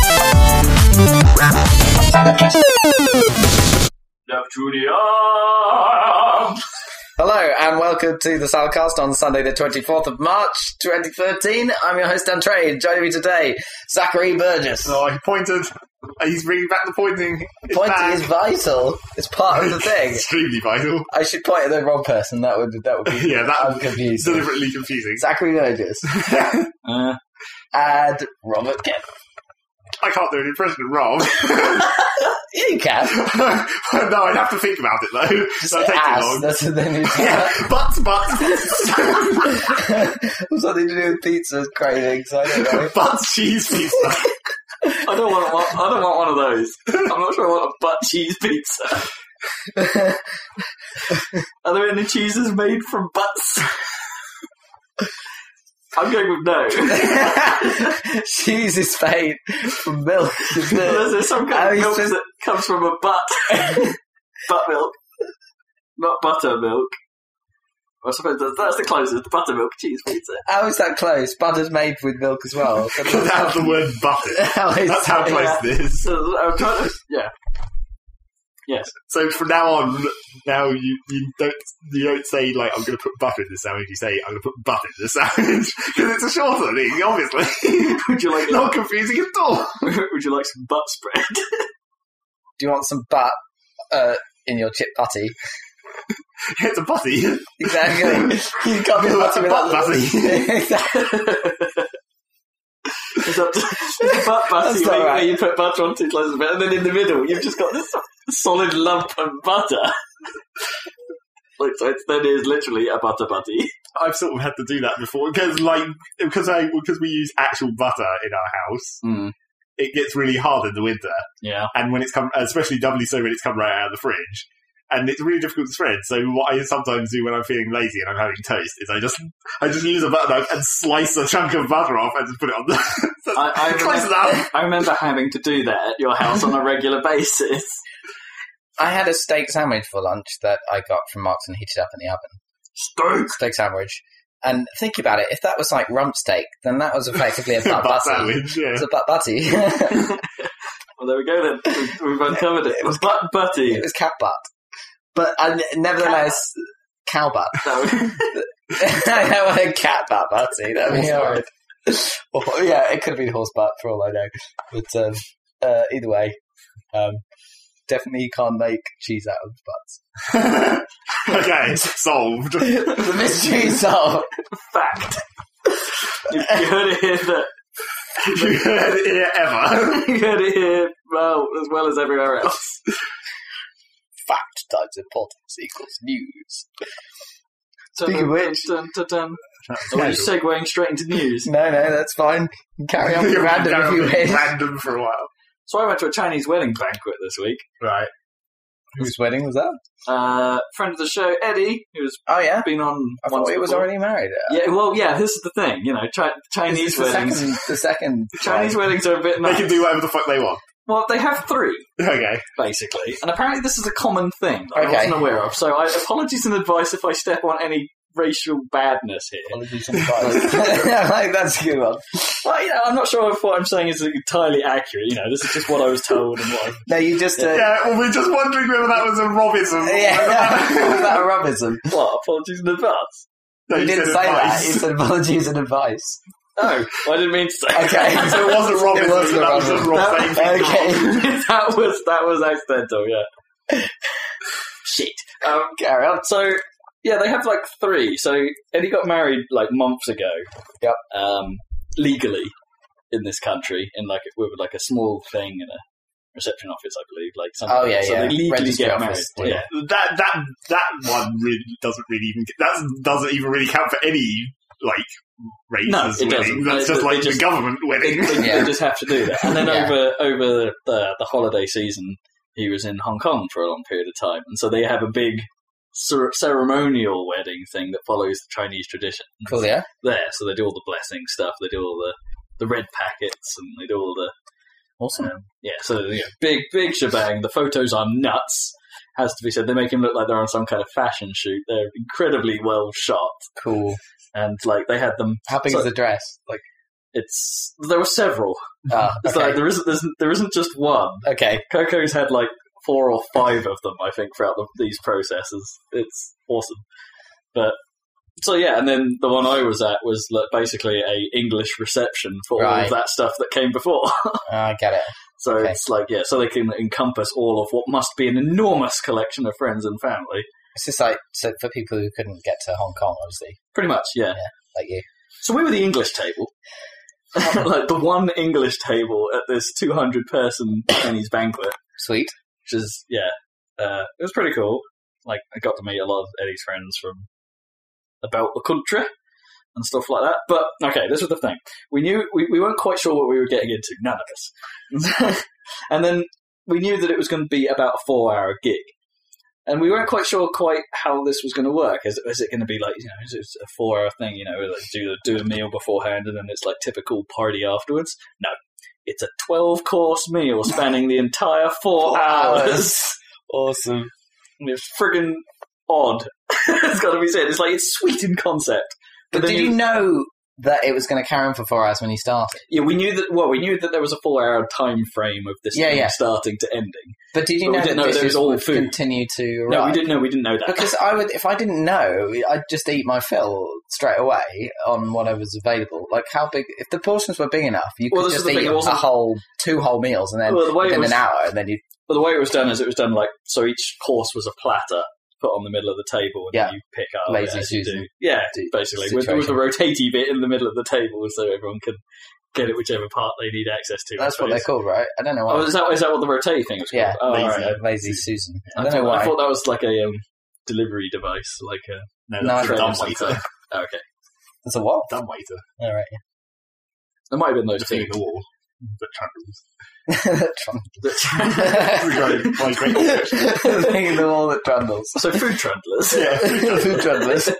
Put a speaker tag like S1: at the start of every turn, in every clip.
S1: Oh,
S2: welcome to the Salcast on Sunday, the 24th of March, 2013. I'm your host, Dan Trey. Joining me today, Zachary Burgess.
S1: Oh, he pointed. He's bringing back the pointing. It's
S2: Pointing
S1: back.
S2: is vital. It's part of the thing.
S1: Extremely vital.
S2: I should point at the wrong person. That would that would be.
S1: Yeah,
S3: Um,
S1: that
S2: I'm confused.
S1: deliberately confusing.
S2: Zachary Burgess
S3: Uh,
S2: and Robert Kemp.
S1: I can't do an impression of Rob.
S2: Yeah, you can.
S1: no, I'd have to think about it though.
S2: Just
S1: That'd
S2: say
S1: take too
S2: ass.
S1: long.
S2: That's the new
S1: Yeah, but but
S2: Something to do with pizza is crazy. So I don't know.
S1: but cheese pizza.
S3: I don't want one, I don't want one of those. I'm not sure I want a butt cheese pizza. Are there any cheeses made from butts? I'm going with no.
S2: Cheese is made from milk. Isn't
S3: Unless
S2: it?
S3: there's some
S2: I
S3: kind of
S2: was
S3: milk
S2: just-
S3: that comes from a butt. butt milk. Not buttermilk. I suppose that- that's the closest. Buttermilk cheese pizza.
S2: How is that close? Butter's made with milk as well.
S1: That's the word butter.
S2: How is
S1: That's how
S2: that?
S1: close
S3: Yeah.
S1: this. is.
S3: So uh, I'm trying to. Yeah. Yes.
S1: So from now on, now you, you don't you don't say like I'm going to put butter in the sandwich. You say I'm going to put butter in the sandwich because it's a shorter thing, obviously.
S3: Would you like
S1: Not confusing at all.
S3: Would you like some butt spread?
S2: Do you want some butt uh, in your chip butty?
S1: It's a butty.
S2: Exactly. you can't be a
S1: That's
S2: butty
S1: a
S2: without
S1: butt butty.
S2: Exactly.
S3: It's up to it's a butt
S2: That's
S3: butty
S2: not
S3: where, you-
S2: right.
S3: where you put butter on two slices of it, and then in the middle you've just got this solid lump of butter. like so, it's, then it is literally a butter butty.
S1: I've sort of had to do that before because like because I because we use actual butter in our house. It gets really hard in the winter,
S3: yeah.
S1: and when it's come, especially doubly so when it's come right out of the fridge. And it's really difficult to spread. So what I sometimes do when I'm feeling lazy and I'm having toast is I just I just use a butter knife and slice a chunk of butter off and just put it on the. so
S3: I- I
S1: close
S3: remember-
S1: enough.
S3: I remember having to do that at your house on a regular basis.
S2: I had a steak sandwich for lunch that I got from Marks and heated up in the oven.
S3: Stoke.
S2: Steak sandwich. And think about it, if that was like rump steak, then that was effectively a butt
S1: Butt
S2: butty.
S1: sandwich. Yeah.
S2: It's a butt butty.
S3: Well, there we go then. We've, we've uncovered it. It was butt butty.
S2: it was cat butt. But I, nevertheless, cow butt.
S3: No.
S2: I don't want a cat butt butty. That'd be
S3: Horse
S2: horrid. Or, yeah, it could have been horse butt for all I know. But um, uh, either way, um, definitely you can't make cheese out of butts.
S1: okay, solved.
S2: the mystery is solved.
S3: Fact. You, you heard it here. That,
S1: you heard it here ever.
S3: you heard it here. Well, as well as everywhere else.
S2: Fact times importance equals news. Speaking
S3: Dun,
S2: of which-
S3: dun, dun, dun, dun. Are you segueing straight into news?
S2: No, no, that's fine. You can carry on with random if you wish.
S1: Random for a while.
S3: So I went to a Chinese wedding banquet this week.
S1: Right.
S2: Whose wedding was that?
S3: Uh, friend of the show, Eddie, who's
S2: Oh, yeah.
S3: been on
S2: I
S3: once
S2: thought he was
S3: before.
S2: already married.
S3: Yeah, well, yeah. This is the thing, you know, chi-
S2: Is
S3: Chinese
S2: this the
S3: weddings.
S2: second, the second
S3: Chinese weddings are a bit. Nice.
S1: They can do whatever the fuck they want.
S3: Well, they have three
S1: Okay.
S3: basically, and apparently this is a common thing that I
S2: Okay.
S3: wasn't aware of. So I apologies in advice if I step on any racial badness here.
S2: Apologies in advance. like, that's a good one.
S3: Well, you know, I'm not sure if what I'm saying is entirely accurate. You know, this is just what I was told and what. I-
S2: No, you just. Uh,
S1: Yeah, well, we're just wondering whether that was a Robinson.
S2: yeah. that a Robinson?
S3: What apologies in advance?
S1: No,
S2: You
S1: you
S2: didn't
S1: said
S2: say that.
S1: advice.
S2: You said apologies and advice.
S3: Oh, I didn't mean to say.
S2: Okay.
S1: So it wasn't Robinson.
S2: It wasn't
S1: that was just Rob
S3: Robinson.
S1: saying things.
S2: okay,
S3: that was that was accidental. Yeah. Shit. Um,
S2: carry on.
S3: so yeah, they have like three. So Eddie got married like months ago.
S2: Yep.
S3: Um, legally in this country, in like with like a small thing in a reception office, I believe. Like something.
S2: Oh, yeah,
S3: So
S2: yeah.
S3: they legally
S2: Registry
S3: get married.
S2: office,
S3: Yeah.
S1: That that that one really doesn't really even that doesn't even really count for any like race
S3: No,
S1: as
S3: it
S1: winning.
S3: doesn't.
S1: That's
S3: They-
S1: just
S3: they
S1: like
S3: just-
S1: the government
S3: They,
S1: winning.
S3: they-
S2: Yeah.
S3: they just have to do that. And then
S2: Yeah.
S3: over over the the holiday season, he was in Hong Kong for a long period of time, and so they have a big cer- ceremonial wedding thing that follows the Chinese tradition.
S2: Cool, yeah.
S3: there. So they do all the blessing stuff. They do all the the red packets, and they do all the
S2: Awesome.
S3: um, yeah. So you know, big big shebang. The photos are nuts. Has to be said. They make him look like they're on some kind of fashion shoot. They're incredibly well shot,
S2: Cool.
S3: and like they had them.
S2: How big
S3: So-
S2: is the dress? Like,
S3: It's there were several.
S2: ah,
S3: It's like
S2: okay.
S3: there isn't there's, there isn't just one.
S2: okay.
S3: Coco's had like four or five of them, I think, throughout the, these processes. It's awesome. But so yeah, and then the one I was at was like, basically a English reception for all
S2: Right.
S3: of that stuff that came before.
S2: Ah, I get it.
S3: so
S2: Okay.
S3: it's like yeah, so they can encompass all of what must be an enormous collection of friends and family.
S2: It's just like so for people who couldn't get to Hong Kong, obviously,
S3: Pretty much, yeah.
S2: like you.
S3: So we were the English table. like the one English table at this 200 person Chinese banquet,
S2: Sweet.
S3: which is, yeah, uh, it was pretty cool. Like, I got to meet a lot of Eddie's friends from about the country and stuff like that. But, okay, this was the thing. We knew, we, we weren't quite sure what we were getting into, none of us. and then we knew that it was going to be about a four hour gig. And we weren't quite sure quite how this was going to work. Is, is it going to be like, you know, is it a four hour thing, you know, like do, do a meal beforehand and then it's like typical party afterwards? No. It's a 12 course meal spanning the entire four,
S2: Four
S3: hours.
S2: hours. Awesome.
S3: And It's friggin' odd. it's got to be said. It's like, it's sweet in concept.
S2: But
S3: then
S2: did you know that it was going to carry on for four hours when you started?
S3: Yeah, we knew that. Well, we knew that there was a four-hour time frame of this
S2: Yeah,
S3: thing
S2: yeah.
S3: starting to ending.
S2: But did you
S3: But we
S2: know
S3: didn't
S2: that
S3: know there
S2: dishes
S3: was all
S2: would
S3: food.
S2: continue to
S3: No, we
S2: arrive?
S3: didn't know. We didn't know that.
S2: Because I would, if I didn't know, I'd just eat my fill straight away on whatever's available. Like how big? If the portions were big enough, you could
S3: Well, this is
S2: just
S3: the thing,
S2: eat
S3: it wasn't-
S2: a whole two whole meals, and then
S3: Well, the way it
S2: within
S3: was-
S2: an hour, and then you
S3: but the way it was done is it was done like so. Each course was a platter put on the middle of the table, and then you pick up
S2: Lazy
S3: as you do.
S2: Susan
S3: Yeah,
S2: do
S3: basically with, with the
S2: situation.
S3: rotatey bit in the middle of the table, so everyone can get it whichever part they need access to. I
S2: That's what they're
S3: suppose.
S2: called, right? I don't know why.
S3: Oh, is that is that what the rotate thing was called?
S2: Yeah,
S3: oh,
S1: lazy.
S3: alright.
S2: Lazy Susan.
S3: I,
S2: I don't know
S3: thought- I
S2: why.
S3: thought that was like a um, delivery device, like a
S1: No,
S2: No,
S1: that's
S2: I
S1: a
S2: don't
S1: dumb
S3: dumb
S1: waiter.
S3: Oh, okay,
S2: That's a what?
S1: Dumb waiter.
S2: All right.
S3: there might have been those
S1: Just thing
S3: two.
S1: in the wall. The trumpets.
S2: Trundles.
S1: Great- my great-
S2: the thing in the wall that trundles.
S3: so food trundlers.
S1: Yeah.
S2: Food trundlers.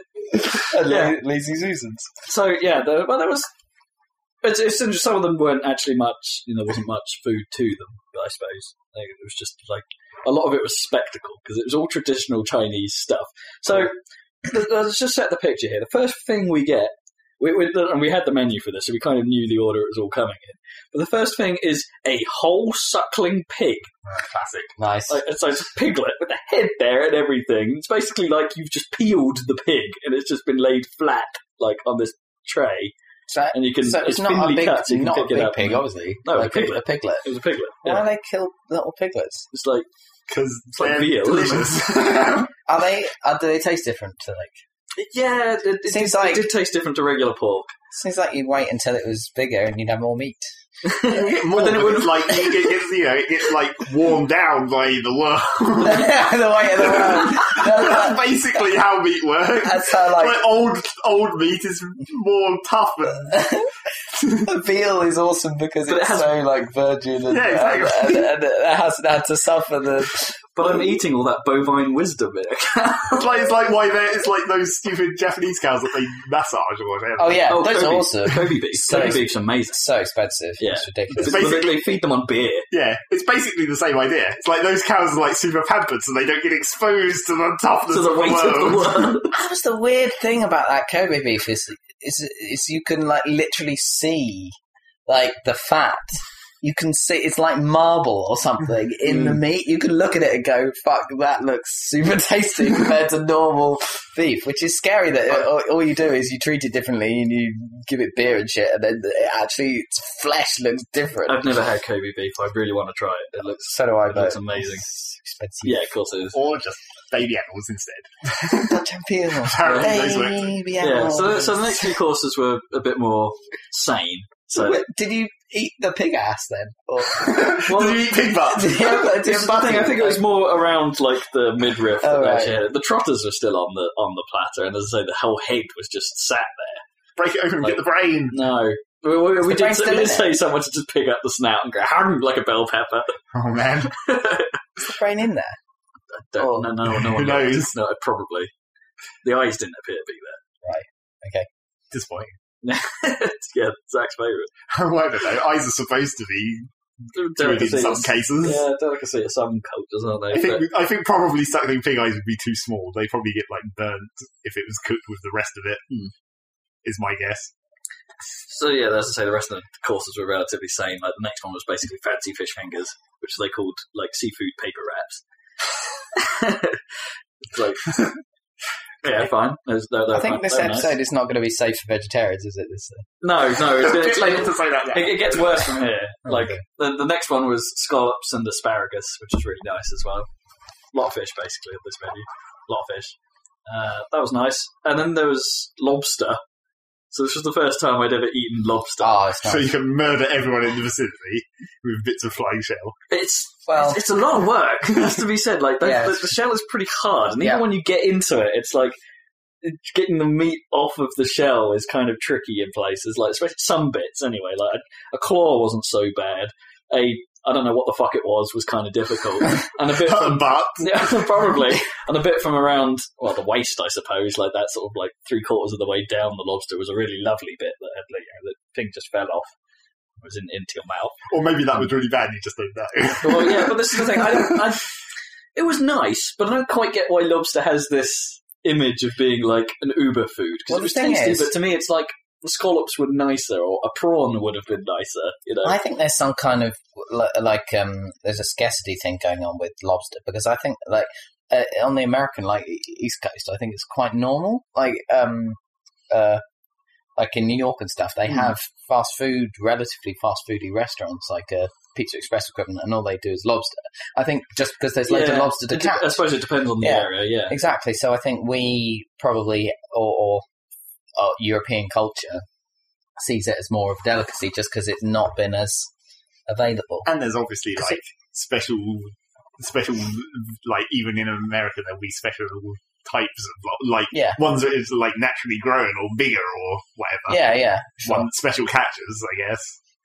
S2: And la-
S3: Yeah.
S2: Lazy Susans.
S3: So yeah, the, well, there was. It's, it's interesting. Some of them weren't actually much. You know, wasn't much food to them. But I suppose like, it was just like a lot of it was spectacle because it was all traditional Chinese stuff. So th- let's just set the picture here. The first thing we get, we, we, and we had the menu for this, so we kind of knew the order it was all coming in. But the first thing is a whole suckling pig.
S1: Classic.
S2: Nice.
S3: Like, it's like a piglet with a head there and everything. It's basically like you've just peeled the pig and it's just been laid flat, like on this tray,
S2: so
S3: and you can
S2: so
S3: it's
S2: it's not a
S3: thinly
S2: big,
S3: cut, so you can
S2: not a
S3: pick it
S2: big
S3: up.
S2: pig, obviously.
S3: No,
S2: like
S3: a piglet.
S2: A, piglet.
S3: It was a piglet.
S2: Why
S3: Yeah.
S2: do they kill little piglets?
S3: It's like
S1: Because
S3: like
S1: they're
S3: veal.
S1: delicious.
S2: Are they? Are, do they taste different to like?
S3: yeah, it, it,
S2: Seems
S3: did- it
S2: like-
S3: did taste different to regular pork.
S2: Seems like you'd wait until it was bigger and you'd have more meat.
S1: You get more,
S3: But then it
S1: but
S3: would-
S1: it's like it get- gets you know it gets like worn down by the
S2: the
S1: world.
S2: weight of the world. That- that-
S1: That's basically how meat works.
S2: that's how like
S1: Like, old old meat is more tough. And,
S2: the veal is awesome because
S3: But it
S2: it's
S3: has-
S2: so like virgin and, uh,
S1: Yeah, exactly.
S2: and, and it hasn't had to suffer the.
S3: But I'm eating all that bovine wisdom. Here.
S1: it's like it's like why they it's like those stupid Japanese cows that they massage or whatever.
S2: Oh yeah,
S3: oh,
S2: those
S3: Kobe,
S2: are awesome.
S3: Kobe beef.
S2: So-
S3: Kobe beef's amazing.
S2: It's so expensive.
S3: Yeah.
S2: It's
S3: It's
S2: ridiculous.
S1: It's basically-
S3: basically feed them on beer.
S1: Yeah, it's basically the same idea. It's like those cows are like super pampered, so they don't get exposed to the toughness
S3: To the
S1: of, the
S3: weight of
S1: world.
S3: the world.
S2: That was the weird thing about that Kobe beef is, is, is you can like literally see like the fat. You can see it's like marble or something
S3: Mm-hmm.
S2: in
S3: Mm.
S2: the meat. You can look at it and go, "Fuck, that looks super tasty compared to normal beef," which is scary. That uh, all, all you do is you treat it differently and you give it beer and shit, and then it actually its flesh looks different.
S3: I've never had Kobe beef. I really want to try it. It looks
S2: so do I.
S3: it
S2: but
S3: looks amazing.
S2: it's expensive.
S3: Yeah, of course it is.
S1: Or just baby animals instead.
S2: Dutch and Peel.
S1: Apparently those work.
S2: Baby
S3: Yeah,
S2: animals.
S3: so, so the next few courses were a bit more sane. So
S2: Wait, did you eat the pig ass then? Or
S3: Well-
S1: Do you eat pig butts?
S2: did you have, did
S3: This
S2: you have
S3: is the thing, I think it was
S2: like-
S3: more around like the midriff. that
S2: Oh,
S3: they
S2: right.
S3: actually had. The trotters were still on the on the platter, and as I say, the whole head was just sat there.
S1: Break it open and get the brain.
S3: No, we, we,
S2: Is
S3: we
S2: the brain
S3: did,
S2: still
S3: we
S2: in
S3: did
S2: it?
S3: say someone to just pick up the snout and go "Hum," like a bell pepper.
S1: Oh man.
S2: the brain in there.
S3: Don't-
S2: Oh.
S3: no, no, no
S1: Who
S3: one
S1: knows?
S3: knows. No, probably the eyes didn't appear to be
S1: Disappointing.
S3: there. yeah, Zach's favourite.
S1: Oh, I don't know. Eyes are supposed to be good in
S3: Delicacy
S1: some
S3: is-
S1: cases.
S3: Yeah, delicacy of some cultures, aren't they?
S1: I
S3: But-
S1: think I think probably suckling pig eyes would be too small. They probably get like burnt if it was cooked with the rest of it. Is
S3: Hmm.
S1: my guess.
S3: So yeah, as I say, the rest of the courses were relatively sane. Like the next one was basically fancy fish fingers, which they called like seafood paper wraps. It's like Yeah, fine. There's, they're, they're
S2: I think
S3: fine.
S2: this
S3: They're nice.
S2: episode is not going to be safe for vegetarians, is it? This uh,
S3: No, no, it's,
S1: It's
S3: it's
S1: late
S3: like
S1: to say that now.
S3: it, it gets worse from here. Like
S2: Okay.
S3: the, the next one was scallops and asparagus, which is really nice as well. A lot of fish, basically, at this menu. A lot of fish. Uh, that was nice. And then there was lobster. So this was the first time I'd ever eaten lobster.
S2: oh, it's
S1: So
S2: not.
S1: you can murder everyone in the vicinity with bits of flying shell.
S3: It's
S2: Well,
S3: it's a lot of work. It has to be said. Like the,
S2: Yeah.
S3: the, the shell is pretty hard, and even
S2: Yeah.
S3: when you get into it, it's like getting the meat off of the shell is kind of tricky in places. Like especially some bits, anyway. Like a, a claw wasn't so bad. A I don't know what the fuck it was was kind of difficult, and a bit from
S1: but
S3: yeah, probably, and a bit from around well the waist, I suppose. Like that sort of like three quarters of the way down the lobster was a really lovely bit that had, like, you know, the thing just fell off. It was in, into your mouth.
S1: or maybe that was really bad. You just don't know.
S3: Well, yeah, but this is the thing. I don't, I, it was nice, but I don't quite get why lobster has this image of being like an Uber food because
S2: Well,
S3: it
S2: the
S3: was
S2: thing
S3: tasty.
S2: is-
S3: but to me, it's like the scallops were nicer, or a prawn would have been nicer. You know,
S2: I think there's some kind of li- like um, there's a scarcity thing going on with lobster because I think like uh, on the American like e- East Coast, I think it's quite normal. Like um, uh, like in New York and stuff, they
S3: Hmm.
S2: have fast food, relatively fast foody restaurants like a Pizza Express equivalent, and all they do is lobster. I think just because there's loads of
S3: Yeah.
S2: lobster to
S3: It de-
S2: catch,
S3: I suppose it depends on the
S2: Yeah.
S3: area. Yeah,
S2: Exactly. So I think we probably, or, or, uh European culture, sees it as more of a delicacy just because it's not been as available.
S1: And there's obviously
S2: Cause
S1: like special, special, like even in America there'll be special types of lo- like
S2: Yeah.
S1: ones that is like naturally grown or bigger or whatever.
S2: Yeah, yeah.
S1: One special catches, I guess.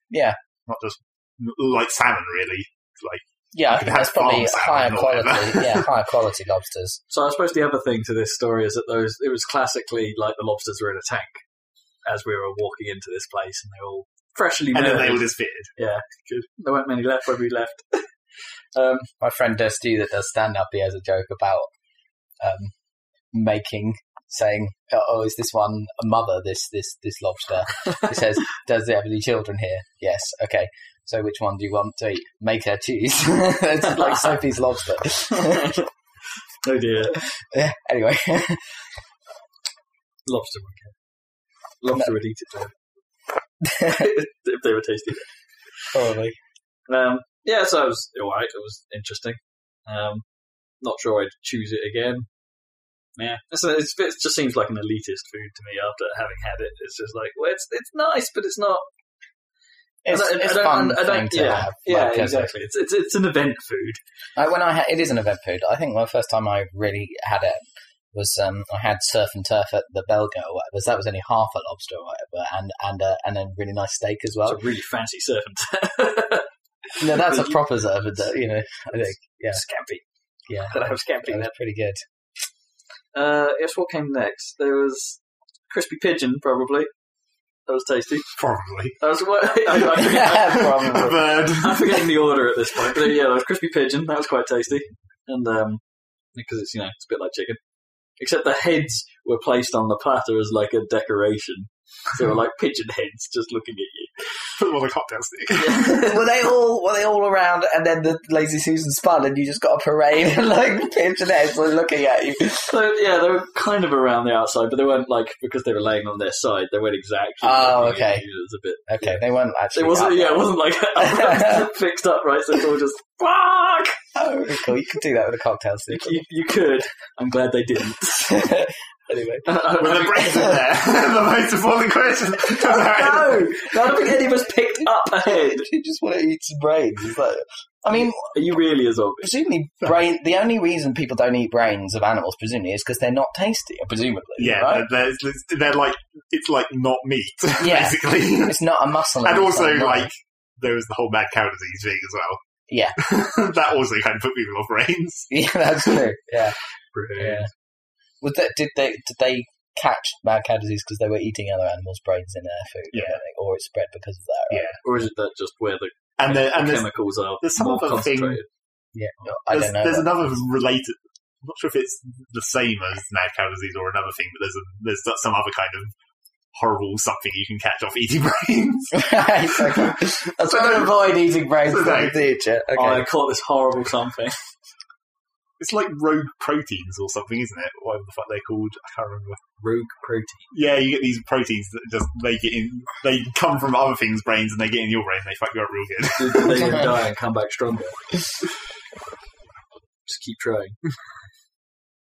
S2: Yeah.
S1: Not just like salmon, really.
S2: Yeah,
S1: You could have
S2: that's probably
S1: farm salmon
S2: higher
S1: or
S2: quality.
S1: whatever.
S2: yeah, higher quality lobsters.
S3: So I suppose the other thing to this story is that those it was classically like the lobsters were in a tank as we were walking into this place, and they were all freshly
S1: And then
S3: murdered.
S1: they all disappeared.
S3: there weren't many left when we left. um,
S2: My friend uh, Stu that does stand up, he has a joke about um, making saying, "Oh, is this one a mother? This this this lobster?" he says, "Does it have any children here?" Yes. Okay. So which one do you want to eat? Make her choose. it's like Sophie's lobster.
S3: oh dear,
S2: Yeah, anyway,
S3: lobster would get. Lobster would eat it though. if they were tasty.
S2: probably.
S3: Um, yeah, so it was alright. It was interesting. Um, not sure I'd choose it again. Yeah, it's, it's, it just seems like an elitist food to me after having had it. It's just like, well, it's it's nice, but it's not.
S2: It's,
S3: I don't- I
S2: it's
S3: don't-
S2: fun
S3: I don't-
S2: thing to
S3: yeah,
S2: have.
S3: Yeah,
S2: like, as a-
S3: exactly. It's, it's it's an event food.
S2: I, when I ha- it is an event food. I think the first time I really had it was um, I had surf and turf at the Belga or whatever. So that was only half a lobster or whatever, and and a, and a really nice steak as well.
S3: It's a really fancy servant.
S2: No, that's a proper surf and turf. You know, I think Yeah.
S3: Scampi.
S2: yeah,
S3: That I
S2: that
S3: have scampi
S2: was
S3: there.
S2: pretty good.
S3: Uh, yes, what came next? There was crispy pigeon, probably. That was tasty.
S1: Probably.
S3: That was what I, I forget-
S1: A
S2: Probably.
S1: bird.
S3: I'm forgetting the order at this point, but yeah, there was crispy pigeon. That was quite tasty, and um, because it's you know it's a bit like chicken, except the heads were placed on the platter as like a decoration. So they were like pigeon heads just looking at
S1: Put them on a cocktail stick.
S3: you.
S2: were they all were they all around, and then the lazy Susan spun, and you just got a parade and like pigeon heads were looking at you.
S3: so yeah, they were kind of around the outside, but they weren't like because they were laying on their side. They weren't exactly.
S2: Oh,
S3: looking at
S2: okay.
S3: you. It was a bit.
S2: Okay, they weren't
S3: It
S2: actually.
S3: wasn't. Yeah, it wasn't like fixed up right. So it's all just fuck.
S2: Oh, cool. You could do that with a cocktail stick.
S3: You, you could. I'm glad they didn't.
S2: anyway.
S1: With the brains in there. the most important question.
S3: No, I don't think any of us picked up a head.
S2: you just want to eat some brains. It's like, I mean,
S3: Are you really as obvious?
S2: presumably, brain. The only reason people don't eat brains of animals, presumably, is because they're not tasty. Presumably,
S1: Yeah,
S2: right?
S1: they're, they're, they're like it's like not meat,
S2: Yeah.
S1: basically.
S2: It's not a muscle,
S1: and
S2: it's
S1: also
S2: not a
S1: like there was the whole mad cow disease thing as well.
S2: Yeah.
S1: that also kind of put people off brains.
S2: yeah, that's true. Yeah,
S3: Yeah.
S2: was that did they did they catch mad cow disease because they were eating other animals' brains in their food?
S1: Yeah.
S2: Like, or it spread because of that. Right?
S3: Or is it that just where the
S1: And there, and there's,
S3: chemicals are
S1: there's some
S3: more
S1: other thing-
S3: concentrated?
S2: Yeah, no, I
S1: there's,
S2: don't know.
S1: there's
S2: that.
S1: another related. I'm not sure if it's the same as mad cow disease or another thing, but there's a, there's some other kind of horrible something you can catch off eating brains.
S2: It's okay. That's why I avoid eating brains
S1: So
S2: in
S1: they-
S3: Oh,
S2: the future. Okay.
S3: I caught this horrible something.
S1: It's like rogue proteins or something, isn't it? Whatever the fuck they're called, I can't remember.
S3: Rogue protein.
S1: Yeah, you get these proteins that just they get in. They come from other things' brains, and they get in your brain. They fuck you up real good.
S3: Did they even die and come back stronger? Just keep trying.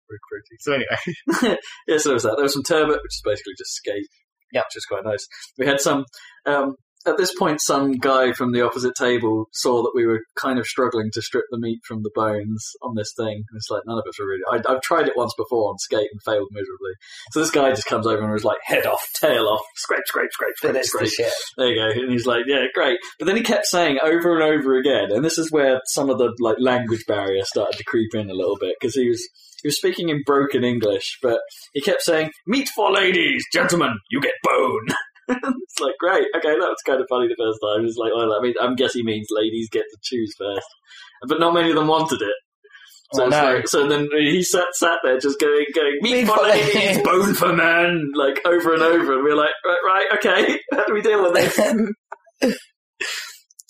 S3: Rogue protein.
S1: So anyway,
S3: Yeah, so there was that. There was some turbot, which is basically just skate.
S2: Yep.
S3: Which is quite nice. We had some. Um, at this point, some guy from the opposite table saw that we were kind of struggling to strip the meat from the bones on this thing. And It's like none of us were really. I, I've tried it once before on skate and failed miserably. So this guy just comes over and was like, head off, tail off, scrape, scrape, scrape, scrape,
S2: But it's the
S3: scrape.
S2: shit.
S3: There you go. And he's like, yeah, great. But then he kept saying over and over again, and this is where some of the like language barrier started to creep in a little bit because he was he was speaking in broken English, but he kept saying, "Meat for ladies, gentlemen, you get bone." it's like great, okay, that was kind of funny the first time. It's like, well, that means I'm guessing he means ladies get to choose first, but not many of them wanted it. So,
S2: Oh,
S3: it's
S2: no.
S3: like- so then he sat sat there just going going meat,
S2: Meat
S3: for
S2: for
S3: ladies,
S2: ladies."
S3: bone for men, like over and over, and we are like, right, right, okay, how do we deal with this?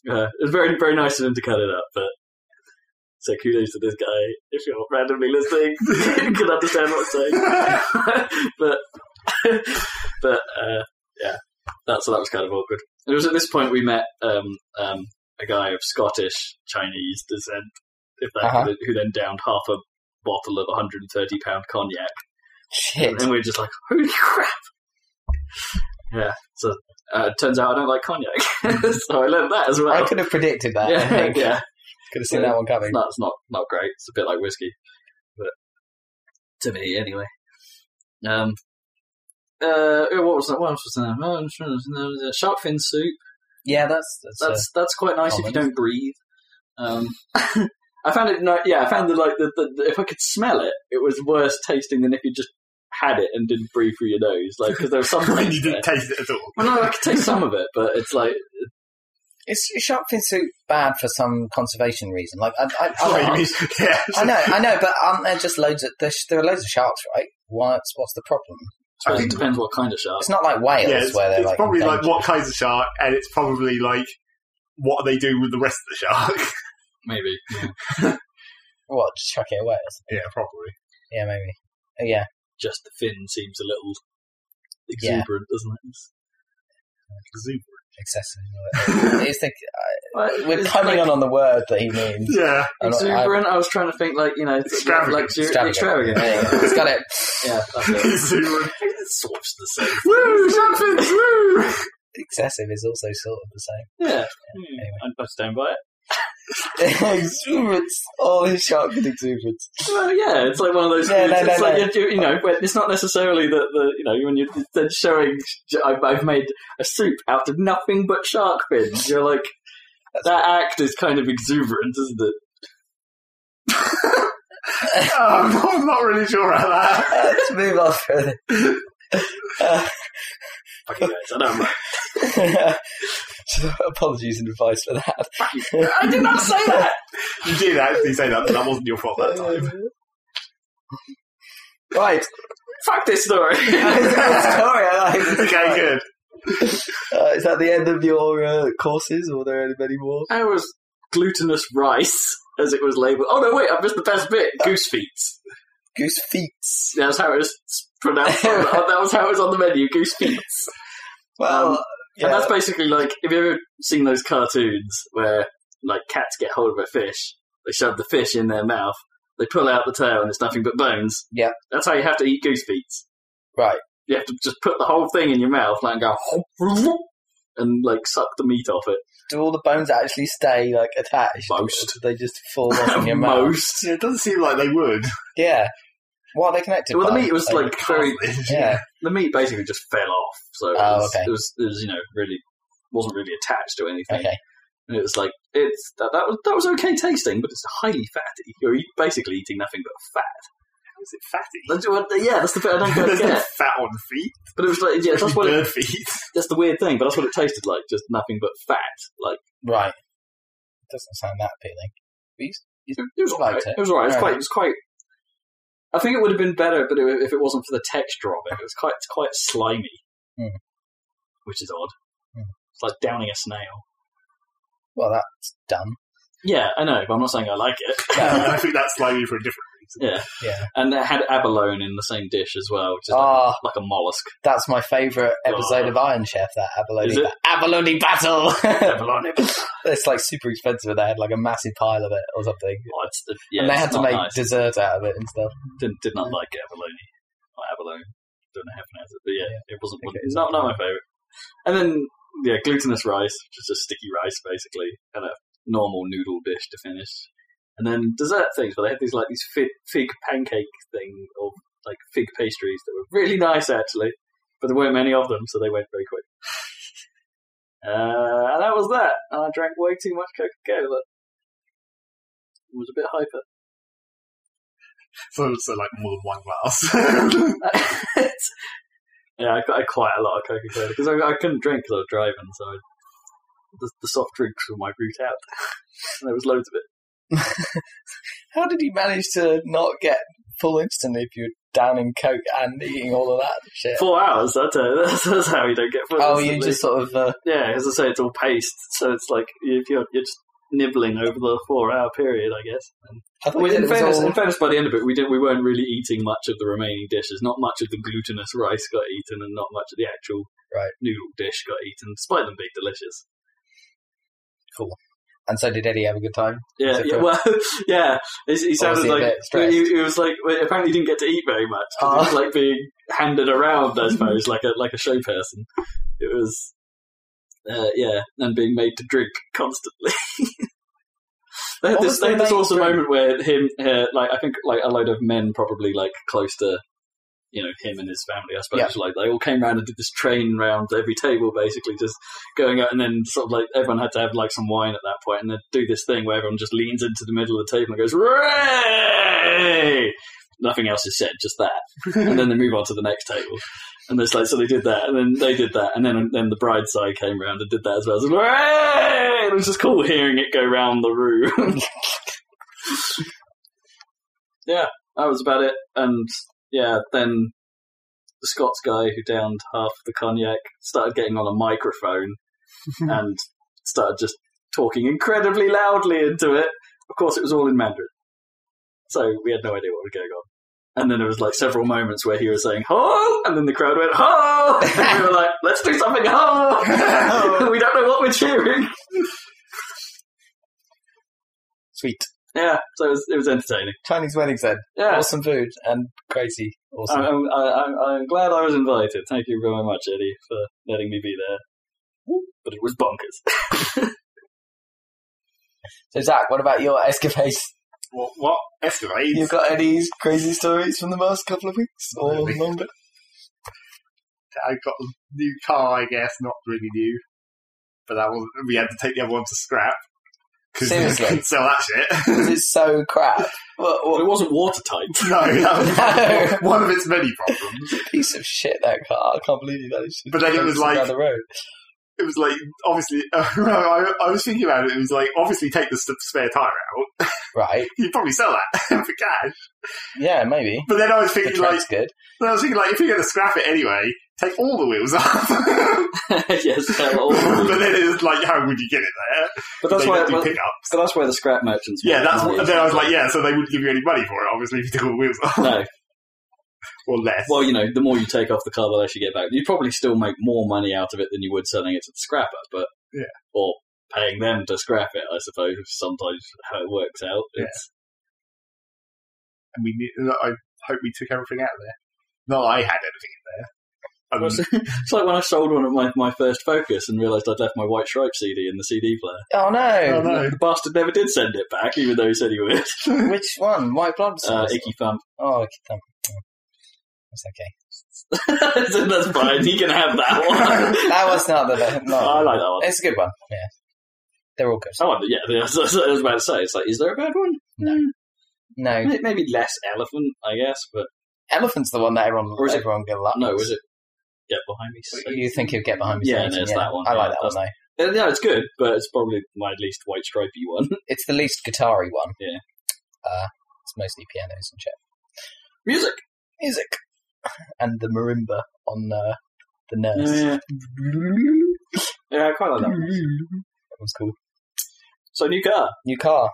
S3: Uh, it was very, very nice of him to cut it up, but so kudos to this guy if you're randomly listening, you can understand what I'm saying. but, but uh, yeah, that, so that was kind of awkward. It was at this point we met um, um, a guy of Scottish Chinese descent, if that,
S2: Uh-huh.
S3: who then downed half a bottle of 130 pound cognac,
S2: Shit.
S3: and we were just like, holy crap! Yeah, so uh, it turns out I don't like cognac, so I learned that as well.
S2: I could have predicted that. I
S3: yeah,
S2: think.
S3: yeah.
S2: Could have seen that one coming.
S3: It's not, it's not not great. It's a bit like whiskey, but to me anyway. Um, uh, what was that? What else was that? Oh, I'm trying to- there was a shark fin soup.
S2: Yeah, that's that's,
S3: That's that's quite nice if you
S2: almonds.
S3: don't breathe. Um, I found it. No, yeah, I found the like the, the, the- if I could smell it, it was worse tasting than if you just had it and didn't breathe through your nose. Like because there was some.
S1: when you
S3: taste there.
S1: didn't taste it at all,
S3: Well, no, I could taste some of it, but it's like
S2: Is shark fin soup bad for some conservation reason? Like I, I, I,
S1: Oh, you
S2: I-
S1: mean- yeah.
S2: I know, I know, but aren't there just loads of there's, there are loads of sharks, right? What's what's the problem?
S3: I
S1: I
S3: suppose it
S1: think-
S3: depends what kind of shark.
S2: It's not like whales
S1: yeah, it's,
S2: where they're
S1: it's
S2: like
S1: probably like
S2: endangered.
S1: what kinds of shark, and it's probably like what they do with the rest of the shark.
S3: Maybe.
S2: what just chuck it away. or something?
S1: yeah, probably.
S2: Yeah, maybe. Oh, yeah,
S3: just the fin seems a little
S2: Yeah.
S3: exuberant, doesn't it? It's-
S1: Exuberant.
S2: excessive. it's the, we're
S3: it's
S2: coming
S3: like
S2: on on the word that he means.
S1: Yeah,
S2: I'm not- I-
S3: Exuberant. I, was trying to think, like you know, th-
S1: Extravagant.
S3: like exu- extravagant.
S2: Extravagant. There you go. It's got it.
S3: yeah, that's it.
S1: exuberant.
S3: it's sort of the same.
S1: Woo, shark fins, woo!
S2: Excessive is also sort of the same.
S3: Yeah, Hmm. I I stand by it.
S2: exuberance. All his shark with exuberance.
S3: Well, yeah, it's like one of those.
S2: Yeah, no,
S3: it's
S2: no,
S3: like
S2: no.
S3: You, you know, when- it's not necessarily that the you know when you're then showing I've, I've made a soup out of nothing but shark fins. You're like that act is kind of exuberant, isn't it?
S1: Um, I'm not really sure about that.
S2: Uh, let's move on further. Uh,
S3: Fucking guys, I don't know.
S2: so apologies in advice for that.
S3: I did not say that.
S1: You did actually say that, but that wasn't your fault that time.
S2: Right,
S3: Fuck this story.
S2: It's a good story. I like this.
S1: okay, good.
S2: Uh, is that the end of your uh, courses, or are there any many more?
S3: I was glutinous rice, as it was labelled. Oh no, wait, I missed the best bit. Goose feet.
S2: Goose feet.
S3: That's how it was pronounced. on- that was how it was on the menu. Goose feet.
S2: Well,
S3: Um, And that's basically like if you ever seen those cartoons where like cats get hold of a fish, they shove the fish in their mouth, they pull out the tail, and it's nothing but bones.
S2: Yeah.
S3: that's how you have to eat goose feet.
S2: right.
S3: You have to just put the whole thing in your mouth, like and go, and like suck the meat off it.
S2: Do all the bones actually stay like attached?
S3: Most.
S2: Or do they just fall off in your mouth?
S3: Most.
S1: Yeah, it doesn't seem like they would.
S2: Yeah. What are they connected?
S3: Well, the
S2: by?
S3: meat was like very
S2: Yeah.
S3: the meat basically just fell off. So it,
S2: Oh,
S3: was,
S2: okay.
S3: it was, it was, you know, really wasn't really attached to anything.
S2: Okay.
S3: And it was like it's that, that was that was okay tasting, but it's highly fatty. You're eat- basically eating nothing but fat.
S1: Is it fatty?
S3: That's what- yeah, that's the bit I don't quite
S1: There's no
S3: get.
S1: fat on feet.
S3: But it was like yeah, that's what it,
S1: Bird feet.
S3: that's the weird thing. But that's what it tasted like, just nothing but fat. Like
S2: Right. Doesn't sound that appealing. But you-
S3: it, it was
S2: Liked
S3: alright.
S2: it.
S3: It was alright. It was
S2: Fair
S3: quite. It was quite. I think it would have been better, but it, if it wasn't for the texture of it, it was quite it's quite slimy,
S2: Hmm.
S3: which is odd.
S2: Hmm.
S3: It's like downing a snail.
S2: Well, that's dumb.
S3: Yeah, I know, but I'm not saying I like it.
S1: I think that's slightly for a different reason.
S3: yeah,
S2: Yeah.
S3: and it had abalone in the same dish as well, which is like,
S2: Ah,
S3: like a mollusk.
S2: that's my favourite episode of Iron Chef. That abalone,
S3: Is it?
S2: ba- abalone battle.
S3: abalone. Well,
S2: it's like super expensive, and they had like a massive pile of it or something.
S3: it's- yeah,
S2: and they
S3: it's
S2: had to
S3: not
S2: make
S3: nice.
S2: dessert out of it and stuff.
S3: did, did not like abalone or abalone. Don't know how to pronounce it, but yeah, it wasn't. wasn't- It's not not my favorite. And then yeah, glutinous rice, which is just sticky rice basically, and a normal noodle dish to finish. And then dessert things, but they had these like these fig, fig pancake thing or like fig pastries that were really nice actually, but there weren't many of them, so they went very quick. Uh, and that was that. And I drank way too much Coca Cola. Was a bit hyper.
S1: So, so like more than one glass.
S3: yeah, I got quite a lot of Coca Cola because I, I couldn't drink because I was driving, so I, the, the soft drinks were my route out. and there was loads of it.
S2: How did you manage to not get full instantly if you're down in coke and eating all of that shit?
S3: Four hours, that's, uh, that's, that's how you don't get full.
S2: Oh, you
S3: instantly.
S2: just sort of uh,
S3: yeah, as I say, it's all paste, so it's like if you're you're just nibbling over the four hour period, I guess. And
S2: I thought
S3: well,
S2: it
S3: in
S2: was
S3: fairness,
S2: all-
S3: in fairness, by the end of it, we did we weren't really eating much of the remaining dishes. Not much of the glutinous rice got eaten, and not much of the actual
S2: Right.
S3: noodle dish got eaten, despite them being delicious.
S2: And so did Eddie have a good time?
S3: Yeah,
S2: Except
S3: yeah,
S2: for-
S3: well, yeah. He, he sounded
S2: he a
S3: like
S2: bit stressed? Oh.
S3: he, he was like well, apparently he didn't get to eat very much. 'cause He was like being handed around, I suppose, like a like a show person. It was, uh, yeah, and being made to drink constantly. they had
S2: What
S3: this,
S2: was
S3: they had
S2: their
S3: this
S2: main
S3: awesome
S2: drink?
S3: moment where him, uh, like I think, like a load of men, probably like close to. You know him and his family. I suppose like they all came round and did this train round every table, basically just going out, and then sort of like everyone had to have like some wine at that point, and they do this thing where everyone just leans into the middle of the table and goes "Hooray!" Nothing else is said, just that, and then they move on to the next table. And there's like so they did that, and then they did that, and then then the bride side came round and did that as well. So, "Hooray!" It was just cool hearing it go round the room. yeah, that was about it, and yeah, then the Scots guy who downed half the cognac started getting on a microphone and started just talking incredibly loudly into it. Of course, it was all in Mandarin. So we had no idea what was going on. And then there was like several moments where he was saying "ho," and then the crowd went "ho," and we were like, "Let's do something ho!" we don't know what we're cheering.
S2: Sweet.
S3: Yeah, so it was, it was entertaining.
S2: Chinese weddings then.
S3: Yeah, Uh-huh.
S2: Awesome food and crazy. Awesome.
S3: I'm, I'm, I'm, I'm glad I was invited. Thank you very much, Eddie, for letting me be there. But it was bonkers.
S2: so Zach, what about your escapades?
S1: what? What? Escalades?
S2: You've got any crazy stories from the last couple of weeks or
S1: Really?
S2: longer?
S1: I got a new car, I guess, not really new, but that was we had to take the other one to scrap because
S2: Seriously?
S1: couldn't sell that shit.
S2: 'Cause it's so crap. What,
S3: Well,
S2: what
S3: it wasn't watertight.
S1: no, that was
S2: No.
S1: one of its many problems.
S2: a piece of shit that car! I can't believe you managed to.
S1: But then it was like-
S2: down the road.
S1: It was like obviously, I, I was thinking about it. It was like obviously take the s- spare tire out.
S2: Right?
S1: You'd probably sell that for cash.
S2: Yeah, maybe.
S1: But then I was
S2: The
S1: thinking like,
S2: track's good.
S1: then I was thinking like, if you're going to scrap it anyway, take all the wheels off.
S3: yes, they're all-
S1: but then it was like, how would you get it there?
S3: but that's
S1: they
S3: why.
S1: don't do pickups.
S3: but that's where the scrap merchants.
S1: Yeah,
S3: were.
S1: that's. and Then I was like, yeah. So they wouldn't give you any money for it, obviously, if you took all the wheels off
S3: No,
S1: or less.
S3: well, you know, the more you take off the car, the less you get back. You'd probably still make more money out of it than you would selling it to the scrapper, but
S1: Yeah.
S3: or paying them to scrap it. I suppose is sometimes how it works out. It's,
S1: and we knew, I hope we took everything out of there. Not that I had anything in there. Um, I mean,
S3: it's like when I sold one of my, my first Focus and realised I'd left my White Stripe CD in the CD player.
S2: Oh no!
S1: No.
S3: The bastard never did send it back, even though he said he would.
S2: Which one? White blood
S3: Uh,
S2: cells.
S3: Icky Thump.
S2: oh, okay. um, It's okay.
S3: so that's fine. He can have that one.
S2: That was not the no.
S3: I like that one.
S2: It's a good one. Yeah, they're all good.
S3: Oh, I- yeah, yeah, that's what I was about to say. It's like, is there a bad one? Mm,
S2: No. No,
S3: May- Maybe less elephant, I guess, but
S2: elephant's the one that everyone
S3: Or is it-
S2: everyone will love.
S3: no, is it? Get behind me. Satan?
S2: You think he'll get behind me?
S3: Yeah,
S2: Satan,
S3: no, it's that one,
S2: I like
S3: yeah,
S2: that one
S3: Uh, Yeah, it's good, but it's probably my least white stripey one.
S2: though. It's the least guitar-y one.
S3: Yeah.
S2: uh, it's mostly pianos and shit.
S3: Music.
S2: music and the marimba on uh, the nurse.
S3: Yeah, yeah, I quite like that.
S2: That one's cool.
S3: So new car,
S2: New car.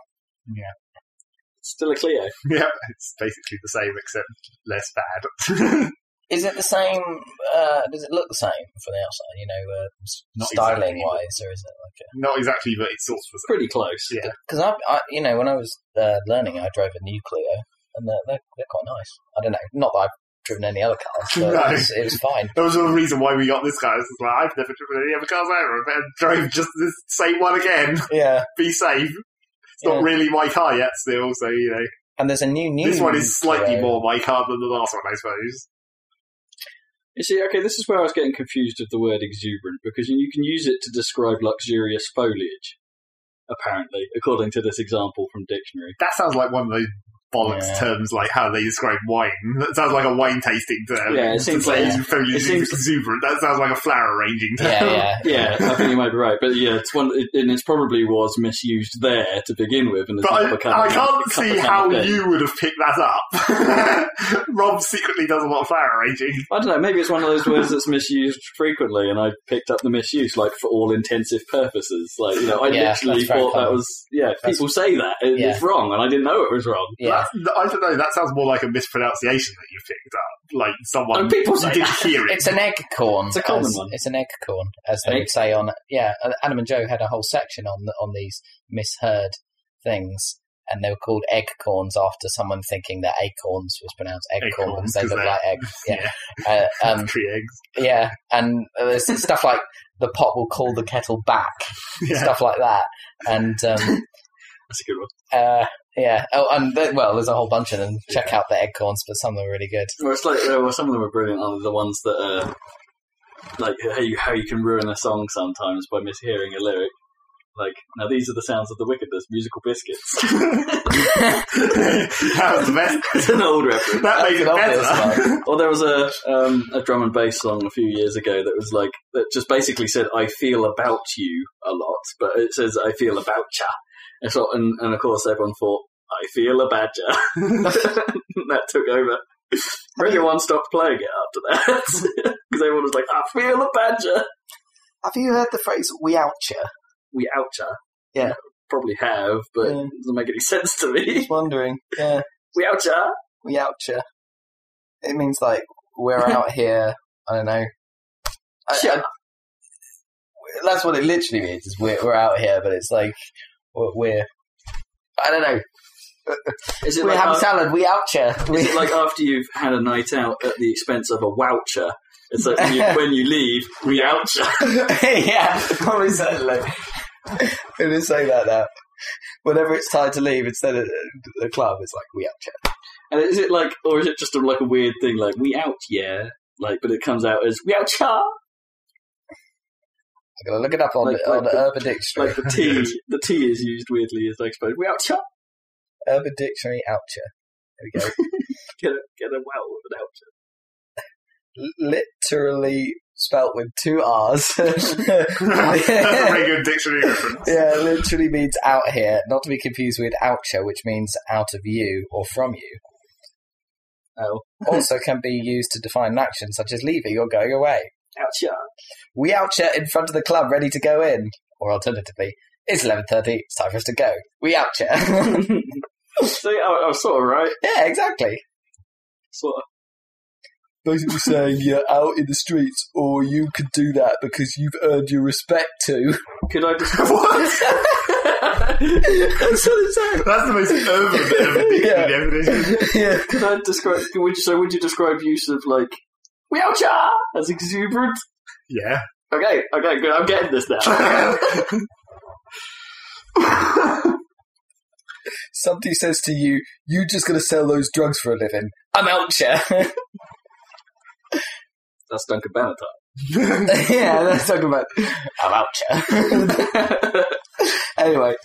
S3: still a Clio.
S1: yeah, it's basically the same except less bad.
S2: Is it the same? Uh, does it look the same from the outside? You know, uh, s-
S1: Not
S2: styling
S1: exactly, but-
S2: wise, or is it like? A,
S1: Not exactly, but it's sort of.
S3: Pretty close.
S1: Yeah.
S2: because I, I, you know, when I was uh, learning, I drove a new Clio, and they're, they're, they're quite nice. I don't know, not that I've driven any other cars, but
S1: No.
S2: it, was, it was fine.
S1: That was the reason why we got this car. It's like, I've never driven any other cars ever, and drove just this same one again.
S2: Yeah,
S1: Be safe. It's not
S2: Yeah.
S1: really my car yet, still. So you know,
S2: and there's a new new.
S3: Mm,
S1: this one is slightly
S2: Clio.
S1: more my car than the last one, I suppose.
S3: You see, okay, this is where I was getting confused with the word exuberant because you can use it to describe luxurious foliage. Apparently, according to this example from dictionary.
S1: That sounds like one of those bollocks
S2: Yeah.
S1: terms, like how they describe wine. That sounds like a wine tasting term.
S3: Yeah, it
S1: To
S3: seems
S1: say
S3: like- it
S1: foliage is
S3: seems-
S1: exuberant. That sounds like a flower arranging term.
S2: Yeah, yeah,
S3: Yeah, I think you might be right, but yeah, it's one, it, and it probably was misused there to begin with, and it's
S1: But
S3: not
S1: I,
S3: become.
S1: I can't
S3: become
S1: see
S3: a
S1: how
S3: thing.
S1: you would have picked that up. Rob secretly does a lot of flower arranging.
S3: I don't know. Maybe it's one of those words that's misused frequently, and I picked up the misuse, like for all intensive purposes. Like you know, I
S2: Yeah,
S3: literally
S2: that's very
S3: thought that
S2: common.
S3: was yeah.
S2: That's-
S3: people say that it,
S2: Yeah.
S3: it's wrong, and I didn't know it was wrong.
S2: yeah.
S1: That's- I don't know. That sounds more like a mispronunciation that you picked up. Like someone
S3: Oh, people say
S1: you didn't hear it.
S2: It's an egg corn.
S3: It's a common
S2: as-
S3: one.
S2: It's an egg corn, as
S3: An
S2: they
S3: egg-
S2: would say on. Yeah, uh, Adam and Joe had a whole section on the, on these misheard things, and they were called egg corns after someone thinking that acorns was pronounced egg corn
S1: Acorns,
S2: because they
S1: 'cause
S2: look
S1: they're-
S2: like eggs. Yeah, Uh, um,
S1: Tree eggs.
S2: yeah, and there's stuff like the pot will call the kettle back,
S1: Yeah.
S2: stuff like that, and. Um,
S3: That's a good one.
S2: uh, yeah. Oh, and th- well, there's a whole bunch of them. Check out the egg corns, but some of them are really good.
S3: Well, it's like uh, well, some of them are brilliant. Are the ones that are like how you how you can ruin a song sometimes by mishearing a lyric. Like now, these are the sounds of the wickedness musical biscuits.
S1: that was the best.
S3: it's an old reference.
S1: That made it
S2: an obvious
S1: better.
S3: Well, there was a um, a drum and bass song a few years ago that was like that just basically said "I feel about you" a lot, but it says "I feel about ya," and so and, and of course everyone thought "I feel about ya." that took over. Radio One stopped playing it after that because everyone was like "I feel about ya."
S2: Have you heard the phrase "we outcha"?
S3: We out ya.
S2: Yeah.
S3: probably have, but
S2: Yeah.
S3: it doesn't make any sense to me.
S2: Wondering. Yeah,
S3: we out ya.
S2: we outcha. It means like we're out here. I don't know. I-
S3: Sure.
S2: I- that's what it literally means. Is we're we're out here, but it's like we're. we're I don't know.
S3: Is
S2: We're
S3: like,
S2: having
S3: uh,
S2: salad. We outcha.
S3: Is
S2: We
S3: it like after you've had a night out at the expense of a voucher? It's like when you, when you leave, we oucher.
S2: yeah, probably certainly. it is saying that now. Whenever it's time to leave, instead of the club, it's like we out chat.
S3: And is it like, or is it just a, like a weird thing, like we out, yeah? Like, but it comes out as we oucher.
S2: I'm gonna look it up on
S3: Like-
S2: on
S3: like the-
S2: Urban Dictionary.
S3: Like the T, the T is used weirdly as I suppose. We oucher.
S2: Urban Dictionary outcha. There
S3: Get a get a wow with an oucher.
S2: we go. L- Literally spelt with two R's.
S1: That's a very good dictionary reference.
S2: yeah, literally means out here, not to be confused with outcha, which means out of you or from you.
S3: Oh,
S2: Also, can be used to define an action such as leaving or going away.
S3: oucher.
S2: We out here in front of the club, ready to go in. Or alternatively, it's eleven thirty. It's time for us to go. We out here.
S3: See, I, I was sort of right.
S2: yeah, exactly.
S3: Sort of.
S2: Basically saying you're out in the streets, or you could do that because you've earned your respect to.
S3: Could I just?
S1: What?
S2: That's what it sounds.
S1: That's the most urban urban dictionary definition.
S2: yeah.
S3: Could I describe? Would you, so would you describe use of like we oucher as exuberant?
S1: Yeah.
S3: Okay, okay, good. I'm getting this now.
S2: Somebody says to you, "You just gonna sell those drugs for a living." I'm out here.
S3: That's Duncan Bannatyne.
S2: yeah, that's talking about. I'm out here.
S3: I
S2: anyway,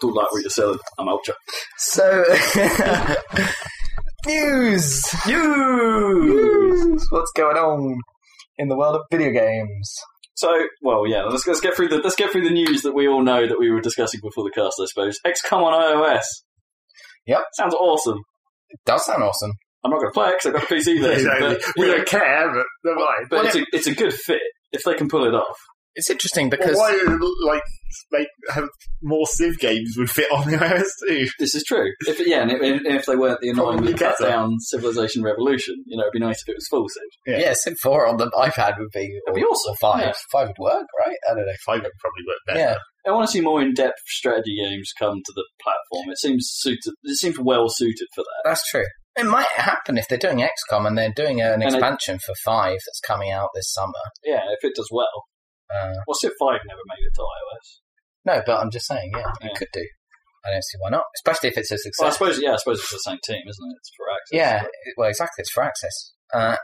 S3: do like what you're selling. I'm out ya.
S2: So, news. news! What's going on in the world of video games?
S3: So, well, yeah. Let's, let's get through the let's get through the news that we all know that we were discussing before the cast. I suppose XCOM on iOS.
S2: Yep.
S3: sounds awesome.
S2: It does sound awesome.
S3: I'm not going to play it 'cause I've got a PC version,
S1: Exactly.
S3: but,
S1: we
S3: yeah,
S1: don't care, but never mind.
S3: but it's a it's a good fit if they can pull it off.
S2: It's interesting
S1: Well,
S2: because
S1: why like make have more Civ games would fit on the OS2?
S3: This is true. If, yeah, and if, and if they weren't the annoyingly
S1: Probably
S3: cut
S1: better.
S3: down Civilization Revolution, you know, it'd be nice if it was full Civ.
S1: yeah.
S2: yeah. Civ Four on the iPad would be
S3: That'd be
S2: or-
S3: awesome,
S2: or Five,
S3: yeah.
S2: five would work, right? I don't know.
S1: Five would probably work better.
S2: Yeah,
S3: I want to see more in-depth strategy games come to the platform. It seems suited. It seems well suited for that.
S2: that's true. It might happen if they're doing XCOM and they're doing an
S3: it-
S2: expansion for Five that's coming out this summer.
S3: Yeah, if it does well.
S2: Uh,
S3: Well, Civ Five never made it to iOS.
S2: no, but I'm just saying, yeah,
S3: Yeah.
S2: it could do. I don't see why not, especially if it's a
S3: Well, I
S2: success.
S3: suppose. Yeah, I suppose it's the same team, isn't it? It's for access.
S2: yeah,
S3: but-
S2: it- well, exactly. It's for access. Uh,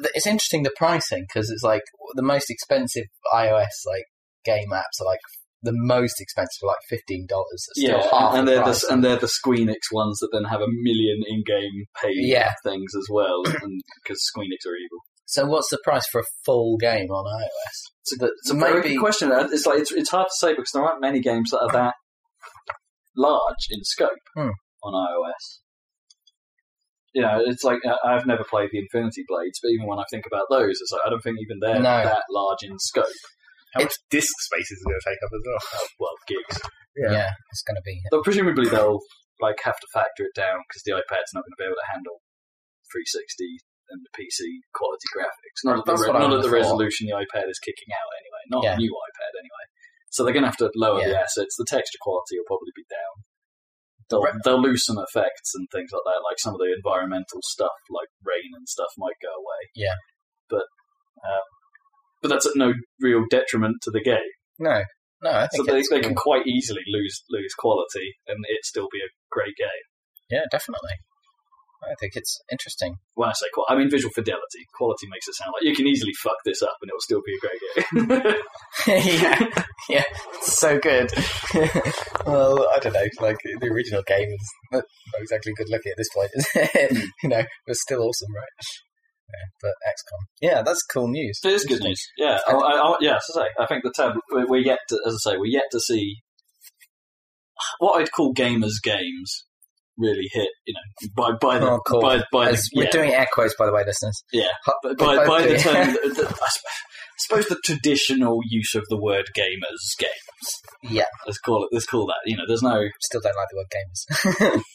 S2: th- it's interesting the pricing because it's like the most expensive iOS like game apps are like the most expensive, like fifteen dollars.
S3: yeah,
S2: still half
S3: and, and
S2: the
S3: they're the,
S2: price.
S3: s- and they're the Squeenix ones that then have a million in-game paid
S2: Yeah.
S3: things as well, because Squeenix are evil.
S2: So what's the price for a full game on iOS?
S3: It's
S2: But
S3: It's a very
S2: maybe-
S3: good question. Uh, It's like it's, it's hard to say because there aren't many games that are that large in scope
S2: Hmm.
S3: on iOS. You know, it's like uh, I've never played the Infinity Blades, but even when I think about those, it's like I don't think even they're
S2: No.
S3: that large in scope.
S1: How much disk space is it going to take up as well?
S3: Uh, well, gigs.
S2: Yeah, it's going to be.
S3: Though presumably they'll like have to factor it down because the iPad's not going to be able to handle 360 and the PC quality graphics. Not at the,
S2: That's
S3: re-
S2: what I
S3: not at the
S2: thought.
S3: resolution the iPad is kicking out anyway. Not
S2: Yeah.
S3: a new iPad anyway. So they're going to have to lower the
S2: Yeah.
S3: assets. The texture quality will probably be down. They'll,
S2: Right.
S3: they'll lose some effects and things like that. Like some of the environmental stuff, like rain and stuff, might go away.
S2: Yeah.
S3: But um, but that's at no real detriment to the game
S2: No, no, I
S3: so
S2: think
S3: they,
S2: it's
S3: they
S2: cool.
S3: can quite easily lose lose quality and it still be a great game.
S2: Yeah, definitely. I think it's interesting.
S3: When I say quality, I mean visual fidelity. Quality makes it sound like you can easily fuck this up and it'll still be a great game.
S2: yeah, yeah, it's so good. well, I don't know. Like the original game is not not exactly good looking at this point, is it? you know, but still awesome, right? Yeah, but XCOM. Yeah, that's cool news.
S3: it is good news. Yeah, I, I, I, yeah. As I say, I think the tab we're we're yet to, as I say, we're yet to see what I'd call gamers games really hit. You know, by by the
S2: Oh, cool.
S3: by by the,
S2: As we're
S3: yeah.
S2: doing air quotes, by the way, listeners.
S3: Yeah.
S2: Ho-
S3: But
S2: we're
S3: by, by
S2: both
S3: the
S2: doing-
S3: term, the, the- I sp- I suppose the traditional use of the word gamers games.
S2: Yeah.
S3: Let's call it. Let's call that. You know, there's no.
S2: still don't like the word gamers.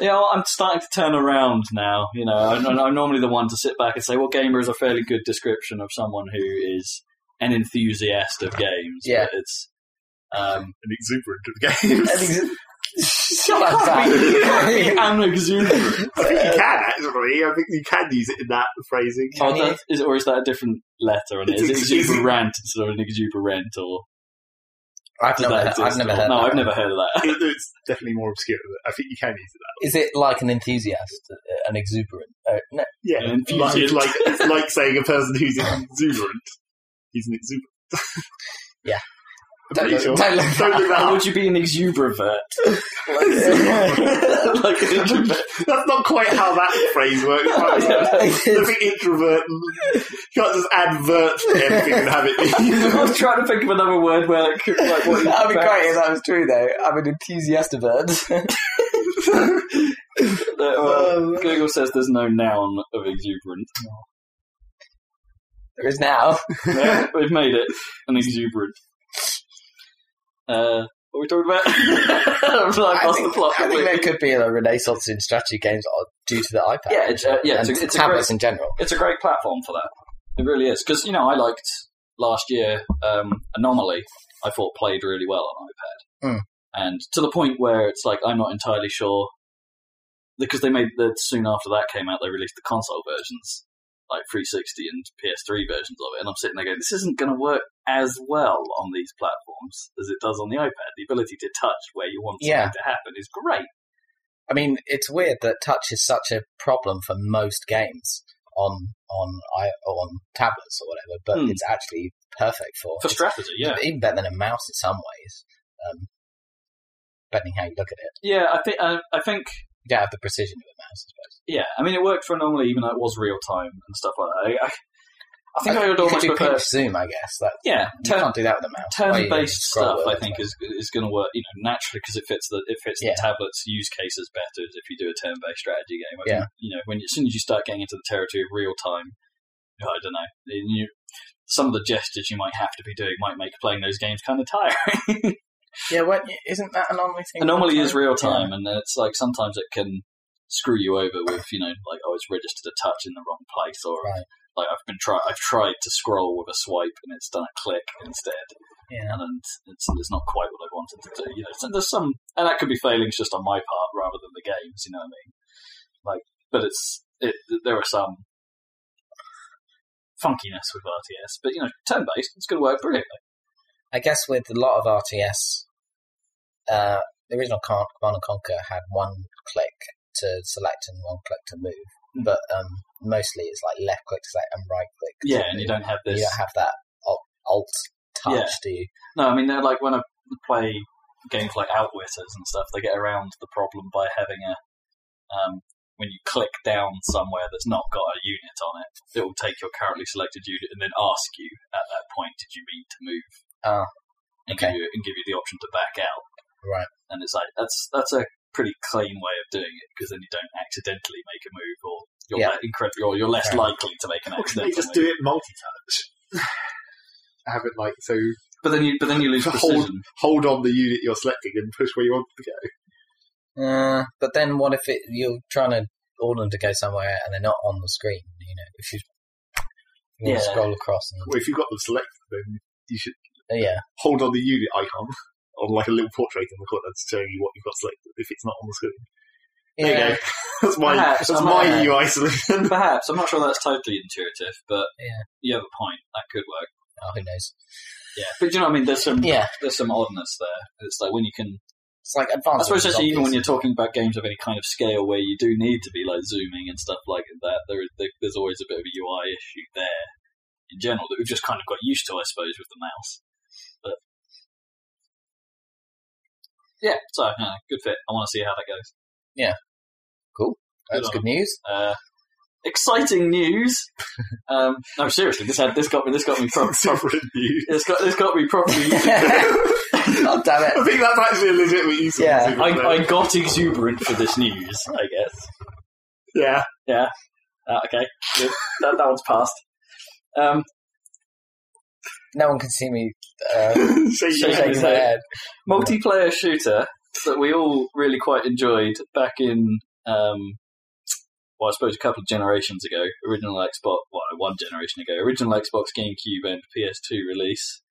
S3: Yeah, well, I'm starting to turn around now. You know, I'm, I'm normally the one to sit back and say, "Well, gamer is a fairly good description of someone who is an enthusiast of games."
S2: Yeah.
S3: but it's. Um,
S1: An exuberant of games. I think
S2: Shut
S3: I
S2: up,
S3: can't be- you
S2: Dan.
S3: can't be an exuberant.
S1: you can actually. I think you can use it in that phrasing.
S2: Can
S3: Oh,
S2: you?
S3: that, is, or is that a different letter? And
S1: It's
S3: is it
S1: exuberant.
S3: exuberant instead of an exuberant? Or
S2: I've
S3: does
S2: never,
S3: that
S2: heard,
S3: exist?
S2: I've never
S3: or-
S2: heard.
S3: no,
S2: that.
S3: I've never heard of that.
S1: It- it's definitely more obscure. But I think you can use it.
S2: Is it like an enthusiast, uh, an exuberant? Uh, no,
S1: That. Yeah,
S3: An
S1: like,
S3: enthusiast.
S1: it's like it's like saying a person who's exuberant. He's an exuberant.
S2: Yeah.
S1: I'm
S2: don't,
S1: pretty
S2: look, don't
S1: sure.
S2: look that
S1: Don't look that
S2: up.
S3: How would you be an exuberant? like an introvert.
S1: That's not quite how that phrase works. Quite well. I think introvert. You can't just add vert to everything and have it
S3: I
S1: be.
S3: was trying to think of another word where it could like what
S2: That'd be great if that was true, though. I'm an enthusiast bird.
S3: Uh,
S2: Oh.
S3: well, Google says there's no noun of exuberant.
S2: there is now.
S3: Yeah, we've made it an exuberant. Uh, what are we talking about? I've lost the plot.
S2: I think there
S3: completely.
S2: could be a renaissance in strategy games or- due to the iPad.
S3: Yeah, it's, uh, yeah, it's
S2: and
S3: a- it's a
S2: tablets in general.
S3: It's a great platform for that. It really is because you know I liked last year um, Anomaly. I thought played really well on iPad,
S2: Mm.
S3: and to the point where it's like I'm not entirely sure because they made the soon after that came out they released the console versions like 360 and PS3 versions of it, and I'm sitting there going, this isn't going to work as well on these platforms as it does on the iPad. The ability to touch where you want something
S2: Yeah.
S3: to happen is great.
S2: I mean, it's weird that touch is such a problem for most games on on i on tablets or whatever, but
S3: Hmm.
S2: it's actually perfect for
S3: For strategy, yeah.
S2: even better than a mouse in some ways. Um, depending how you look at it,
S3: Yeah, I think, I, I think
S2: you don't have the precision of a mouse, I suppose.
S3: Yeah, I mean, it worked for anomaly, even though it was real time and stuff like that. I, I, I think I, would
S2: you could
S3: almost
S2: do
S3: prefer,
S2: pinch zoom, I guess. That
S3: yeah,
S2: you
S3: turn,
S2: can't do that with a mouse. Well, you can
S3: turn-based
S2: scroll
S3: stuff.
S2: with
S3: I
S2: it,
S3: think
S2: but-
S3: is is going to work, you know, naturally because it fits the it fits
S2: Yeah.
S3: the tablet's use cases better as if you do a turn-based strategy game. I
S2: Yeah.
S3: think, you know, when you- as soon as you start getting into the territory of real time, I don't know, you, some of the gestures you might have to be doing might make playing those games kind of tiring.
S2: Yeah, what isn't that anomaly thing?
S3: Anomaly is real time, and it's like sometimes it can screw you over with you know like oh it's registered a touch in the wrong place or
S2: Right.
S3: like I've been try I've tried to scroll with a swipe and it's done a click instead
S2: Yeah.
S3: and it's, it's not quite what I wanted to do. You know, so there's some, and that could be failings just on my part rather than the games. You know what I mean? Like, but it's it, there are some funkiness with RTS, but you know, turn based, it's going to work brilliantly.
S2: I guess with a lot of RTS, uh, the original Com- Command and Conquer had one click to select and one click to move,
S3: Mm.
S2: but um, mostly it's like left click to select and right click. to
S3: Yeah, and you
S2: move.
S3: don't have this.
S2: You don't have that alt, alt touch,
S3: Yeah.
S2: do you?
S3: No, I mean, they're like when I play games like Outwitters and stuff, they get around the problem by having a um, when you click down somewhere that's not got a unit on it, it will take your currently selected unit and then ask you at that point, did you mean to move?
S2: Oh,
S3: and give
S2: okay.
S3: you and give you the option to back out.
S2: Right.
S3: And it's like that's that's a pretty clean way of doing it because then you don't accidentally make a move or you're
S2: Yeah.
S3: le- incredibly or you're less
S2: Fair
S3: likely to make an
S1: Or can they
S3: accidental
S1: just do
S3: move.
S1: it multi-touch? Have it like so.
S3: But then you but then you lose
S1: The whole-
S3: precision.
S1: Hold on the unit you're selecting and push where you want to go.
S2: Uh, but then what if it, you're trying to order them to go somewhere and they're not on the screen? You know, if you, you wanna
S3: Yeah.
S2: scroll across and
S1: Well, if you've got them selected, then you should
S2: yeah,
S1: hold on the unit icon on like a little portrait in the corner to show you what you've got selected if it's not on the screen. There
S2: yeah,
S1: you go. That's my
S3: Perhaps,
S1: that's
S3: I'm
S1: my
S2: not-
S1: UI solution.
S3: Perhaps I'm not sure that's totally intuitive, but
S2: Yeah.
S3: you have a point. That could work.
S2: Oh, who knows?
S3: Yeah, but you know what I mean. There's some
S2: Yeah,
S3: there's some oddness there. It's like when you can.
S2: it's like
S3: I
S2: advanced.
S3: suppose actually even when you're talking about games of any kind of scale where you do need to be like zooming and stuff like that, there is there, there's always a bit of a UI issue there in general that we've just kind of got used to, I suppose, with the mouse. But yeah, so no, good fit. I want to see how that goes.
S2: that's good news.
S3: Uh, exciting news. um, no, seriously, this had this got me. This got me. Pro-
S1: Sovereign news.
S3: this got this got me properly.
S2: oh damn
S1: I
S2: it!
S1: think that's actually a legitimate use. of
S2: Yeah,
S1: it, isn't
S3: I,
S1: it?
S3: I got exuberant for this news, I guess.
S1: yeah.
S3: Uh, okay, good. That, that one's passed. Um,
S2: No one can see me uh,
S1: Shake your
S3: Shake
S1: head.
S2: shaking my head.
S3: multiplayer shooter that we all really quite enjoyed back in, um, well, I suppose a couple of generations ago, original Xbox, well, one generation ago, original Xbox, GameCube, and PS2 release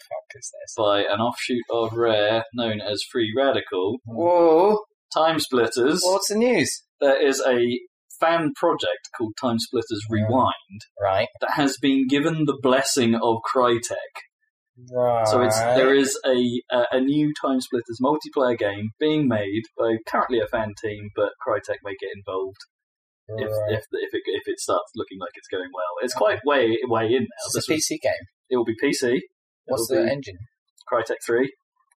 S2: Fuck is this?
S3: by an offshoot of Rare known as Free Radical,
S2: Whoa!
S3: Time Splitters.
S2: Hmm. What's the news?
S3: There is a fan project called Time Splitters Rewind.
S2: Right,
S3: that has been given the blessing of Crytek.
S2: right.
S3: So it's there is a, a a new Time Splitters multiplayer game being made by currently a fan team, but Crytek may get involved if
S2: Right.
S3: if if it, if it starts looking like it's going well. It's quite way way in now.
S2: It's a
S3: This was,
S2: PC game.
S3: it will be PC. It
S2: What's
S3: will
S2: the
S3: be
S2: engine?
S3: Crytek Three,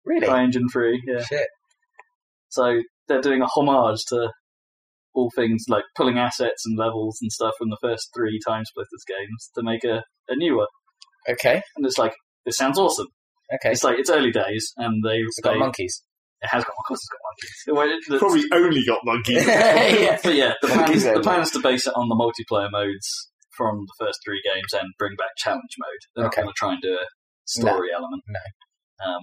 S2: Really?
S3: CryEngine Three? Yeah.
S2: Shit.
S3: So they're doing a homage to all things like pulling assets and levels and stuff from the first three Time Splitters games to make a, a new one.
S2: Okay.
S3: And it's like this sounds awesome.
S2: Okay.
S3: It's like it's early days, and they,
S2: It's
S3: they
S2: got monkeys.
S3: it has got of course it's got monkeys. Well, it-
S1: Probably only got monkeys.
S2: yeah.
S3: but yeah, the
S2: Monkeys
S3: plans the
S2: only.
S3: plans to base it on the multiplayer modes from the first three games and bring back challenge mode. They're
S2: Okay.
S3: not going to try and do a story element.
S2: No.
S3: Um,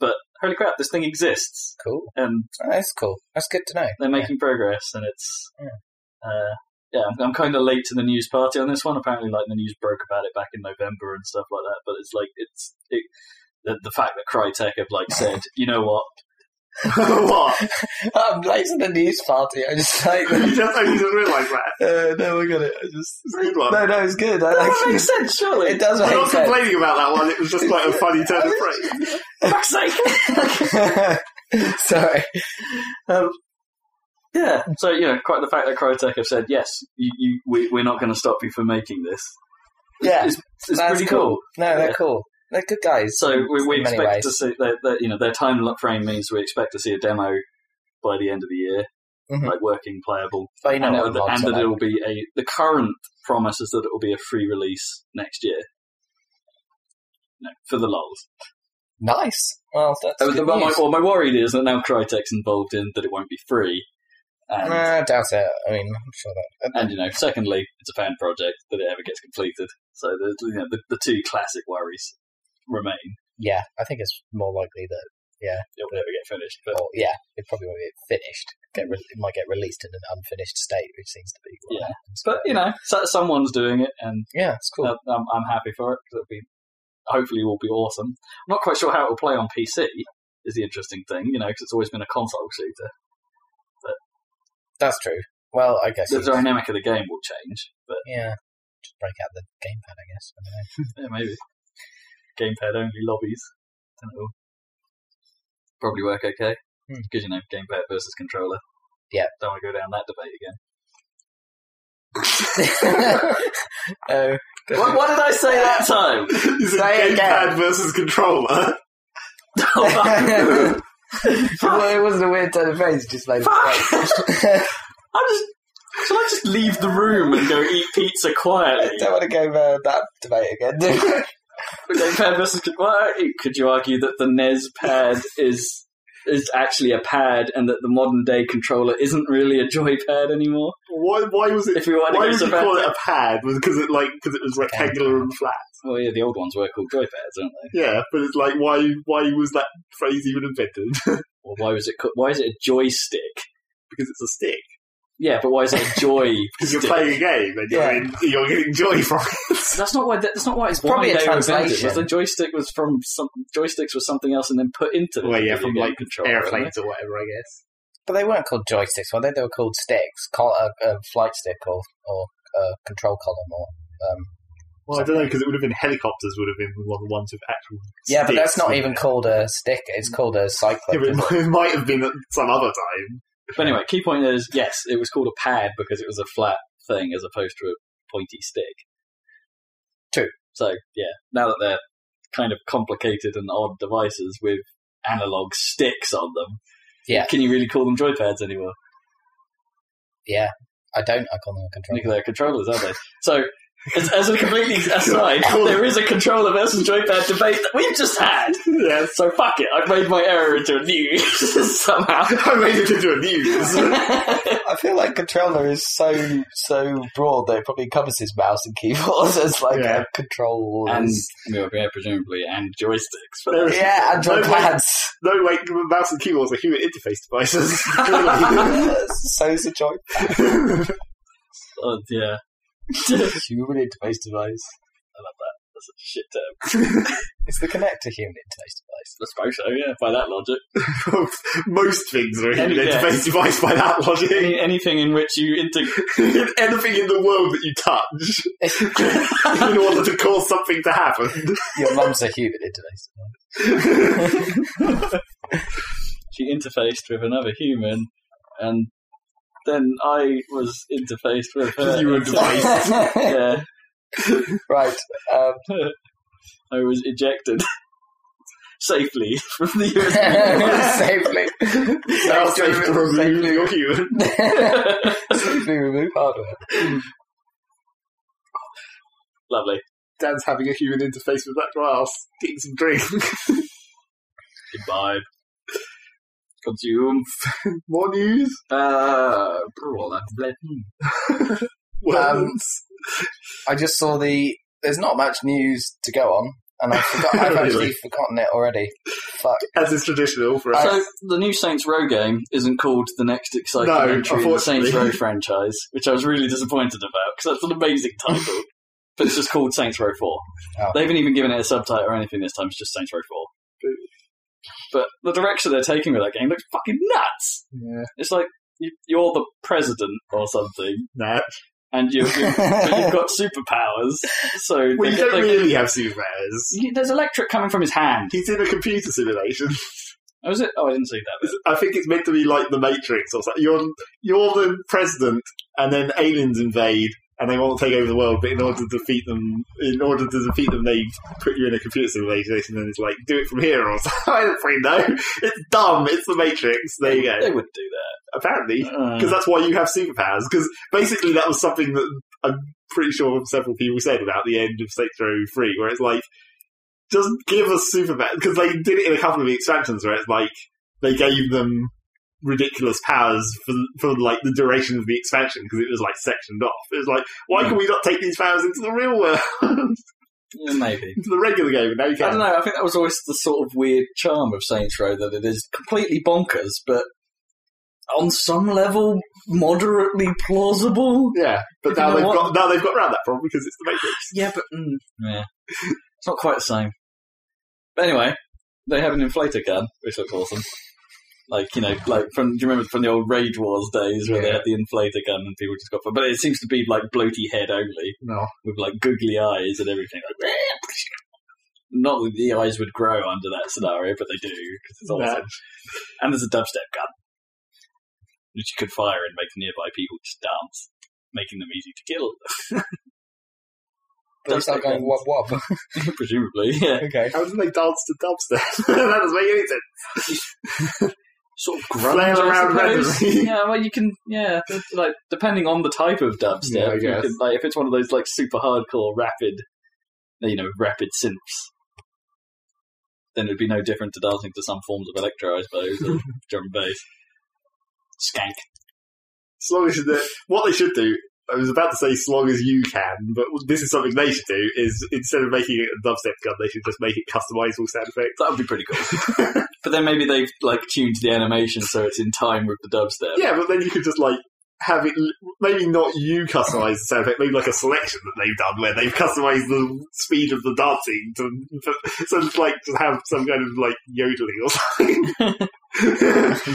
S3: but holy crap, this thing exists,
S2: Cool.
S3: and
S2: Oh, that's cool. That's good to know.
S3: they're making progress, and it's.
S2: Yeah.
S3: Uh, yeah, I'm, I'm kind of late to the news party on this one. Apparently, like the news broke about it back in November and stuff like that. But it's like it's it, the, the fact that Crytek have like said, you know what,
S1: what?
S2: I'm late to the news party. I just like.
S1: You just only just realise that.
S2: Uh, no, I got it. I just.
S1: It's a good one.
S2: No, no, it's good. I
S3: That
S2: actually,
S3: makes sense, surely.
S2: it does
S1: I'm
S2: make
S1: not
S2: sense.
S1: complaining about that one. It was just like a funny turn of phrase.
S3: Fuck's sake.
S2: Sorry.
S3: um, yeah. So you know, quite the fact that Crytek have said yes, you, you, we, we're not going to stop you from making this.
S2: Yeah,
S3: It's, it's
S2: that's
S3: pretty cool.
S2: No, they're
S3: Yeah.
S2: cool. They're good guys.
S3: So we, we
S2: in many
S3: expect
S2: ways.
S3: to see that, that you know their time lo- frame means we expect to see a demo by the end of the year,
S2: Mhm.
S3: like working playable,
S2: But you know,
S3: Mm-hmm. and,
S2: what
S3: it-
S2: I'm
S3: and
S2: on
S3: that
S2: to
S3: it will be a. The current promise is that it will be a free release next year. No, for the lulz.
S2: Nice. Well, that's
S3: Oh,
S2: good
S3: the, well, my,
S2: news.
S3: well, my Uh, worry is that now Crytek's involved in that it won't be free, And,
S2: Nah, I doubt it. I mean, I'm sure that. uh,
S3: and you know, secondly, it's a fan project that it ever gets completed. So the, you know, the, the two classic worries remain.
S2: Yeah, I think it's more likely that.
S3: It'll never get finished. But
S2: Well, yeah, it probably won't get finished. Get re- it might get released in an unfinished state, which seems to be. what
S3: Yeah.
S2: happens.
S3: but you know, so- someone's doing it, and uh,
S2: yeah, it's cool.
S3: I'm, I'm- I'm happy for it because it'll be hopefully will be awesome. I'm not quite sure how it'll play on PC. Is the interesting thing, you know, because it's always been a console shooter.
S2: That's true. Well, I guess.
S3: The
S2: it's-
S3: dynamic of the game will change, but
S2: Yeah, just break out the gamepad, I guess. I don't know.
S3: yeah, maybe gamepad only lobbies, and it'll probably work okay
S2: Hmm.
S3: because you know gamepad versus controller.
S2: Yeah.
S3: don't want to go down that debate again.
S2: no.
S3: what, what did I say that time?
S1: Is it
S2: Say it
S1: gamepad
S2: again.
S1: versus controller?
S3: Fuck.
S2: Oh. well, it wasn't a weird turn of phrase, just like. I
S3: I just. Shall I just leave the room and go eat pizza quietly?
S2: don't want to go uh, that debate again. do I?
S3: gamepad versus well, eh, could you argue that the NES pad is is actually a pad and that the modern day controller isn't really a joypad anymore?
S1: Why? Why was it?
S3: If you want to
S1: Why
S3: go
S1: did
S3: so
S1: you call
S3: bad,
S1: it a pad? Was because it like because it was rectangular and flat.
S3: well, yeah, the old ones were called joypads, aren't they?
S1: Yeah, but it's like why? Why was that phrase even invented?
S3: Or why was it? co- Why is it a joystick?
S1: because it's a stick.
S3: Yeah, but why is it a joy?
S1: Because you're
S3: stick?
S1: playing a game and you're,
S2: Yeah.
S1: in, you're getting joy from it.
S3: That's not why. That's not why it's
S2: Probably
S3: why
S2: a
S3: they were invented.
S2: translation.
S3: Was the joystick was from some joysticks was something else and then put into the
S1: well, yeah,
S3: video
S1: from
S3: game
S1: like
S3: controller, wasn't it?
S1: airplanes or whatever, I guess.
S2: But they weren't called joysticks, were they? They were called sticks, col- a, a flight stick or, or a control column or. Um,
S1: Well, I don't know because it would have been helicopters would have been one of the ones with actual.
S2: yeah, but that's
S1: sticks,
S2: not
S1: wouldn't
S2: even
S1: it?
S2: called a stick. It's called a
S1: Yeah,
S2: cyclone.
S1: but it might have been at some other time.
S3: But anyway, key point is yes, it was called a pad because it was a flat thing as opposed to a pointy stick.
S2: True.
S3: So yeah, now that they're kind of complicated and odd devices with analog sticks on them,
S2: Yeah.
S3: can you really call them joypads anymore?
S2: Yeah, I don't. I call them a control.
S3: Because they're controllers, aren't they? So. As, as a completely aside, there is a controller versus joypad debate that we've just had.
S1: Yes,
S3: So fuck it, I've made my error into a new somehow.
S1: I made it into a news.
S2: I feel like controller is so so broad that it probably encompasses mouse and keyboard as like
S1: Yeah.
S2: a control.
S3: and well, yeah, presumably, and joysticks. But
S1: There is-
S2: yeah, and
S1: No,
S2: joypads.
S1: No, wait, mouse and keyboards are human interface devices.
S2: So's a joy.
S1: Clearly.
S3: Oh, yeah,
S2: Human interface device.
S3: that's a shit term.
S2: It's the connector human interface device.
S3: I suppose so. Yeah, by that logic,
S1: Most things are a human
S3: Any- yeah.
S1: interface device by that logic.
S3: Any, anything in which you inter-
S1: Anything in the world that you touch in order to cause something to happen.
S2: Your mum's a human interface device.
S3: she interfaced with another human, and then I was interfaced with her.
S1: You were device.
S3: Yeah,
S2: right. Um,
S3: I was ejected safely from the USB.
S2: safely.
S1: Now safe to remove
S2: Safely.
S1: your human.
S2: safely remove hardware.
S3: Lovely.
S1: Dan's having a human interface with that glass, getting some drink.
S3: Goodbye. Consume.
S1: More news?
S3: Uh, all that bled.
S1: Words.
S2: I just saw the. There's not much news to go on, and I forgot, I've actually
S1: Really?
S2: forgotten it already. Fuck.
S1: as is traditional for us.
S3: So the new Saints Row game isn't called the next exciting
S1: No,
S3: entry in the Saints
S1: unfortunately.
S3: Row franchise, which I was really disappointed about because that's an amazing title. but it's just called Saints Row Four.
S2: Oh.
S3: They haven't even given it a subtitle or anything this time. It's just Saints Row Four. But the direction they're taking with that game looks fucking nuts.
S1: yeah.
S3: It's like you- you're the president or something,
S1: Nah.
S3: and you, you but you've got superpowers. So
S1: Well, you
S3: they get-
S1: don't
S3: they-
S1: really have superpowers.
S3: you- there's electric coming from his hand.
S1: He's in a computer simulation.
S3: Oh, is it? Oh, I didn't see that. bit.
S1: I think it's meant to be like the Matrix or something. You're you're the president, and then aliens invade, and they want to take over the world. But in order to defeat them, in order to defeat them, they put you in a computer simulation, and it's like do it from here or something. I don't freaking know. It's dumb. It's the Matrix. There you
S3: They
S1: go.
S3: would do that.
S1: Apparently,
S3: Uh,
S1: because that's why you have superpowers. Because basically, that was something that I'm pretty sure several people said about the end of Saints Row Three, where it's like, just give us superpowers. Because they did it in a couple of the expansions, where it's like they gave them ridiculous powers for for like the duration of the expansion because it was like sectioned off. It was like, why can we not take these powers into the real world, into
S3: Yeah, maybe.
S1: the regular game? And now you
S3: I don't
S1: can.
S3: know. I think that was always the sort of weird charm of Saints Row that it is completely bonkers, but on some level, moderately plausible.
S1: Yeah,
S3: You
S1: but now
S3: know
S1: they've
S3: what?
S1: got now they've got around that problem because it's the Matrix.
S3: Yeah, but mm, yeah, it's not quite the same. But anyway, they have an inflator gun, which looks awesome. Like you know, like from do you remember from the old Rage Wars days where they
S1: Yeah.
S3: had the inflator gun and people just got. But it seems to be like bloaty head only
S1: No,
S3: with like googly eyes and everything. Like, not that the eyes would grow under that scenario, but they do 'cause it's awesome.
S1: Yeah.
S3: And there's a dubstep gun, which you could fire and make nearby people just dance, making them easy to kill.
S2: They start going wop wop.
S3: Presumably, yeah.
S2: okay.
S1: how do they dance to dubstep? that doesn't make any sense.
S3: Sort of
S1: Flail
S3: grunge, I
S1: around
S3: suppose.
S1: randomly.
S3: yeah, well, you can, yeah, it's like depending on the type of dubstep,
S1: Yeah, I
S3: you
S1: guess.
S3: can, like if it's one of those like super hardcore rapid, you know, rapid synths, then it'd be no different to dancing to some forms of electro, I suppose, or drum and bass, skank.
S1: As long as the, what they should do, I was about to say, as long as you can, but this is something they should do. Is instead of making it a dubstep gun, they should just make it customizable sound effects.
S3: That would be pretty cool. but then maybe they've like tuned the animation so it's in time with the dubstep.
S1: Yeah, but then you could just like have it. Maybe not you customize the sound effect. Maybe like a selection that they've done where they've customized the speed of the dancing to, so it's like to have some kind of like yodeling or something.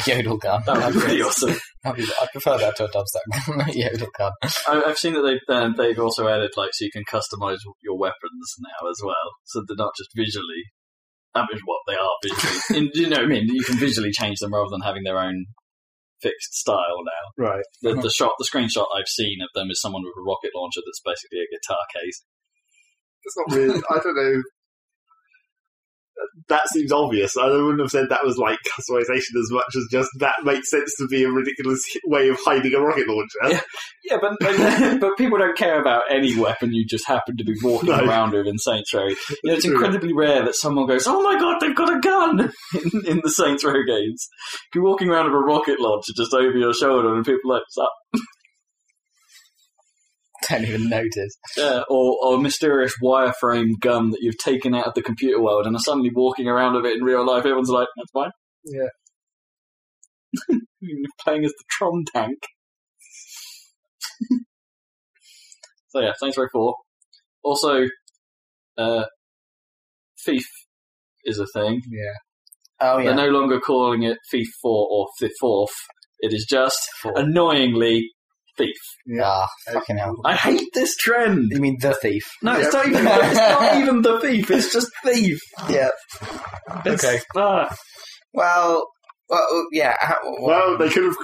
S2: Yodel gun.
S3: That would be pretty awesome.
S2: That'd be- I prefer that to a dubstep gun. Yodel gun.
S3: I- I've seen that they've um, they've also added like so you can customize your weapons now as well, so they're not just visually. I mean, what they are visually, in, you know what I mean. You can visually change them rather than having their own fixed style now.
S1: right.
S3: The, the shot, the screenshot I've seen of them is someone with a rocket launcher that's basically a guitar case.
S1: That's not really. I don't know. That seems obvious. I wouldn't have said that was like customization as much as just that makes sense to be a ridiculous way of hiding a rocket launcher.
S3: Yeah. Yeah, but but, but people don't care about any weapon you just happen to be walking
S1: No.
S3: around with in Saints Row. You know, it's
S1: True.
S3: incredibly rare that someone goes, "Oh my god, they've got a gun!" in, in the Saints Row games. You're walking around with a rocket launcher just over your shoulder, and people are like, "What's up?"
S2: Don't even notice.
S3: Yeah, uh, or, or a mysterious wireframe gun that you've taken out of the computer world, and are suddenly walking around with it in real life. Everyone's like, "That's mine."
S1: Yeah.
S3: You're playing as the Tron tank. so yeah, Saints Row Four. Also, uh, Thief is a thing.
S2: Yeah. Oh yeah.
S3: They're no longer calling it Thief Four or Thief Fourth. It is just
S2: Four.
S3: annoyingly Thief.
S2: Ah, fucking hell.
S3: I hate this trend.
S2: You mean the thief?
S3: No, it's
S1: Yep.
S3: not even. It's not even the thief. It's just thief.
S2: Yeah.
S3: It's-
S2: Okay.
S3: ah.
S2: Well, well, yeah. How,
S1: Well, they could have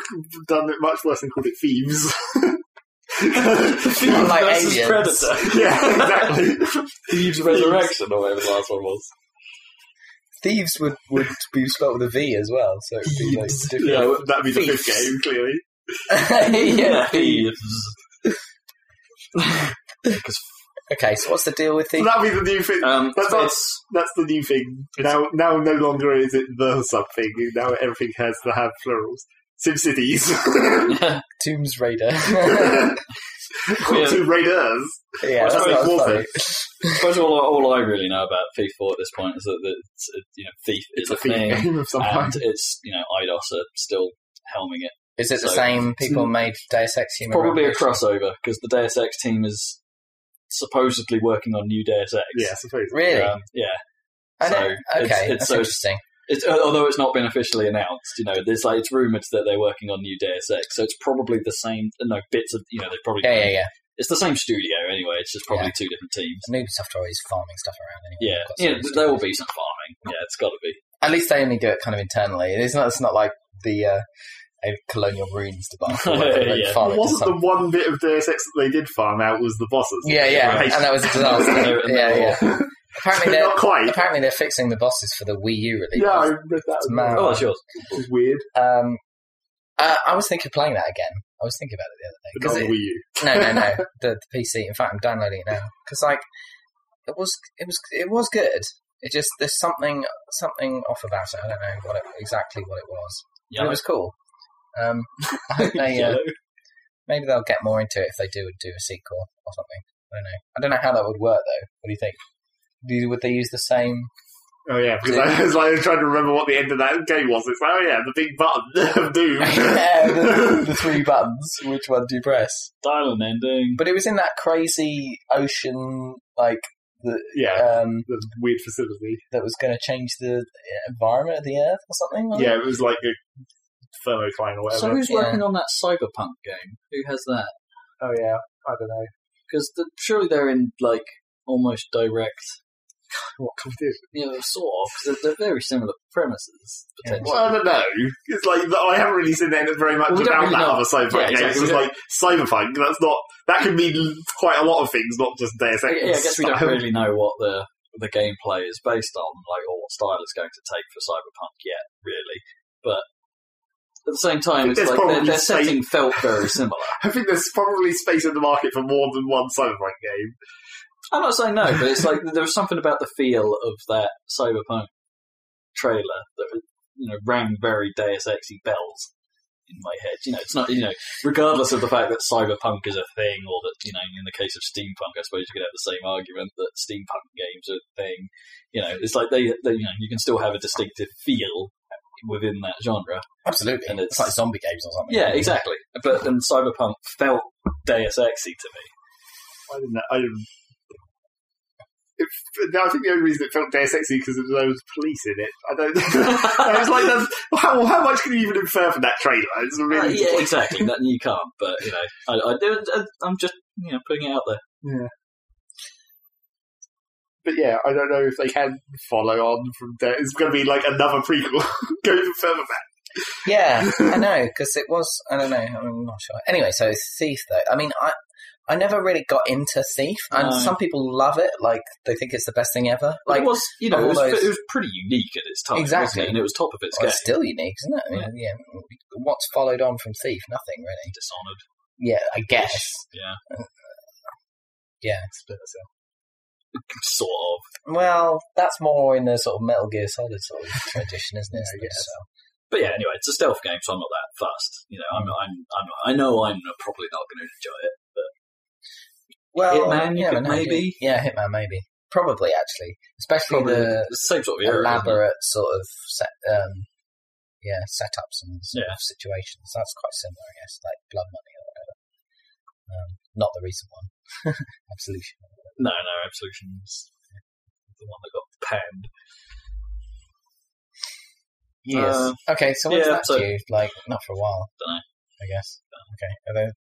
S1: done it much worse and called it thieves.
S3: Thief
S2: Like
S3: versus
S2: aliens.
S3: predator.
S1: yeah, exactly.
S3: Thieves resurrection or whatever the last one was.
S2: thieves would would be spelled with a V as well, so it'd be like
S1: Yeah,
S2: different.
S1: that'd be the fifth
S2: Thieves.
S1: game, clearly.
S2: yeah.
S3: thieves.
S2: Okay, so what's the deal with
S1: So
S2: thieves?
S1: that'd be the new thing.
S3: Um,
S1: That's not-
S3: it's
S1: That's the new thing. Now, now, no longer is it the something. Now everything has to have plurals. SimCities.
S3: yeah,
S2: Tombs Raider.
S1: Or Tomb Raiders.
S2: yeah, that's
S1: Well,
S2: what I was
S1: Warfare.
S2: like.
S3: I suppose all, all I really know about Thief Four at this point is that it's, uh, you know Thief is
S1: It's a
S3: a thing, Uh,
S1: theme game of some
S3: and
S1: kind.
S3: it's you know IDOS are still helming it.
S2: Is it the
S3: So-
S2: same people made Deus Ex Human
S3: Probably a
S2: Revolution?
S3: crossover because the Deus Ex team is supposedly working on new Deus Ex.
S1: Yeah, I suppose.
S2: Really?
S3: Um, yeah.
S2: I
S3: so
S2: don't, okay,
S3: it's- it's
S2: that's
S3: so-
S2: interesting.
S3: It's, uh, although it's not been officially announced, you know, there's like it's rumored that they're working on new Deus Ex, so it's probably the same. No bits of you know they've probably
S2: Yeah, yeah, yeah.
S3: it's the same studio anyway. It's just probably
S2: Yeah.
S3: two different teams.
S2: And Ubisoft are always farming stuff around anyway.
S3: Yeah,
S2: They've
S3: yeah,
S2: got some
S3: there will
S2: stuff.
S3: be some farming. Yeah, it's got to be.
S2: At least they only do it kind of internally. It's not. It's not like the uh, uh, colonial ruins debacle. where they
S3: Yeah.
S2: farm it to
S1: Wasn't
S2: some-
S1: the one bit of Deus Ex that they did farm out was the bosses?
S2: Yeah, yeah,
S1: Right.
S2: and that was a disaster.
S3: They're-
S2: yeah,
S3: they're
S2: yeah. Apparently they're
S1: Not quite.
S2: apparently they're fixing the bosses for the Wii U release.
S1: Yeah, I read that. as
S2: mad.
S1: well.
S3: Oh, it's yours.
S1: Which is weird.
S2: Um, uh, I was thinking of playing that again. I was thinking
S1: But
S2: about
S1: not
S2: it the other
S1: on
S2: day
S1: Wii U.
S2: because no, no, no, the, the PC. In fact, I'm downloading it now because like it was, it was, it was good. It just there's something something off about it. I don't know what it, exactly what it was.
S3: Yeah,
S2: But
S3: I,
S2: it was cool. Um, I hope they, uh,
S3: Yellow.
S2: maybe they'll get more into it if they do do a sequel or something. I don't know. I don't know how that would work though. What do you think? Do, would they use the same?
S1: Oh yeah, because I was like trying to remember what the end of that game was. It's like, oh yeah, the big button of doom.
S2: yeah, the, the three buttons. Which one do you press?
S3: Dylan ending.
S2: But it was in that crazy ocean, like the
S1: yeah,
S2: um,
S1: the weird facility.
S2: that was going to change the environment of the Earth or something. wasn't it?
S1: Yeah, it was like a thermocline or whatever.
S3: So who's
S2: Yeah.
S3: working on that cyberpunk game? Who has that?
S1: oh yeah, I don't know.
S3: Because the, surely they're in like almost direct,
S1: What competition?
S3: you know, sort of. 'cause they're, they're very similar premises
S2: Yeah.
S3: potentially.
S1: Well, I don't know. It's like I haven't really seen any- very much
S3: Well, we don't
S1: about
S3: really
S1: that
S3: know.
S1: other cyberpunk
S3: Yeah,
S1: game.
S3: exactly.
S1: It was like cyberpunk. That's not that can mean quite a lot of things, not just Deus Ex.
S3: I- yeah, I guess we don't
S1: style.
S3: really know what the the gameplay is based on, like, or what style it's going to take for cyberpunk yet, really. But at the same time, it's
S1: There's
S3: like their,
S1: probably
S3: their
S1: space-
S3: setting felt very similar.
S1: I think there's probably space in the market for more than one cyberpunk game.
S3: I'm not saying no, but it's like there was something about the feel of that cyberpunk trailer that you know rang very Deus Exy bells in my head. You know, it's not you know, regardless of the fact that cyberpunk is a thing, or that you know, in the case of steampunk, I suppose you could have the same argument that steampunk games are a thing. You know, it's like they, they you know you can still have a distinctive feel within that genre.
S2: absolutely.
S3: And
S2: it's,
S3: it's-
S2: like zombie games or something.
S3: Yeah, exactly. But then cyberpunk felt Deus Exy to me.
S1: I didn't. Know, I didn't. If, no, I think the only reason it felt Deus Exy because there was police in it. I don't. I was like, that's, how, how much can you even infer from that trailer? It's
S3: Uh,
S1: really
S3: yeah, exactly. That you can't, but you know, I, I, I, I'm just you know putting it out there.
S1: but yeah, I don't know if they can follow on from there. It's going to be like another prequel going further back.
S2: Yeah, I know because it was. I don't know. I'm not sure. Anyway, so Thief though. I mean, I I never really got into Thief, and
S3: No.
S2: some people love it. Like they think it's the best thing ever. Like
S3: it was, you know,
S2: of
S3: it was,
S2: all those-
S3: it was pretty unique at its time,
S2: Exactly.
S3: wasn't it? and it was top of its
S2: well,
S3: game.
S2: it's still unique, isn't it? I mean, yeah. What's followed on from Thief? Nothing really.
S3: Dishonored,
S2: Yeah, I guess.
S3: yeah,
S2: Yeah.
S3: sort of.
S2: Well, that's more in the sort of Metal Gear Solid sort of tradition, isn't it?
S1: I guess.
S2: So-
S3: But yeah, anyway, it's a stealth game, so I'm not that fussed. You know, I'm,
S2: Mm.
S3: I'm, I'm I know I'm not- probably not going to enjoy it.
S2: Well,
S3: Hitman, you
S2: yeah,
S3: could
S2: no,
S3: maybe?
S2: Yeah, Hitman, maybe. Probably, actually. Especially
S3: Probably
S2: the
S3: it's the same sort of era. isn't it?
S2: elaborate sort of set, um, yeah, setups and sort
S3: Yeah.
S2: of situations. That's quite similar, I guess, like Blood Money or whatever. Um, not the recent one, Absolution.
S3: No, no, Absolution's the one that got panned.
S2: Yes.
S3: Uh,
S2: okay, so what's
S3: yeah,
S2: that
S3: so-
S2: due? Like, not for a while.
S3: Dunno.
S2: I guess. Okay. Are there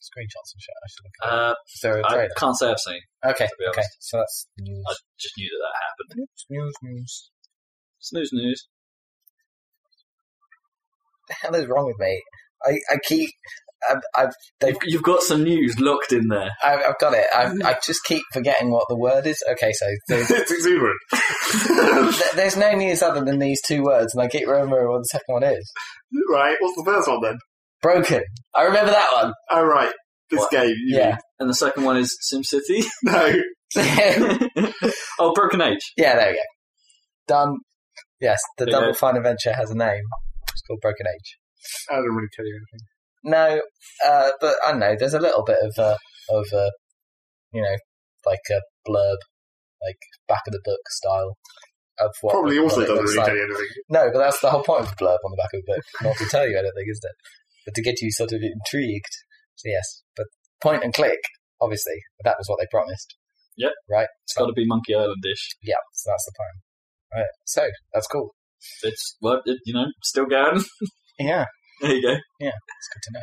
S2: screenshots and shit? I should look at.
S3: Uh,
S2: Is there a
S3: I
S2: trailer?
S3: can't say I've seen.
S2: okay,
S3: to be
S2: okay.
S3: honest.
S2: So that's news.
S3: I just knew that that happened.
S2: news, news.
S3: Snooze news.
S2: the hell is wrong with me? I, I keep, I've, I've,
S3: You've, you've got some news locked in there.
S2: I've, I've got it. I've,
S3: Mm.
S2: I just keep forgetting what the word is. Okay, so there's,
S1: It's exuberant.
S2: th- there's no news other than these two words, and I keep remembering what the second one is.
S1: right, what's the first one then?
S2: Broken. I remember that one.
S1: Oh, right, this
S3: What?
S1: game. You
S2: Yeah.
S3: And the second one is SimCity.
S1: mean.
S3: oh, Broken Age.
S2: yeah, there we go. Done. Yes, the
S3: There you
S2: Double Fine Adventure has a name. It's called Broken Age.
S1: No, I don't really tell you anything.
S2: No, uh, but I don't know. There's a little bit of, uh, of, uh, you know, like a blurb, like back of the book style of what
S1: Probably
S2: what
S1: also
S2: it
S1: doesn't
S2: looks
S1: really
S2: like.
S1: tell you anything.
S2: No, but that's the whole point of a blurb on the back of a book. Not to tell you anything, isn't it? But to get you sort of intrigued. So yes, but point and click, obviously. But that was what they promised.
S3: It's got to be Monkey Island-ish.
S2: Yeah, so that's the plan. Right. So that's cool.
S3: It's well, it, you know, still going.
S2: Yeah,
S3: there you go.
S2: it's good to know.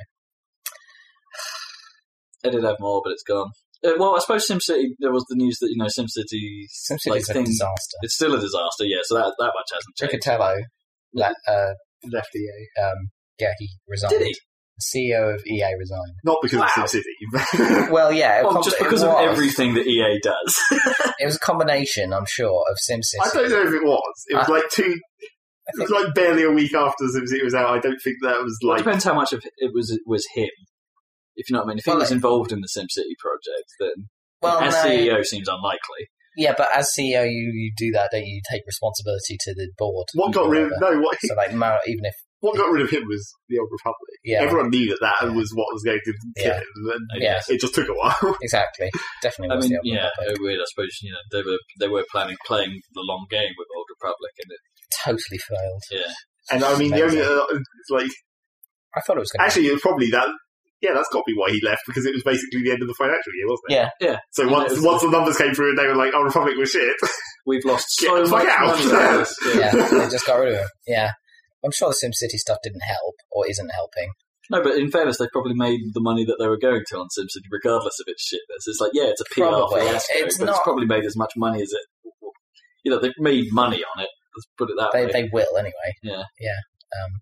S3: I did have more, but it's gone. Uh, well, I suppose SimCity. There was the news that you know SimCity.
S2: SimCity's
S3: like,
S2: a
S3: thing-
S2: disaster.
S3: It's still a disaster. Yeah, so that that much hasn't changed.
S2: Riccatello, la- uh,
S1: Left EA.
S2: um, yeah, he resigned.
S3: Did he?
S2: The CEO of EA resigned.
S1: Not because
S3: Wow.
S1: of SimCity.
S2: Well, yeah, it
S3: Well,
S2: com-
S3: Oh, just
S2: it
S3: because of
S2: was-
S3: everything that EA does.
S2: It was a combination, I'm sure, of SimCity.
S1: I don't know if it was. It was
S2: I-
S1: like two. It was like barely a week after SimCity was out. I don't think that was
S3: Well, it
S1: like.
S3: depends how much of it was was him. If you know what I mean. If he
S2: Well,
S3: was
S2: like-
S3: involved in the SimCity project, then
S2: Well,
S3: as E
S2: no.
S3: CEO seems unlikely.
S2: Yeah, but as E CEO, you, you do that, don't you? You take responsibility to the board.
S1: What got rid?
S2: Whatever.
S1: No, what
S2: So, like, Mar- even if
S1: what got rid of him was the Old Republic.
S2: Yeah,
S1: Everyone knew that that
S2: Yeah.
S1: was what was going to kill
S2: Yeah.
S1: him. And
S2: Yeah.
S1: It just took a while.
S2: exactly. Definitely.
S3: I
S2: Was
S3: mean,
S2: the
S3: yeah,
S2: yeah, Republic.
S3: it would. I suppose you know they were they were planning playing the long game with Old Republic, and it,
S2: totally failed.
S3: yeah,
S1: And I mean, the only, uh, like,
S2: I thought it was going.
S1: actually, it was probably that. Yeah, that's got to be why he left because it was basically the end of the financial year, wasn't it?
S2: Yeah.
S3: Yeah.
S1: So
S3: And
S1: once
S3: it was-
S1: once the numbers came through and they were like, "Oh, Republic was shit,"
S3: we've lost
S1: Get
S3: so
S1: the fuck
S3: much
S1: out.
S3: money. out of this. Yeah.
S2: yeah, they just got rid of him. Yeah, I'm sure the SimCity stuff didn't help or isn't helping.
S3: No, but in fairness, they probably made the money that they were going to on SimCity, regardless of its shit. So it's like, yeah, it's a PR
S2: Probably.
S3: fiasco,
S2: It's
S3: but it's
S2: not-
S3: probably made as much money as it. You know, they've made money on it. Let's put it that
S2: They
S3: way.
S2: they will anyway.
S3: Yeah.
S2: Yeah. Um,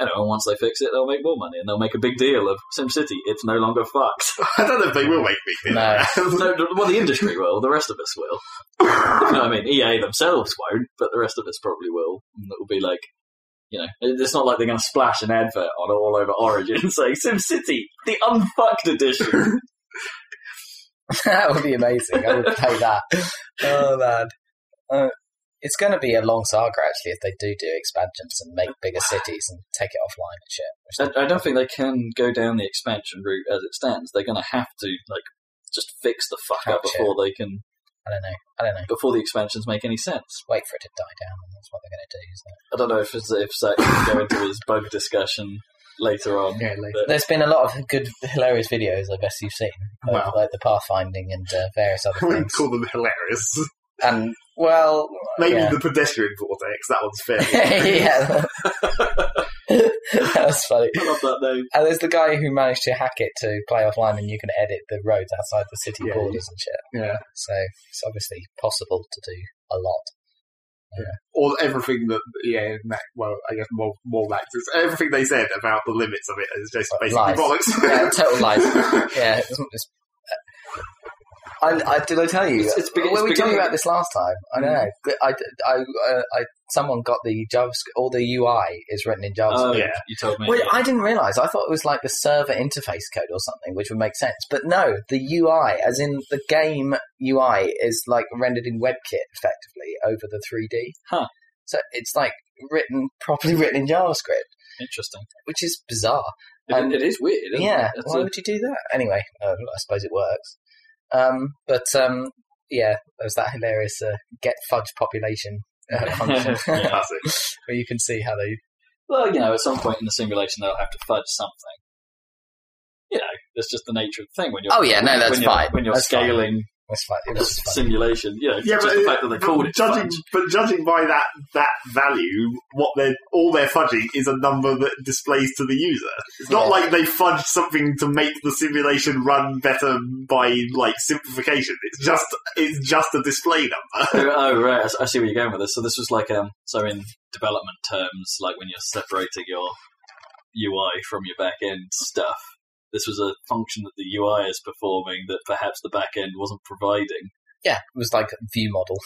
S3: You know, and once they fix it, they'll make more money, and they'll make a big deal of SimCity. It's no longer fucked.
S1: I don't know if they will make me. feel
S2: No.
S1: that.
S3: no, no, well, the industry will. The rest of us will. You know what I mean? EA themselves won't, but the rest of us probably will. And it'll be like, you know, it's not like they're going to splash an advert on it all over Origin saying SimCity, the unfucked edition.
S2: that would be amazing. I would play that. Oh man, uh, it's going to be a long saga actually if they do do expansions and make bigger cities and take it offline and shit. which
S3: I, I don't think they can go down the expansion route as it stands. They're going to have to like just fix the fuck up
S2: Patch it.
S3: before they can
S2: I don't know. I don't know.
S3: before the expansions make any sense.
S2: Wait for it to die down, and that's what they're going to do. Isn't it?
S3: I don't know if it's, if Zach can go into his bug discussion later on.
S2: Yeah,
S3: But-
S2: There's been a lot of good, hilarious videos. I guess you've seen, of,
S1: Wow.
S2: like the pathfinding and uh, various other
S1: I wouldn't
S2: things.
S1: call them hilarious.
S2: And well,
S1: Maybe
S2: yeah.
S1: the pedestrian vortex. That one's fair.
S2: yeah, that was funny.
S3: I love that name.
S2: And there's the guy who managed to hack it to play offline, and you can edit the roads outside the city
S1: Yeah.
S2: borders and shit.
S1: yeah.
S2: So it's obviously possible to do a lot.
S1: Or everything that yeah, Mac, well, I guess more more Max. It's everything they said about the limits of it is just basically
S2: Lies. Yeah,
S1: bollocks.
S2: total lies. Yeah, it's, it's, uh, I, I did I tell you?
S3: It's- it's be- it's
S2: were we talking
S3: beginning-
S2: about this last time? I don't know. I, I, I, I- someone got the JavaScript. All the UI is written in JavaScript.
S3: Oh,
S1: Yeah.
S3: you told me.
S2: Well, I didn't realize. I thought it was like the server interface code or something, which would make sense. But no, the UI, as in the game UI, is like rendered in WebKit effectively over the 3D.
S3: Huh.
S2: So it's like written properly written in JavaScript,
S3: Interesting.
S2: which is bizarre.
S3: It-
S2: Um,
S3: it is weird. Isn't
S2: yeah.
S3: It? That's
S2: Why
S3: a-
S2: would you do that? Anyway, uh, I suppose it works. Um, but um, yeah, there was that hilarious uh, get fudge population uh, function
S3: Yeah.
S1: Classic.
S2: where you can see how they
S3: Well, you know, at some point in the simulation, they'll have to fudge something. You know, that's just the nature of the thing. When you're
S2: Oh, yeah, no, that's
S3: when you're-
S2: fine.
S3: When you're
S2: That's fine.
S3: scaling
S2: It's fun. It
S3: a
S2: was fun.
S3: simulation, you know,
S1: Yeah,
S3: just
S1: but,
S3: the fact that they
S1: but
S3: called it
S1: judging,
S3: fudge.
S1: but judging by that that value, what they're all they're fudging is a number that displays to the user. It's not
S2: Yeah.
S1: like they fudged something to make the simulation run better by like simplification. It's just it's just a display number.
S3: oh right, I s- I see where you're going with this. So this was like um, so in development terms, like when you're separating your UI from your back end stuff. This was a function that the UI is performing that perhaps the back end wasn't providing.
S2: Yeah, it was like view model.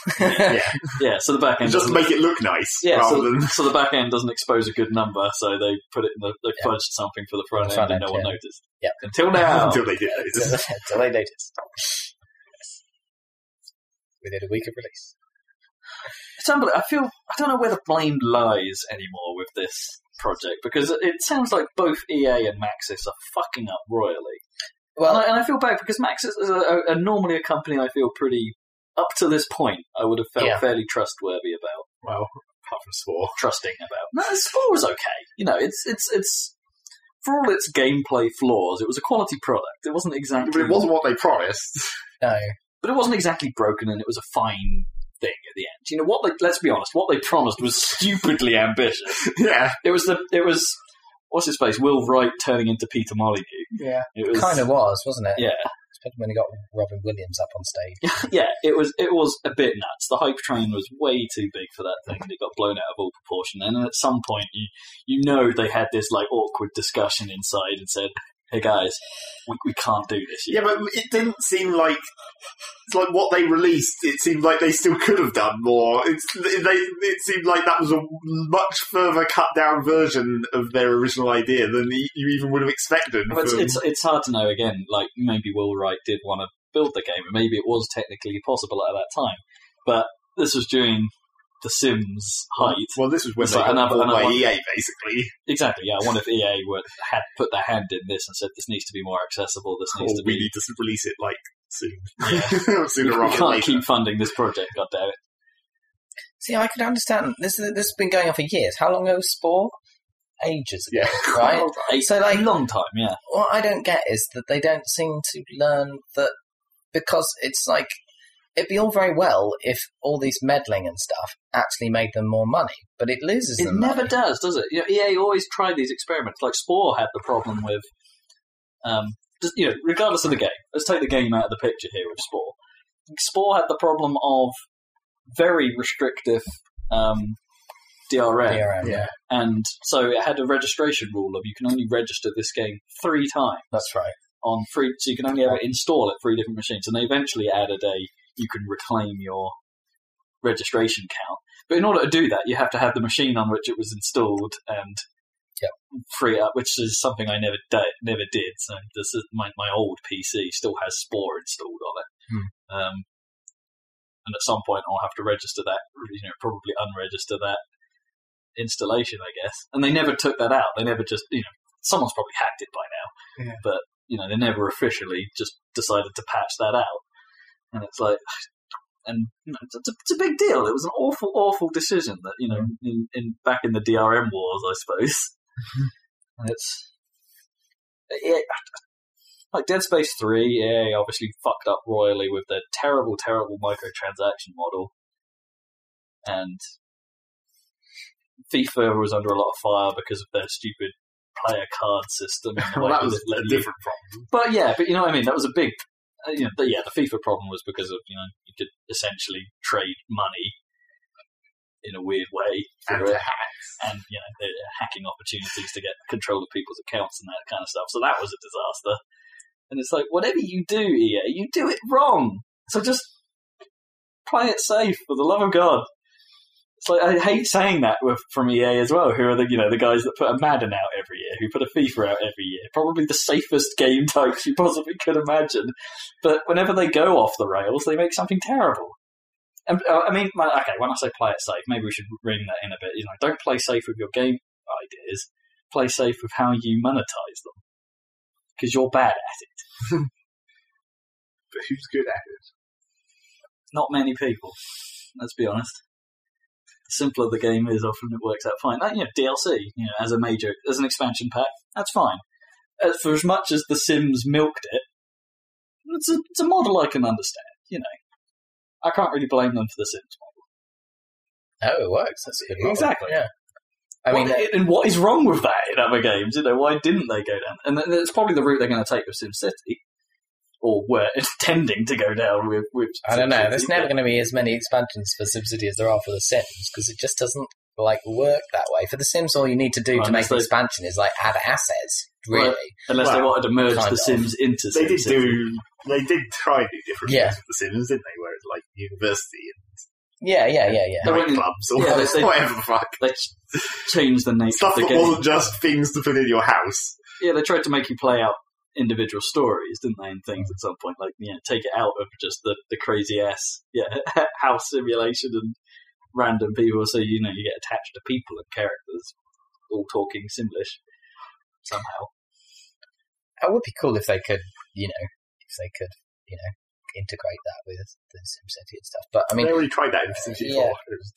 S3: Yeah, so the back end
S1: just
S3: doesn't-
S1: make it look nice
S3: Yeah,
S1: rather
S3: so,
S1: than
S3: so the back end doesn't expose a good number, so they put it in the they
S2: Yeah.
S3: fudged something for the front,
S2: The front
S3: end, and no
S2: end,
S3: one
S2: yeah.
S3: noticed.
S2: Yep.
S3: Until now.
S1: until they did notice.
S2: Until they noticed. Within a week of release.
S3: It's unbelievable. I feel I don't know where the blame lies anymore with this project because it sounds like both EA and Maxis are fucking up royally. And I,
S2: Well,
S3: and I feel bad because Maxis is a, a, a normally a company I feel pretty up to this point I would have felt
S2: Yeah.
S3: fairly trustworthy about
S1: Well, apart from Spore.
S3: trusting about. No, this four was okay. You know, it's it's it's for all its gameplay flaws, it was a quality product. It wasn't exactly
S1: But it wasn't what they promised.
S2: no.
S3: but it wasn't exactly broken, and it was a fine thing at the end. You know what? They, let's be honest. What they promised was stupidly ambitious.
S1: yeah.
S3: It was the it was what's his face Will Wright turning into Peter Molyneux.
S1: Yeah.
S3: It was
S2: Kind of was, wasn't it?
S3: yeah
S2: Especially when he got Robin Williams up on stage.
S3: yeah. It was it was a bit nuts. The hype train was way too big for that thing. and It got blown out of all proportion. And then at some point, you you know they had this like awkward discussion inside and said, "Hey guys, we, we can't do this."
S1: Yeah, but it didn't seem like it's like what they released. It seemed like they still could have done more. It's they. It seemed like that was a much further cut down version of their original idea than y- you even would have expected.
S3: But it's,
S1: from-
S3: it's it's hard to know again. Like maybe Will Wright did want to build the game, and maybe it was technically possible at that time. But this was during The Sims height.
S1: Well, this was when
S3: It's
S1: they
S3: like
S1: got
S3: another-
S1: bought by
S3: another-
S1: EA, basically.
S3: Exactly. Yeah, I wonder if EA would had put their hand in this and said this needs to be more accessible. This
S1: Or
S3: needs to
S1: Oh, we
S3: be.
S1: need to release it like soon,
S3: We,
S1: sooner rather than
S3: can't
S1: later.
S3: keep funding this project. God damn it.
S2: See, I can understand this. This has been going on for years. How long ago was Spore? Ages ago,
S1: Yeah.
S2: right?
S3: A,
S2: So, like-
S3: a long time. Yeah.
S2: what I don't get is that they don't seem to learn that because it's like it'd be all very well if all these meddling and stuff actually made them more money, but it loses
S3: It
S2: them.
S3: never
S2: money.
S3: does, does it? You know, EA always tried these experiments. Like Spore had the problem with, um, just, you know, regardless of the game. Let's take the game out of the picture here with Spore. Spore had the problem of very restrictive um, DRM,
S2: Yeah, yeah,
S3: and so it had a registration rule of you can only register this game three times
S2: that's right.
S3: on three, so you can only ever install it three different machines. And they eventually added a you can reclaim your registration count. But in order to do that, you have to have the machine on which it was installed and
S2: Yep.
S3: free it up, which is something I never did. Never did. So this is my my old PC still has Spore installed on it. Um, and at some point, I'll have to register that. You know, probably unregister that installation, I guess. And they never took that out. They never just you know someone's probably hacked it by now you know, they never officially just decided to patch that out. And it's like, and you know, it's, a, it's a big deal. It was an awful, awful decision that, you know,
S1: Mm-hmm.
S3: in, in back in the DRM wars, I suppose.
S1: Mm-hmm.
S3: and it's, it, like Dead Space 3, yeah, obviously fucked up royally with their terrible, terrible microtransaction model. And FIFA was under a lot of fire because of their stupid player card system. and the
S1: Well,
S3: way
S1: that was
S3: it let
S1: a
S3: you-
S1: different problem.
S3: but yeah, but you know what I mean. That was a big, uh, you know, the, yeah. The FIFA problem was because of you know you could essentially trade money in a weird way
S1: And
S3: through it, and you know the hacking opportunities to get control of people's accounts and that kind of stuff. So that was a disaster. And it's like whatever you do, EA, you do it wrong. So just play it safe for the love of God. It's like I hate saying that with, from EA as well. Who are the you know the guys that put a Madden out every year, who put a FIFA out every year? Probably the safest game types you possibly could imagine. But whenever they go off the rails, they make something terrible. And uh, I mean, my- okay, when I say play it safe, maybe we should ring that in a bit. You know, don't play safe with your game ideas. Play safe with how you monetize them, because you're bad at it.
S1: But who's good at it?
S3: Not many people. Let's be honest. The simpler the game is, often it works out fine. Like, you know, DLC, you know, as a major, as an expansion pack, that's fine. As for as much as The Sims milked it, it's a, it's a model I can understand. You know, I can't really blame them for The Sims.
S2: Oh, it works. That's a good model.
S3: Exactly.
S2: Yeah. I mean, uh,
S3: What- and what is wrong with that in other games? You know, why didn't they go down? And th- that's probably the route they're going to take with SimCity, or were intending to go down with. with
S2: I don't know.
S3: SimCity,
S2: There's never going to be as many expansions for SimCity as there are for The Sims because it just doesn't like work that way. For The Sims, all you need to do
S3: Right,
S2: to make
S3: so-
S2: an expansion is like add assets.
S3: Right.
S2: Really,
S3: but- unless they
S1: Well,
S3: wanted to merge
S2: kind
S3: the
S2: of.
S3: Sims into.
S1: They did
S3: SimCity.
S1: do. They did try new different
S2: Yeah.
S1: things with The Sims, didn't they? Where it's like university
S2: yeah, yeah, yeah, yeah.
S3: They
S1: and
S3: went in-
S1: nightclubs or
S3: yeah, they- they-
S1: whatever the fuck.
S3: They ch- changed the nature
S1: Stuff
S3: of the
S1: that
S3: game.
S1: wasn't just things to put in your house.
S3: Yeah, they tried to make you play out individual stories, didn't they? And things at some point, like you know, take it out of just the, the crazy ass yeah house simulation and random people, so you know you get attached to people and characters, all talking Simlish somehow.
S2: It would be cool if they could, you know, if they could, you know, integrate that with the SimCity and stuff. But I mean,
S1: they already tried that in SimCity
S2: yeah.
S1: 4. It was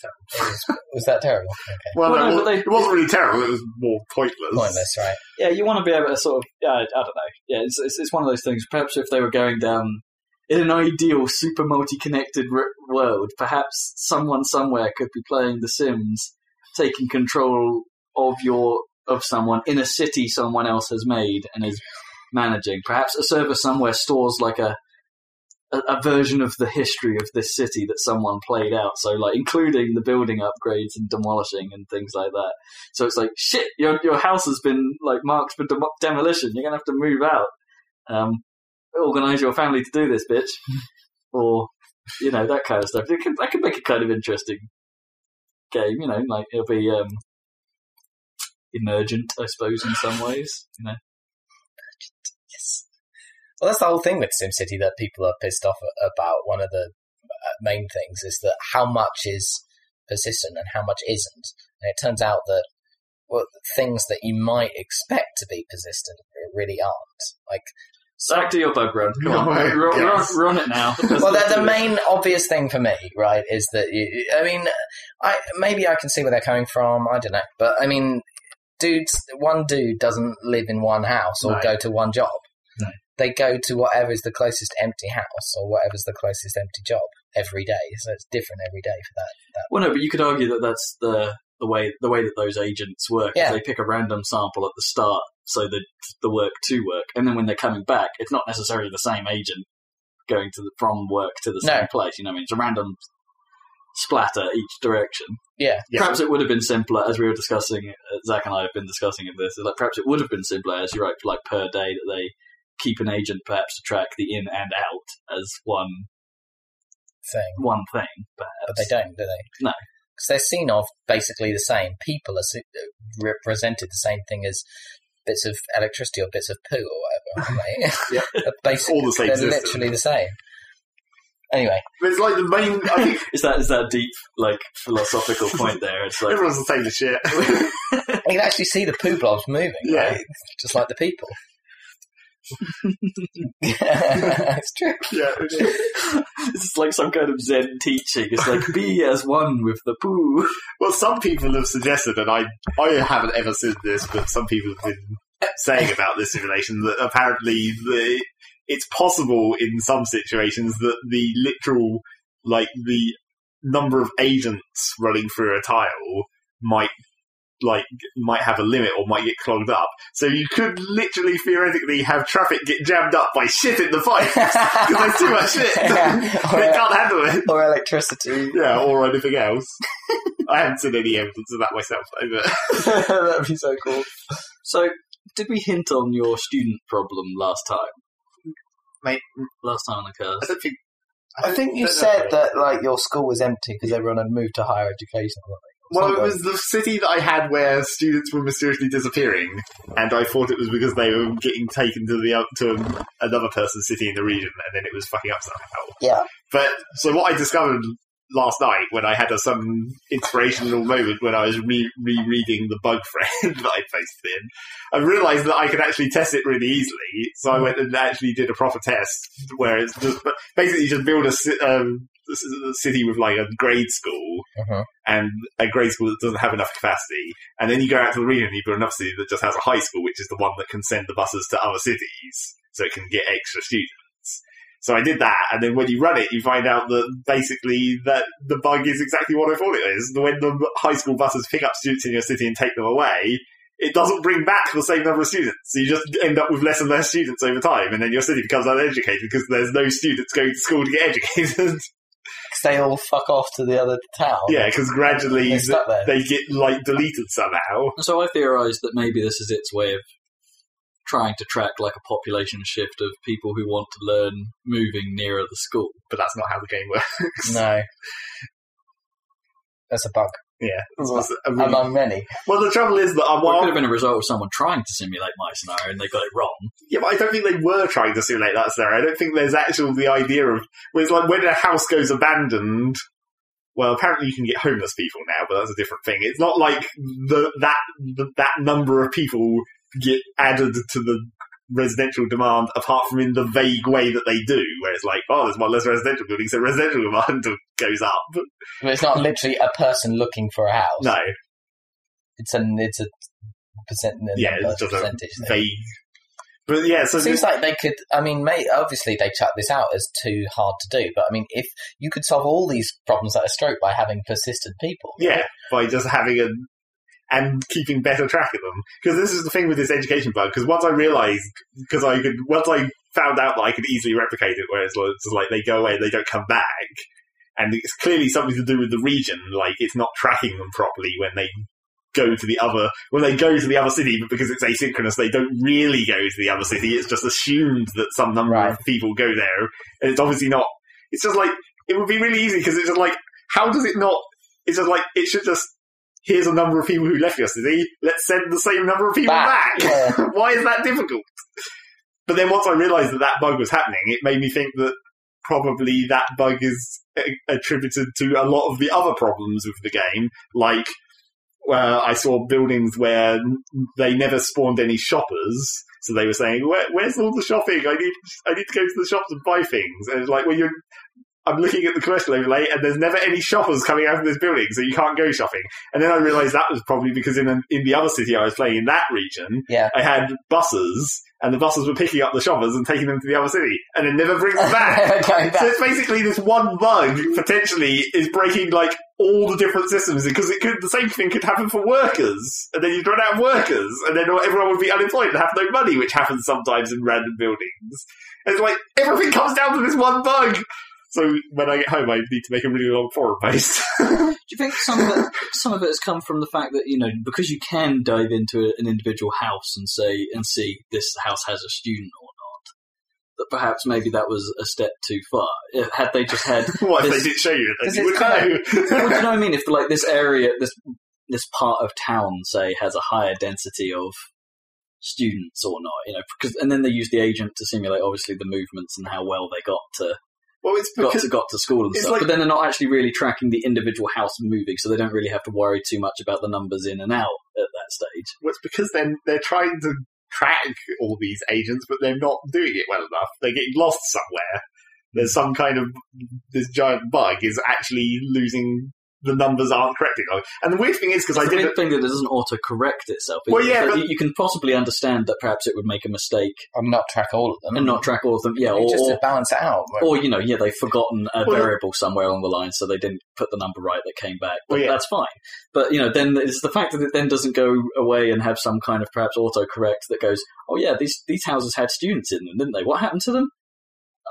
S1: terrible.
S2: was that terrible? Okay.
S1: Well,
S3: Well,
S1: no,
S3: no,
S1: it,
S3: but they-
S1: was, it wasn't really terrible. It was more pointless.
S2: Pointless, right?
S3: Yeah, you want to be able to sort of yeah, I, I don't know. Yeah, it's, it's it's one of those things. Perhaps if they were going down. In an ideal super multi-connected r- world, perhaps someone somewhere could be playing The Sims, taking control of your of someone in a city someone else has made and is managing. Perhaps a server somewhere stores like a a, a version of the history of this city that someone played out. So like including the building upgrades and demolishing and things like that. So it's like shit, your your house has been like marked for dem- demolition. You're gonna have to move out. Um, organize your family to do this, bitch, or you know that kind of stuff. It could, that could make it kind of interesting game. You know, like it'll be um, emergent, I suppose, in some ways. You know,
S2: Yes. Well, that's the whole thing with SimCity that people are pissed off about. One of the uh, main things is that how much is persistent and how much isn't. And it turns out that well, things that you might expect to be persistent really aren't. Like
S3: Sack to your bug run. Come
S1: No,
S3: on,
S1: I
S3: run, run,
S1: guess.
S3: run it now. Let's-
S2: well,
S3: let's
S2: the,
S3: do
S2: the
S3: this.
S2: main obvious thing for me, right, is that you, I mean, I maybe I can see where they're coming from. I don't know, but I mean, dudes, one dude doesn't live in one house or
S1: No.
S2: go to one job.
S3: No.
S2: They go to whatever is the closest empty house or whatever's the closest empty job every day. So it's different every day for that.
S3: Well, no, but you could argue that that's the the way the way that those agents work. is
S2: Yeah.
S3: they pick a random sample at the start, so the the work to work, and then when they're coming back, it's not necessarily the same agent going to the from work to the
S2: No.
S3: same place. You know, what I mean, it's a random splatter each direction.
S2: Yeah.
S1: Yeah.
S3: Perhaps it would have been simpler, as we were discussing. uh, Zach and I have been discussing it. This is like perhaps it would have been simpler, as you're right, like per day that they keep an agent perhaps to track the in and out as one
S2: Thing,
S3: one thing. But
S2: but they don't, do they?
S3: No.
S2: because they're seen of basically the same. People are se- represented the same thing as bits of electricity or bits of poo or whatever. Aren't they?
S1: Yeah.
S2: They're basically,
S1: all the same
S2: they're
S1: system.
S2: literally the same. Anyway,
S1: It's like the main. I think
S3: is that is that a deep like philosophical point there? It's like
S1: everyone's the same as shit.
S2: you can actually see the poo blobs moving,
S1: Yeah.
S2: right? Just like the people. it's true.
S1: yeah, it is.
S3: this is like some kind of Zen teaching. It's like be as one with the poo.
S1: Well, some people have suggested, and I, I haven't ever said this, but some people have been saying about this simulation that apparently the, it's possible in some situations that the literal, like the number of agents running through a tile might like might have a limit or might get clogged up. So you could literally theoretically have traffic get jammed up by shit in the pipe because there's too much shit. they
S2: Yeah. uh,
S1: can't handle it.
S2: Or, or electricity.
S1: Yeah, or anything else. I haven't seen any evidence of that myself. though, But
S2: That'd be so cool.
S3: So did we hint on your student problem last time?
S1: Mate,
S3: Last time on the
S1: I
S3: curse.
S1: don't think.
S2: I think you
S1: don't know.
S2: said that like your school was empty because everyone had moved to higher education. Or
S1: Well,
S2: something.
S1: it was the city that I had where students were mysteriously disappearing, and I thought it was because they were getting taken to the uh, to another person's city in the region, and then it was fucking up somehow.
S2: Yeah.
S1: But so what I discovered last night when I had a, some inspirational moment when I was re- rereading the bug friend that I posted in, I realised that I could actually test it really easily. So I went and actually did a proper test where it's just basically just build a ci- um, s- s- city with like a grade school
S2: Mhm.
S1: and a grade school that doesn't have enough capacity. And then you go out to the region and you build another city that just has a high school, which is the one that can send the buses to other cities so it can get extra students. So I did that, and then when you run it, you find out that basically that the bug is exactly what I thought it is. When the high school buses pick up students in your city and take them away, it doesn't bring back the same number of students. So you just end up with less and less students over time, and then your city becomes uneducated because there's no students going to school to get educated.
S2: 'Cause they all fuck off to the other town.
S1: yeah, because gradually
S2: They're
S1: the-
S2: stuck there.
S1: they get like deleted somehow.
S3: So I theorised that maybe this is its way of trying to track like a population shift of people who want to learn moving nearer the school.
S1: But that's not how the game works.
S2: No. That's a bug.
S1: Yeah.
S2: Well,
S1: That's a really-
S2: Among many.
S1: well, the trouble is that I,
S3: Well, it
S1: well,
S3: could have been a result of someone trying to simulate my scenario and they got it wrong.
S1: yeah, but I don't think they were trying to simulate that scenario. I don't think there's actual the idea of well, it's like when a house goes abandoned. Well, apparently you can get homeless people now, but that's a different thing. It's not like the, that the, that number of people get added to the residential demand, apart from in the vague way that they do, where it's like, oh, there's one less residential building, so residential demand goes up.
S2: But it's not literally a person looking for a house.
S1: No,
S2: It's an it's a percent
S1: Yeah,
S2: number,
S1: it's just a
S2: percentage thing.
S1: vague. But yeah, so
S2: Seems like they could. I mean, mate, obviously they chuck this out as too hard to do. But I mean, if you could solve all these problems at a stroke by having persistent people,
S1: Yeah, by just having a and keeping better track of them. Because this is the thing with this education bug. Because once I realised, because I could, once I found out that I could easily replicate it, where it's like, it's like they go away, they don't come back, and it's clearly something to do with the region. Like it's not tracking them properly when they go to the other when they go to the other city, but because it's asynchronous, they don't really go to the other city. It's just assumed that some number of people go there, and it's obviously not. It's just like it would be really easy because it's just like how does it not? It's just like it should just. Here's a number of people who left your city. Let's send the same number of people
S2: Back.
S1: back.
S2: Yeah.
S1: Why is that difficult? But then once I realised that that bug was happening, it made me think that probably that bug is uh, attributed to a lot of the other problems with the game, like. Well, I saw buildings where they never spawned any shoppers, so they were saying, Where, "Where's all the shopping? I need, I need to go to the shops and buy things." And it's like, well, you're I'm looking at the commercial overlay and there's never any shoppers coming out of this building, so you can't go shopping. And then I realised that was probably because in an, in the other city I was playing in that region,
S2: Yeah.
S1: I had buses and the buses were picking up the shoppers and taking them to the other city, and it never brings them
S2: Going
S1: back. so
S2: back.
S1: it's basically this one bug potentially is breaking like all the different systems because it could the same thing could happen for workers, and then you'd run out of workers, and then everyone would be unemployed and have no money, which happens sometimes in random buildings. It's like everything comes down to this one bug. So when I get home, I need to make a really long forum post.
S3: Do you think some of it, some of it has come from the fact that you know because you can dive into a- an individual house and say and see this house has a student or not, that perhaps maybe that was a step too far. If, had they just had,
S1: what if
S3: This-
S1: they didn't show you? Then
S2: this
S1: you
S2: is
S1: would
S2: kind
S3: well, do
S1: know.
S3: you know what I mean? If like this area, this this part of town, say, has a higher density of students or not, you know, because and then they use the agent to simulate obviously the movements and how well they got to
S1: well, it's
S3: got
S1: because
S3: to got to school and
S1: it's
S3: stuff.
S1: like-
S3: but then they're not actually really tracking the individual house moving, so they don't really have to worry too much about the numbers in and out at that stage.
S1: well, it's because then they're trying to track all these agents, but they're not doing it well enough. They're getting lost somewhere. There's some kind of this giant bug is actually losing the numbers aren't correct enough. And the weird thing is because I
S3: It's the
S1: did
S3: weird
S1: it.
S3: thing that it doesn't auto correct itself. is
S1: Well,
S3: it?
S1: yeah,
S3: So
S1: but-
S3: you, you can possibly understand that perhaps it would make a mistake
S2: I'm not track all of them.
S3: and not track all of them. Yeah,
S2: It's
S3: or,
S2: just to
S3: or,
S2: balance it out. right?
S3: or, you know, yeah, they've forgotten a
S1: Well,
S3: variable somewhere along the line, so they didn't put the number right that came back. But
S1: Well, yeah.
S3: that's fine. But you know, then it's the fact that it then doesn't go away and have some kind of perhaps autocorrect that goes, oh yeah, these these houses had students in them, didn't they? What happened to them?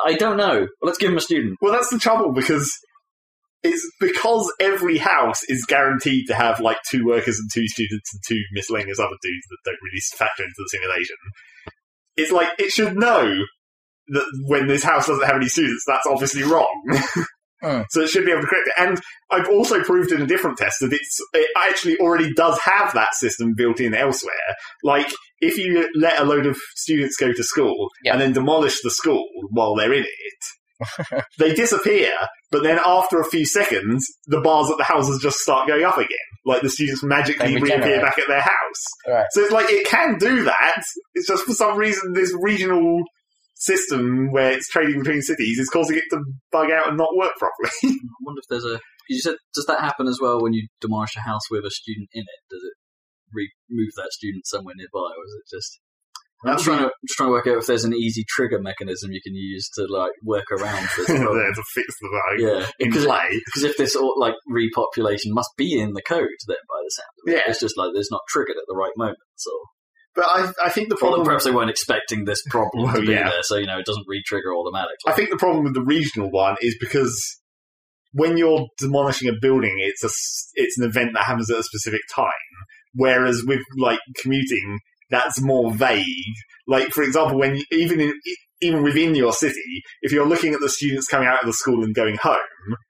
S3: I don't know. Well, let's give them a student.
S1: Well, that's the trouble because it's because every house is guaranteed to have like two workers and two students and two miscellaneous other dudes that don't really factor into the simulation. It's like it should know that when this house doesn't have any students, that's obviously wrong.
S2: Hmm.
S1: So it should be able to correct it. And I've also proved in a different test that it's it actually already does have that system built in elsewhere. Like if you let a load of students go to school
S2: Yeah.
S1: and then demolish the school while they're in it, they disappear. But then after a few seconds, the bars at the houses just start going up again. Like the students magically
S2: They
S1: reappear
S2: regenerate.
S1: back at their house.
S2: Right.
S1: So it's like it can do that. It's just for some reason this regional system where it's trading between cities is causing it to bug out and not work properly.
S3: I wonder if there's a. You said, does that happen as well when you demolish a house with a student in it? Does it re- move that student somewhere nearby, or is it just? I'm just
S1: That's
S3: trying to just trying to work out if there's an easy trigger mechanism you can use to like work around this
S1: there
S3: problem.
S1: to fix the bug
S3: yeah,
S1: in
S3: because
S1: play.
S3: because if this all, like repopulation must be in the code then by the sound of it,
S1: Yeah.
S3: it's just like it's not triggered at the right moment. So
S1: But I, I think the
S3: Although
S1: problem
S3: perhaps they weren't expecting this problem
S1: Well,
S3: to be
S1: yeah.
S3: there, so you know it doesn't re-trigger automatically.
S1: I think the problem with the regional one is because when you're demolishing a building, it's a s- it's an event that happens at a specific time. Whereas with like commuting, that's more vague. Like for example, when you- even in, e, even within your city, if you're looking at the students coming out of the school and going home.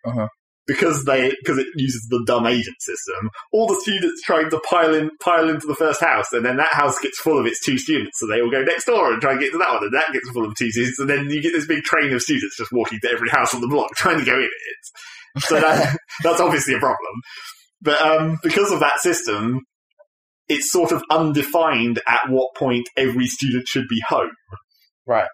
S2: Uh-huh.
S1: Because they, because it uses the dumb agent system. All the students trying to pile in, pile into the first house, and then that house gets full of its two students, so they all go next door and try and get to that one, and that gets full of two students, and then you get this big train of students just walking to every house on the block trying to go in it. So that, that's obviously a problem. But um, because of that system, it's sort of undefined at what point every student should be home.
S2: Right.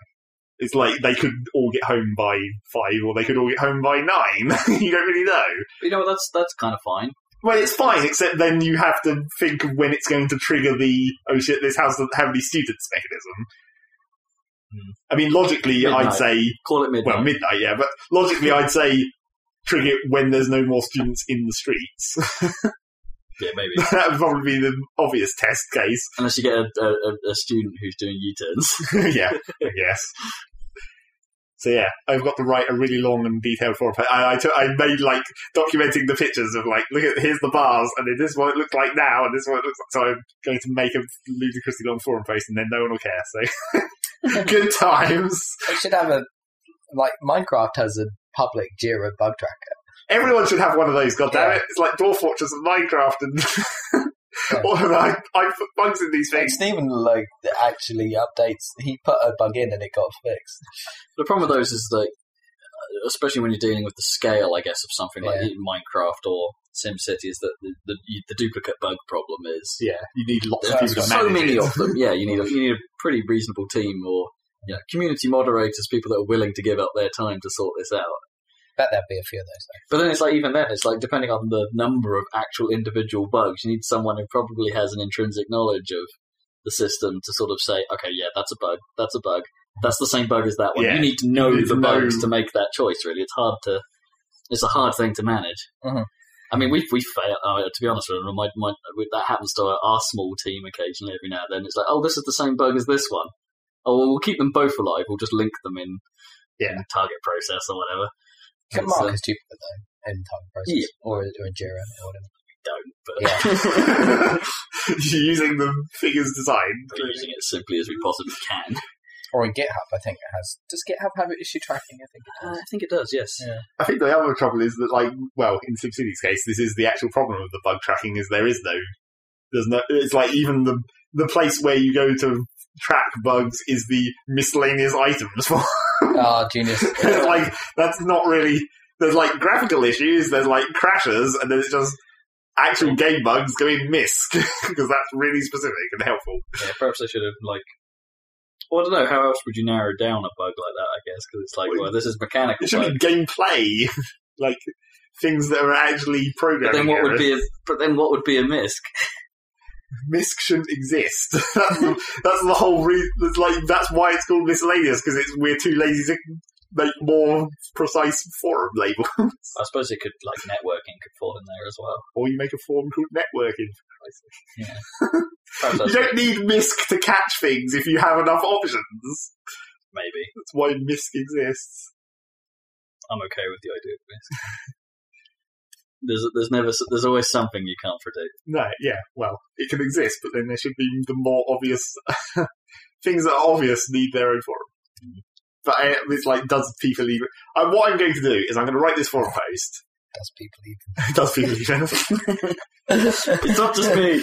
S1: It's like they could all get home by five, or they could all get home by nine. you don't really know.
S3: you know that's that's kind of fine.
S1: Well, it's fine, except then you have to think of when it's going to trigger the oh shit, this house doesn't have any students mechanism.
S3: Hmm.
S1: I mean, logically,
S3: Midnight.
S1: I'd say
S3: Call it midnight.
S1: well midnight, yeah, but logically, I'd say trigger it when there's no more students in the streets.
S3: yeah, maybe.
S1: that would probably be the obvious test case.
S3: Unless you get a, a, a- a student who's doing U-turns.
S1: yeah, I guess. So yeah, I've got to write a really long and detailed forum. I, I, took, I made like documenting the pictures of like, look at here's the bars, and then this is what it looks like now, and this is what it looks like. So I'm going to make a ludicrously long forum post, and then no one will care. So good times.
S2: They should have a like Minecraft has a public Jira bug tracker.
S1: Everyone should have one of those. God damn
S2: Yeah.
S1: it! It's like Dwarf Fortress and Minecraft, and all of that. I, I put bugs in these
S2: Like
S1: things.
S2: Stephen like actually updates. He put a bug in and it got fixed.
S3: The problem with those is that especially when you're dealing with the scale, I guess, of something like
S2: Yeah.
S3: Minecraft or SimCity, is that the, the, the duplicate bug problem is
S1: Yeah, you need lots Uh, of
S2: There's
S1: people to
S3: so
S1: manage
S3: many
S1: it.
S3: of them. Yeah, you need a, you need a pretty reasonable team or you know, community moderators, people that are willing to give up their time to sort this out.
S2: Bet there'd be a few of those.
S3: But then it's like even then, it's like depending on the number of actual individual bugs, you need someone who probably has an intrinsic knowledge of the system to sort of say, okay, yeah, that's a bug, that's a bug, that's the same bug as that one.
S1: Yeah.
S3: You need to know
S1: You need
S3: the
S1: to know-
S3: bugs to make that choice. Really, it's hard to, it's a hard thing to manage.
S2: Mhm.
S3: I mean, we we fail. I mean, to be honest with you, my, my, that happens to our, our small team occasionally. Every now and then, it's like, oh, this is the same bug as this one. Oh, well, we'll keep them both alive. We'll just link them in,
S1: Yeah.
S3: in the target process or whatever.
S2: Can
S3: It's, uh,
S2: mark as duplicate though in time process
S3: Yeah.
S2: or, or in Jira or whatever.
S3: don't. But
S2: Yeah.
S1: You're using the figures designed.
S3: We're using it as simply as we possibly can.
S2: Or in GitHub, I think it has. Does GitHub have issue tracking? I think it
S3: Uh,
S2: does.
S3: I think it does, yes.
S2: Yeah.
S1: I think the other trouble is that, like, well, in SimCity's case, this is the actual problem of the bug tracking is there is no, there's no. It's like even the the place where you go to track bugs is the miscellaneous items for.
S2: Ah, genius.
S1: like that's not really. There's like graphical issues. There's like crashes, and then it's just actual game bugs going missed because that's really specific and helpful.
S3: Yeah, perhaps they should have, like. Well, I don't know, how else would you narrow down a bug like that, I guess? Because it's like,
S1: Well,
S3: well, this is mechanical.
S1: It should
S3: bug.
S1: be gameplay, like things that are actually
S3: But
S1: programming.
S3: then what would
S1: errors.
S3: be a but then what would be a misc?
S1: misc shouldn't exist. that's, the, that's the whole reason. That's like that's why it's called miscellaneous because it's we're too lazy to make more precise forum label,
S3: I suppose it could like networking could fall in there as well.
S1: or you make a forum called networking.
S3: Perhaps
S1: You
S3: that's
S1: don't need misc to catch things if you have enough options.
S3: maybe
S1: That's why misc exists.
S3: I'm okay with the idea of misc. there's there's never s- there's always something you can't predict.
S1: No, yeah, well, it can exist, but then there should be the more obvious things that are obvious need their own forum. But I, it's like, does people even? I, what I'm going to do is I'm going to write this forum post.
S2: does people
S1: does people even?
S2: even?
S3: It's not just me.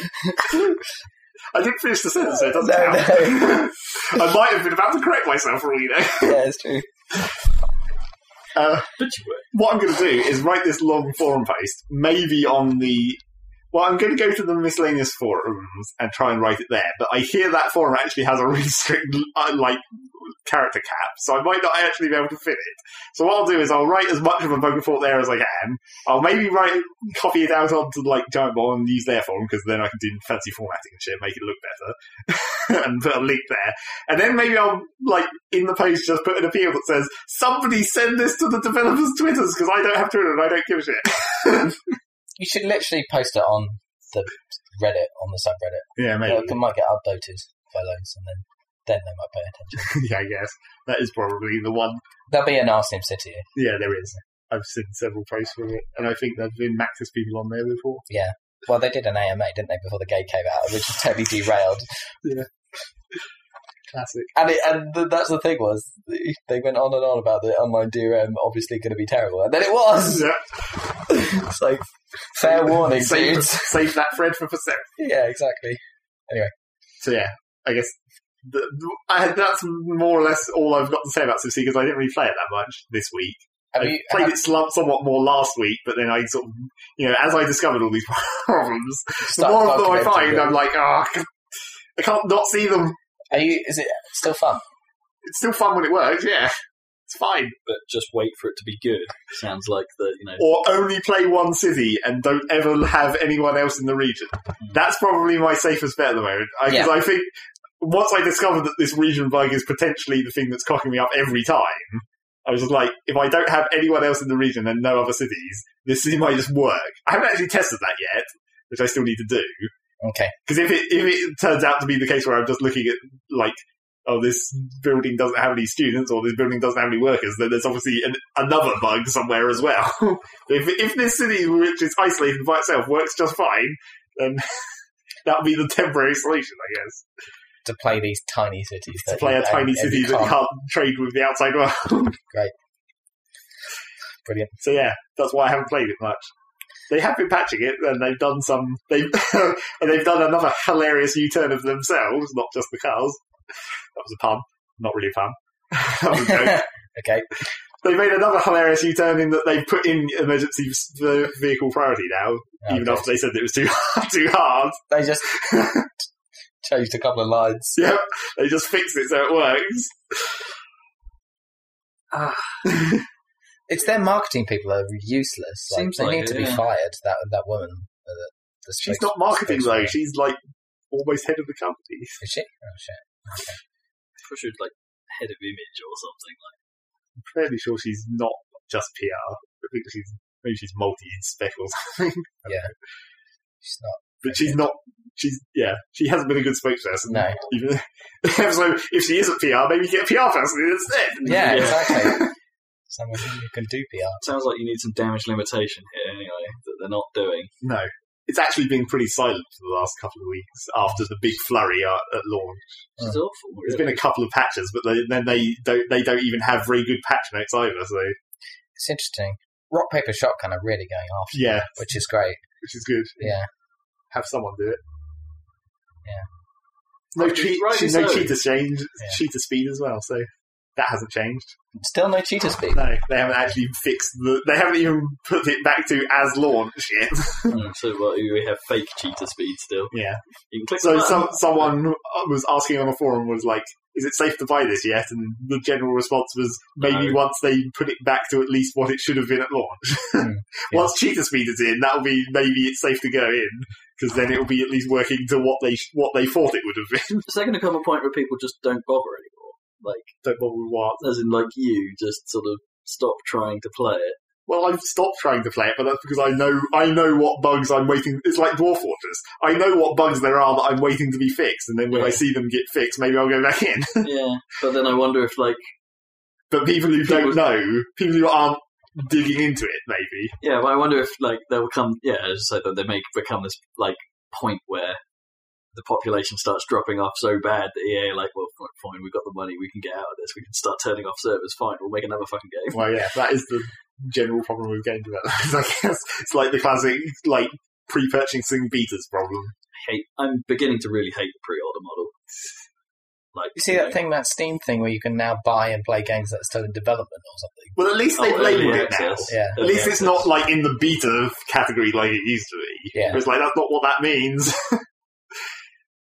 S1: I didn't finish the sentence, so it doesn't
S2: No,
S1: count. I might have been about to correct myself for all you know.
S2: yeah, it's true.
S1: Uh,
S3: But you were.
S1: what I'm going to do is write this long forum post, maybe on the. Well, I'm going to go to the miscellaneous forums and try and write it there. But I hear that forum actually has a really strict uh, like character cap, so I might not actually be able to fit it. So what I'll do is I'll write as much of a bug report there as I can. I'll maybe write copy it out onto like Giant Bomb and use their forum because then I can do fancy formatting and shit, make it look better, and put a link there. And then maybe I'll like in the post just put an appeal that says somebody send this to the developers' twitters because I don't have Twitter and I don't give a shit.
S2: You should literally post it on the Reddit on the subreddit.
S1: yeah, maybe.
S2: It might get upvoted by loads, and then then they might pay attention.
S1: yeah, I guess that is probably the one.
S2: There'll be an Arsenal City.
S1: Yeah, there is. I've seen several posts from it, and I think there've been Maxis people on there before.
S2: Well, they did an AMA, didn't they, before the gate came out, which was totally derailed.
S1: Classic.
S2: And it, and th- that's the thing was they went on and on about the online DRM obviously going to be terrible, and then it was.
S1: Yeah.
S2: it's like fair warning,
S1: Save,
S2: dudes.
S1: save that thread for percent.
S2: yeah, exactly.
S1: So yeah, I guess the, the- I, that's more or less all I've got to say about SimCity because I didn't really play it that much this week.
S2: Have
S1: I
S2: you,
S1: played
S2: have-
S1: it slump somewhat more last week, but then I sort of, you know, as I discovered all these problems, the
S2: start
S1: more of them I
S2: documenting
S1: find,
S2: it?
S1: I'm like, ah, I can't- I can't not see them.
S2: Are you? Is it still fun?
S1: It's still fun when it works, yeah. It's fine.
S3: But just wait for it to be good. Sounds like the you know
S1: Or only play one city and don't ever have anyone else in the region. That's probably my safest bet at the moment. Because
S2: Yeah.
S1: I think once I discovered that this region bug is potentially the thing that's cocking me up every time, I was just like, if I don't have anyone else in the region and no other cities, this city might just work. I haven't actually tested that yet, which I still need to do.
S2: Okay.
S1: Because if it if it turns out to be the case where I'm just looking at like, oh, this building doesn't have any students or this building doesn't have any workers, then there's obviously an, another bug somewhere as well. if if this city, which is isolated by itself, works just fine, then that'll be the temporary solution, I guess.
S2: To play these tiny cities.
S1: To
S2: that
S1: play
S2: you-
S1: a tiny
S2: and- and
S1: city
S2: you
S1: that
S2: can't-
S1: can't trade with the outside world.
S2: Brilliant.
S1: so yeah, that's why I haven't played it much. They have been patching it, and they've done some. They've and they've done another hilarious U-turn of themselves, not just the cars. That was a pun, not really a pun. That was a joke.
S2: okay.
S1: They made another hilarious U-turn in that they put in emergency s- the vehicle priority now, even
S2: Oh, Okay.
S1: after they said it was too too hard.
S2: They just changed a couple of lines.
S1: Yep, they just fixed it so it works.
S2: It's their marketing people that are useless. Like,
S3: Seems
S2: they
S3: like
S2: need
S3: it,
S2: to be
S3: yeah.
S2: fired. That that woman. uh, The, the
S1: She's
S2: spokes-
S1: not marketing though.
S2: spokeswoman.
S1: She's like almost head of the company.
S2: Is she? Oh shit.
S3: Pretty sure, like head of image or something. Like,
S1: I'm fairly sure she's not just PR. I think she's maybe she's multi in spec or something.
S2: She's not.
S1: But she's not. She's yeah. She hasn't been a good spokesperson.
S2: No.
S1: Even, so if she isn't PR, maybe get a PR person instead.
S3: Mm, Yeah.
S2: Yeah, exactly. Someone who can do PR.
S3: sounds like you need some damage limitation here anyway that they're not doing.
S1: No. It's actually been pretty silent for the last couple of weeks after the big flurry uh, at, at launch.
S3: Which is awful.
S1: There's
S3: Really.
S1: Oh. been a couple of patches, but they, then they don't they don't even have very good patch notes either. So
S2: It's interesting. Rock paper shotgun are really going after,
S1: yeah,
S2: which is great.
S1: which is good.
S2: Yeah,
S1: Have someone do it.
S2: Yeah.
S1: No,
S3: Right,
S1: cheat,
S3: right,
S1: no
S3: so-
S1: cheetah change,
S2: Yeah.
S1: cheetah speed as well. So that hasn't changed.
S2: still no cheetah speak.
S1: No, they haven't actually fixed the. They haven't even put it back to as launch yet.
S3: Mm, so well, we have fake cheetah speed still.
S1: yeah.
S3: You can click the
S1: So
S3: button.
S1: some, someone was asking on a forum was like, "Is it safe to buy this yet?" And the general response was maybe
S3: No.
S1: once they put it back to at least what it should have been at launch.
S2: Hmm. yeah.
S1: Once cheetah speed is in, that'll be maybe it's safe to go in because then it'll be at least working to what they what they thought it would have been.
S3: Is there going to come a point where people just don't bother anymore? Like,
S1: Don't bother with what.
S3: as in, like you just sort of stop trying to play it.
S1: Well, I've stopped trying to play it, but that's because I know I know what bugs I'm waiting. It's like Dwarf Fortress. I know what bugs there are that I'm waiting to be fixed, and then when I
S3: Yeah.
S1: see them get fixed, maybe I'll go back in.
S3: yeah, but then I wonder if, like,
S1: But people who
S3: People-
S1: don't know, people who aren't digging into it, maybe.
S3: yeah, but I wonder if like they'll come. Yeah, as I said, that they may become this like point where the population starts dropping off so bad that EA are like, well, f- fine, we've got the money, we can get out of this, we can start turning off servers. Fine, we'll make another fucking game.
S1: Well, yeah, that is the general problem with game developers. I guess it's like the classic like pre-purchasing betas problem.
S3: I hate. I'm beginning to really hate the pre-order model. Like
S2: You see that thing, that Steam thing, where you can now buy and play games that are still in development or something.
S1: Well, at least
S3: Oh,
S1: they've
S3: early
S1: labelled it now.
S3: access.
S2: Yeah.
S1: At
S3: Early
S1: least it's
S3: access.
S1: not like in the beta category like it used to be.
S2: Yeah.
S1: It's like that's not what that means.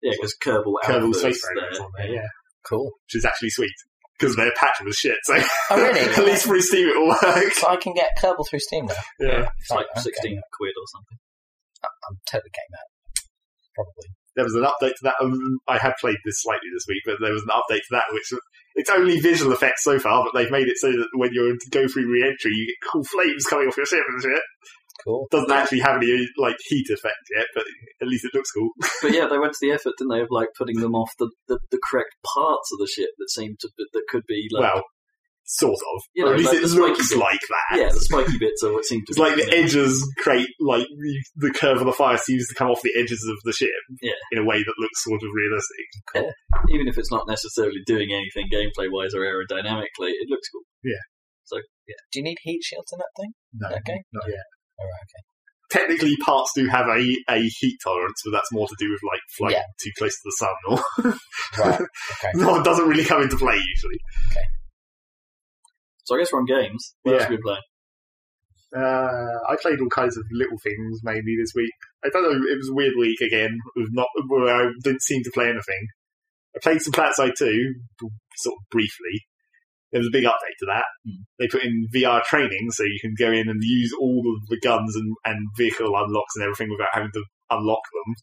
S3: Yeah, because Kerbal
S1: Kerbal
S3: Alpha's
S1: Space
S3: there.
S1: Program's on there, yeah.
S2: Cool.
S1: which is actually sweet because their patch was shit. So
S2: Oh really?
S1: at least through Steam it will work.
S2: So I can get Kerbal through Steam now.
S1: Yeah,
S3: It's like
S2: Okay.
S3: sixteen quid or something.
S2: I'm totally game out. Probably.
S1: there was an update to that. Um, I had played this slightly this week, but there was an update to that which it's only visual effects so far, but they've made it so that when you go through re-entry, you get cool flames coming off your ship and shit.
S2: Cool.
S1: Doesn't actually have any like heat effect yet, but at least it looks cool.
S3: But yeah, they went to the effort, didn't they, of like putting them off the, the, the correct parts of the ship that seemed to that could be like
S1: well, sort of.
S3: You
S1: or
S3: know,
S1: at least
S3: like
S1: it
S3: the spiky
S1: looks
S3: bit.
S1: like that.
S3: yeah, the spiky bits are what seemed to
S1: It's
S3: be
S1: like the
S3: yeah.
S1: edges create like the- the curve of the fire seems to come off the edges of the ship
S3: Yeah.
S1: in a way that looks sort of realistic.
S3: even if it's not necessarily doing anything gameplay wise or aerodynamically, it looks cool.
S2: Do you need heat shields in that thing?
S1: No,
S2: Okay.
S1: not yet.
S2: All right. Okay.
S1: Technically, parts do have a, a heat tolerance, but that's more to do with like flying
S2: Yeah.
S1: too close to the sun, or
S2: Right.
S1: no, it doesn't really come into play usually.
S3: So I guess we're on games. What else
S1: Yeah.
S3: have we playing?
S1: Uh, I played all kinds of little things mainly this week. I don't know. It was a weird week again. With not where I didn't seem to play anything. I played some Platside 2, b- sort of briefly. There was a big update to that.
S3: Hmm.
S1: They put in VR training, so you can go in and use all of the guns and, and vehicle unlocks and everything without having to unlock them,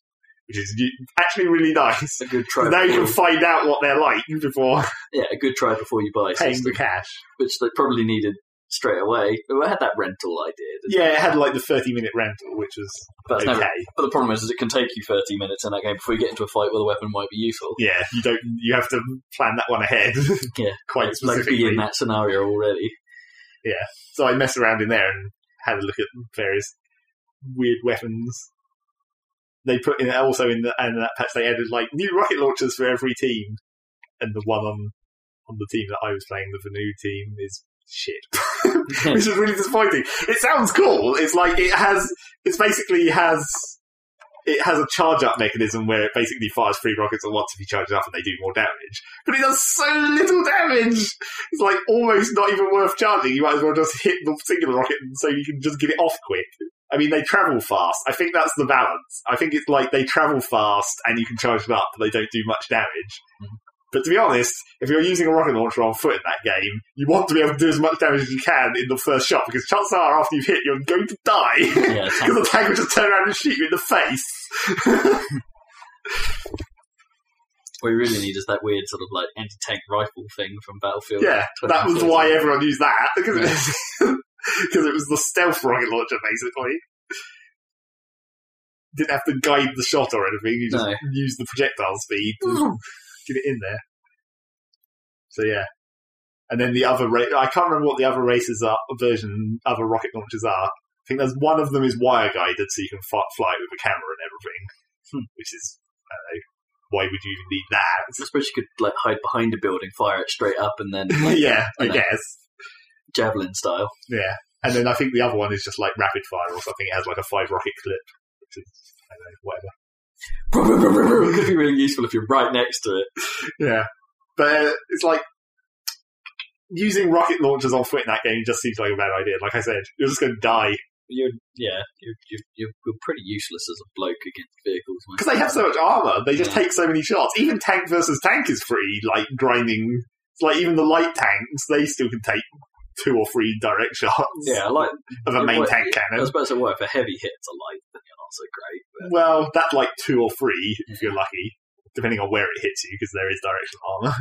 S1: which is u- actually really nice.
S3: A good try.
S1: Now you can
S3: Before,
S1: find out what they're like before
S3: yeah, a good try before you buy
S1: paying the
S3: system,
S1: cash.
S3: which they probably needed straight away. I had that rental idea, didn't
S1: Yeah, it had like the 30 minute rental, which was
S3: but, it's
S1: okay.
S3: never, but the problem is, is it can take you thirty minutes in that game before you get into a fight where the weapon might be useful.
S1: yeah, you don't. You have to plan that one ahead.
S3: Yeah. like,
S1: quite
S3: like be
S1: specifically.
S3: in that scenario already.
S1: so I messed around in there and had a look at various weird weapons. They put in also in the and that patch they added like new rocket launchers for every team, and the one on on the team that I was playing, the Vanu team, is shit, which is really disappointing. It sounds cool. It's like it has. It's basically has it has a charge up mechanism where it basically fires three rockets at once if you charge it up and they do more damage. But it does so little damage. It's like almost not even worth charging. You might as well just hit the particular rocket and so you can just get it off quick. I mean, they travel fast. I think that's the balance. I think it's like they travel fast and you can charge them up, but they don't do much damage. But to be honest, if you're using a rocket launcher on foot in that game, you want to be able to do as much damage as you can in the first shot because chances are after you've hit, you're going to die.
S3: Yeah, it's
S1: Because the tank would just turn around and shoot you in the face.
S3: what we really need is that weird sort of like anti-tank rifle thing from Battlefield.
S1: yeah, that was
S3: 2014.
S1: why everyone used that because it was, because it was the stealth rocket launcher basically. Didn't have to guide the shot or anything. You just
S3: No.
S1: used the projectile speed to get it in there. So yeah, and then the other race. I can't remember what the other races are version other rocket launchers are. I think there's one of them is wire guided, so you can fi- fly it with a camera and everything,
S3: Hmm.
S1: which is. I don't know, why would you even need that?
S3: I suppose you could like hide behind a building, fire it straight up, and then like,
S1: yeah, I
S3: No.
S1: guess.
S3: javelin style.
S1: Yeah. And then I think the other one is just like rapid fire or something. It has like a five rocket clip. Which is, I don't know, whatever.
S3: it could be really useful if you're right next to it.
S1: Yeah. But uh, it's like using rocket launchers on foot in that game just seems like a bad idea. Like I said, you're just going to die
S3: You're yeah, you're, you're you're you're pretty useless as a bloke against vehicles. man.
S1: because they have so much armor. They just
S3: Yeah.
S1: take so many shots. Even tank versus tank is pretty like grinding. It's like even the light tanks, they still can take two or three direct shots
S3: yeah, I like
S1: of a main
S3: Well,
S1: tank
S3: I
S1: cannon.
S3: was about to say, well, if a heavy hit's a light, then you're not so great. But
S1: Well, that's like two or three if you're lucky, depending on where it hits you, because there is directional armor.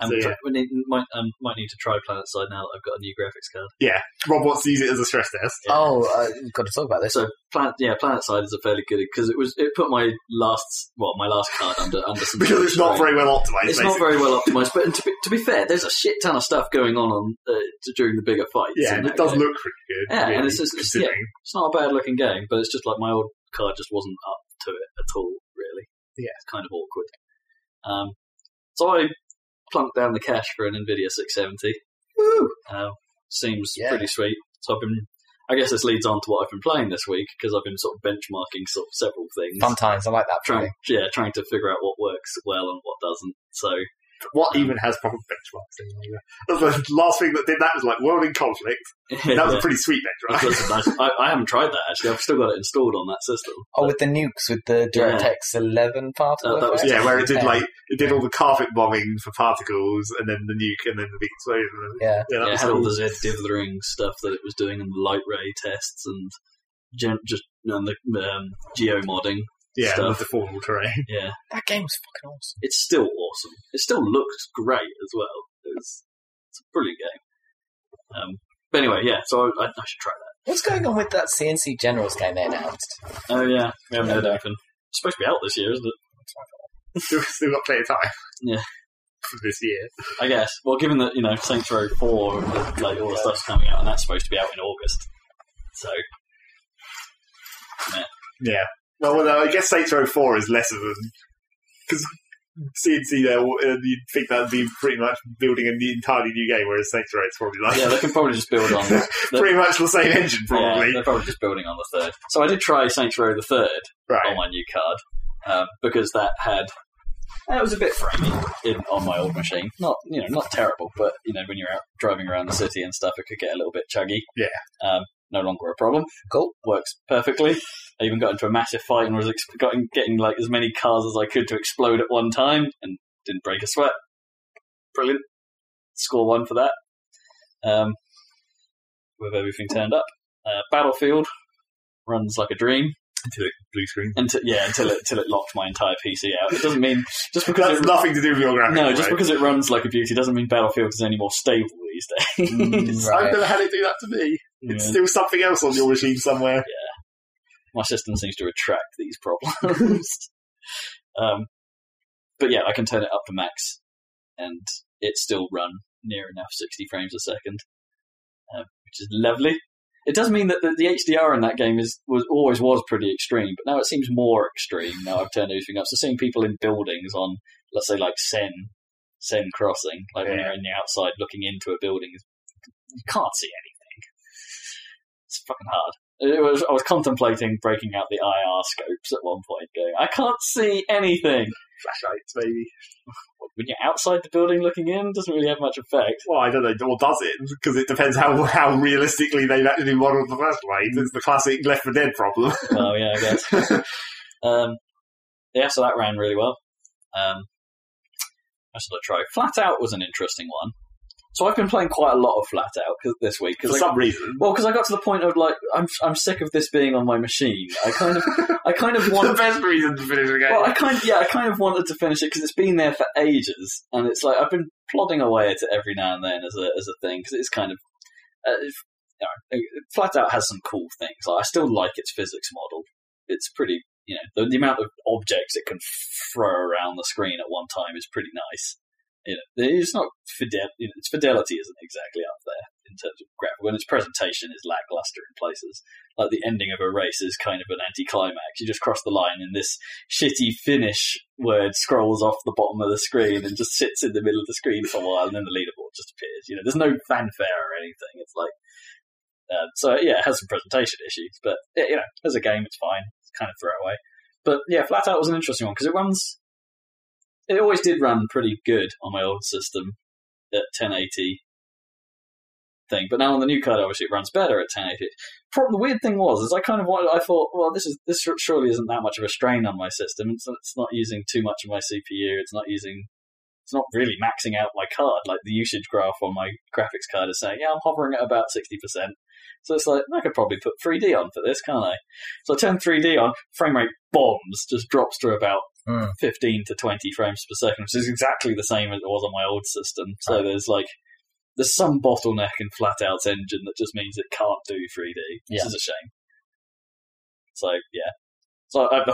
S3: um,
S1: So, yeah.
S3: so we need, might, um, might need to try Planet Side now that I've got a new graphics card.
S1: Rob wants to use it as a stress test.
S3: Yeah.
S2: Oh, uh, we've got to talk about this.
S3: So Planet, yeah, Planet Side is a fairly good because it was it put my last well my last card under under some
S1: Because it's not
S3: strain.
S1: very well optimized,
S3: It's
S1: basically.
S3: not very well optimized, but to be, to be fair, there's a shit ton of stuff going on on uh, t- during the bigger fights.
S1: yeah,
S3: in
S1: and
S3: that
S1: it does
S3: game.
S1: look pretty good.
S3: Yeah, and
S1: really,
S3: it's just- it's- yeah.
S1: considering.
S3: It's not a bad looking game, but it's just like my old card just wasn't up to it at all, really.
S1: Yeah.
S3: It's kind of awkward. Um, so I plunked down the cash for an NVIDIA 670.
S2: Woo!
S3: Um, seems
S2: Yeah.
S3: pretty sweet. So I've been, I guess this leads on to what I've been playing this week, because I've been sort of benchmarking sort of several things.
S2: Fun times. I like that.
S3: Trying,
S2: feeling.
S3: yeah, trying to figure out what works well and what doesn't. So,
S1: What even has proper benchmarks? anymore? That's the last thing that did that was like World in Conflict. That was
S3: yeah.
S1: a pretty sweet benchmark.
S3: That's a nice- I, I haven't tried that actually. I've still got it installed on that system.
S2: Oh, with the nukes, with the
S3: Yeah.
S2: DirectX 11 part.
S3: Uh,
S2: of
S3: that was-
S1: yeah, where it did
S2: Yeah.
S1: like it did all the carpet bombing for particles, and then the nuke, and then the big explosion.
S2: Yeah.
S1: yeah, that
S3: yeah, it
S1: was
S3: had all
S1: cool.
S3: the Z dithering stuff that it was doing and the light ray tests and gen- just and the um, geo modding.
S1: yeah, and
S3: stuff.
S1: the deformable terrain.
S3: Yeah,
S2: That game's fucking awesome.
S3: it's still awesome. It still looks great as well. It was, it's a brilliant game. Um, but anyway, yeah. So I, I, I should try
S2: What's going on with that CNC Generals game they announced?
S3: that. Oh yeah, we haven't heard anything. It's supposed to be out this year, isn't it?
S1: Still, still got plenty of time.
S3: Yeah.
S1: for this year.
S3: I guess. Well, given that you know Sanctuary Four, like all the stuff's coming out, and that's supposed to be out in August. So
S1: Yeah. Well, well, no, I guess Saints Row 4 is less of a. Because CNC there, uh, you'd think that'd be pretty much building an entirely new game, whereas Saints Row it's probably like.
S3: yeah, they can probably just build on
S1: pretty much the same engine, probably.
S3: Yeah, they're probably just building on the third. So I did try Sanctuary the Third on
S1: right.
S3: my new card um, because that had that was a bit framey in, on my old machine. Not you know not terrible, but you know when you're out driving around the city and stuff, it could get a little bit chuggy.
S1: Yeah.
S3: um, no longer a problem.
S2: Cool.
S3: Works perfectly. I even got into a massive fight and was ex- gotten- getting like as many cars as I could to explode at one time and didn't break a sweat. Brilliant. Score one for that. Um, with everything turned up. Uh, Battlefield runs like a dream.
S1: Until it Oh, blue screen.
S3: Until yeah, until it until it locked my entire PC out. It doesn't mean just because
S1: That's
S3: it,
S1: nothing to do with your graphics.
S3: no, just
S1: right?
S3: because it runs like a beauty doesn't mean Battlefield is any more stable these days.
S2: Mm, right.
S1: I've never had it do that to me. It's
S3: Yeah.
S1: still something else on your machine somewhere.
S3: My system seems to attract these problems. um, but yeah, I can turn it up to max, and it still run near enough sixty frames a second, uh, which is lovely. It does mean that the, the HDR in that game is was always was pretty extreme, but now it seems more extreme. Now I've turned everything up. So seeing people in buildings on, let's say, like Sen, Sen Crossing, like when
S1: Yeah.
S3: you're on the outside looking into a building, you can't see anything. It's fucking hard. It was, I was contemplating breaking out the IR scopes at one point, going, I can't see anything.
S1: Flashlights, maybe.
S3: When you're outside the building looking in, it doesn't really have much effect.
S1: Well, I don't know. Or does it? Because it depends how how realistically they've actually modeled the flashlight. It's the classic Left for Dead problem.
S3: Oh, yeah, I guess. Um, yeah, so that ran really well. Um, I should try. Flat Out was an interesting one. So I've been playing quite a lot of Flat Out 'cause- this week.
S1: for
S3: Cause I-
S1: some reason.
S3: well, because I got to the point of like, I'm I'm sick of this being on my machine. I kind of, I kind of
S1: the
S3: want.
S1: best reason to finish a game.
S3: Well, I kind of, yeah, I kind of wanted to finish it because it's been there for ages, and it's like I've been plodding away at it every now and then as a as a thing because it's kind of uh, if, you know, it- flat out has some cool things. Like, I still like its physics model. It's pretty, you know, the, the amount of objects it can throw around the screen at one time is pretty nice. You know, it's not fidel. You know, its fidelity isn't exactly up there in terms of graphic, and its presentation is lackluster in places. Like the ending of a race is kind of an anticlimax. You just cross the line, and this shitty finish word scrolls off the bottom of the screen and just sits in the middle of the screen for a while, and then the leaderboard just appears. You know, there's no fanfare or anything. It's like, uh, so yeah, it has some presentation issues, but yeah, you know, as a game, it's fine. It's kind of throwaway. But yeah, Flat Out was an interesting one because it runs. It always did run pretty good on my old system at 1080 thing, but now on the new card, obviously, it runs better at 1080 problem, the weird thing was is I kind of wanted, I thought, well, this is this surely isn't that much of a strain on my system. It's, it's not using too much of my CPU. It's not using, it's not really maxing out my card. Like the usage graph on my graphics card is saying, yeah, I'm hovering at about sixty percent. So it's like I could probably put 3D on for this, can't I? So I turn 3D on, frame rate bombs, just drops to about
S2: Hmm.
S3: 15 to 20 frames per second, which is exactly the same as it was on my old system. So there's like there's some bottleneck in Flat Out's engine that just means it can't do 3D, which
S2: Yeah.
S3: is a shame. So yeah, so I've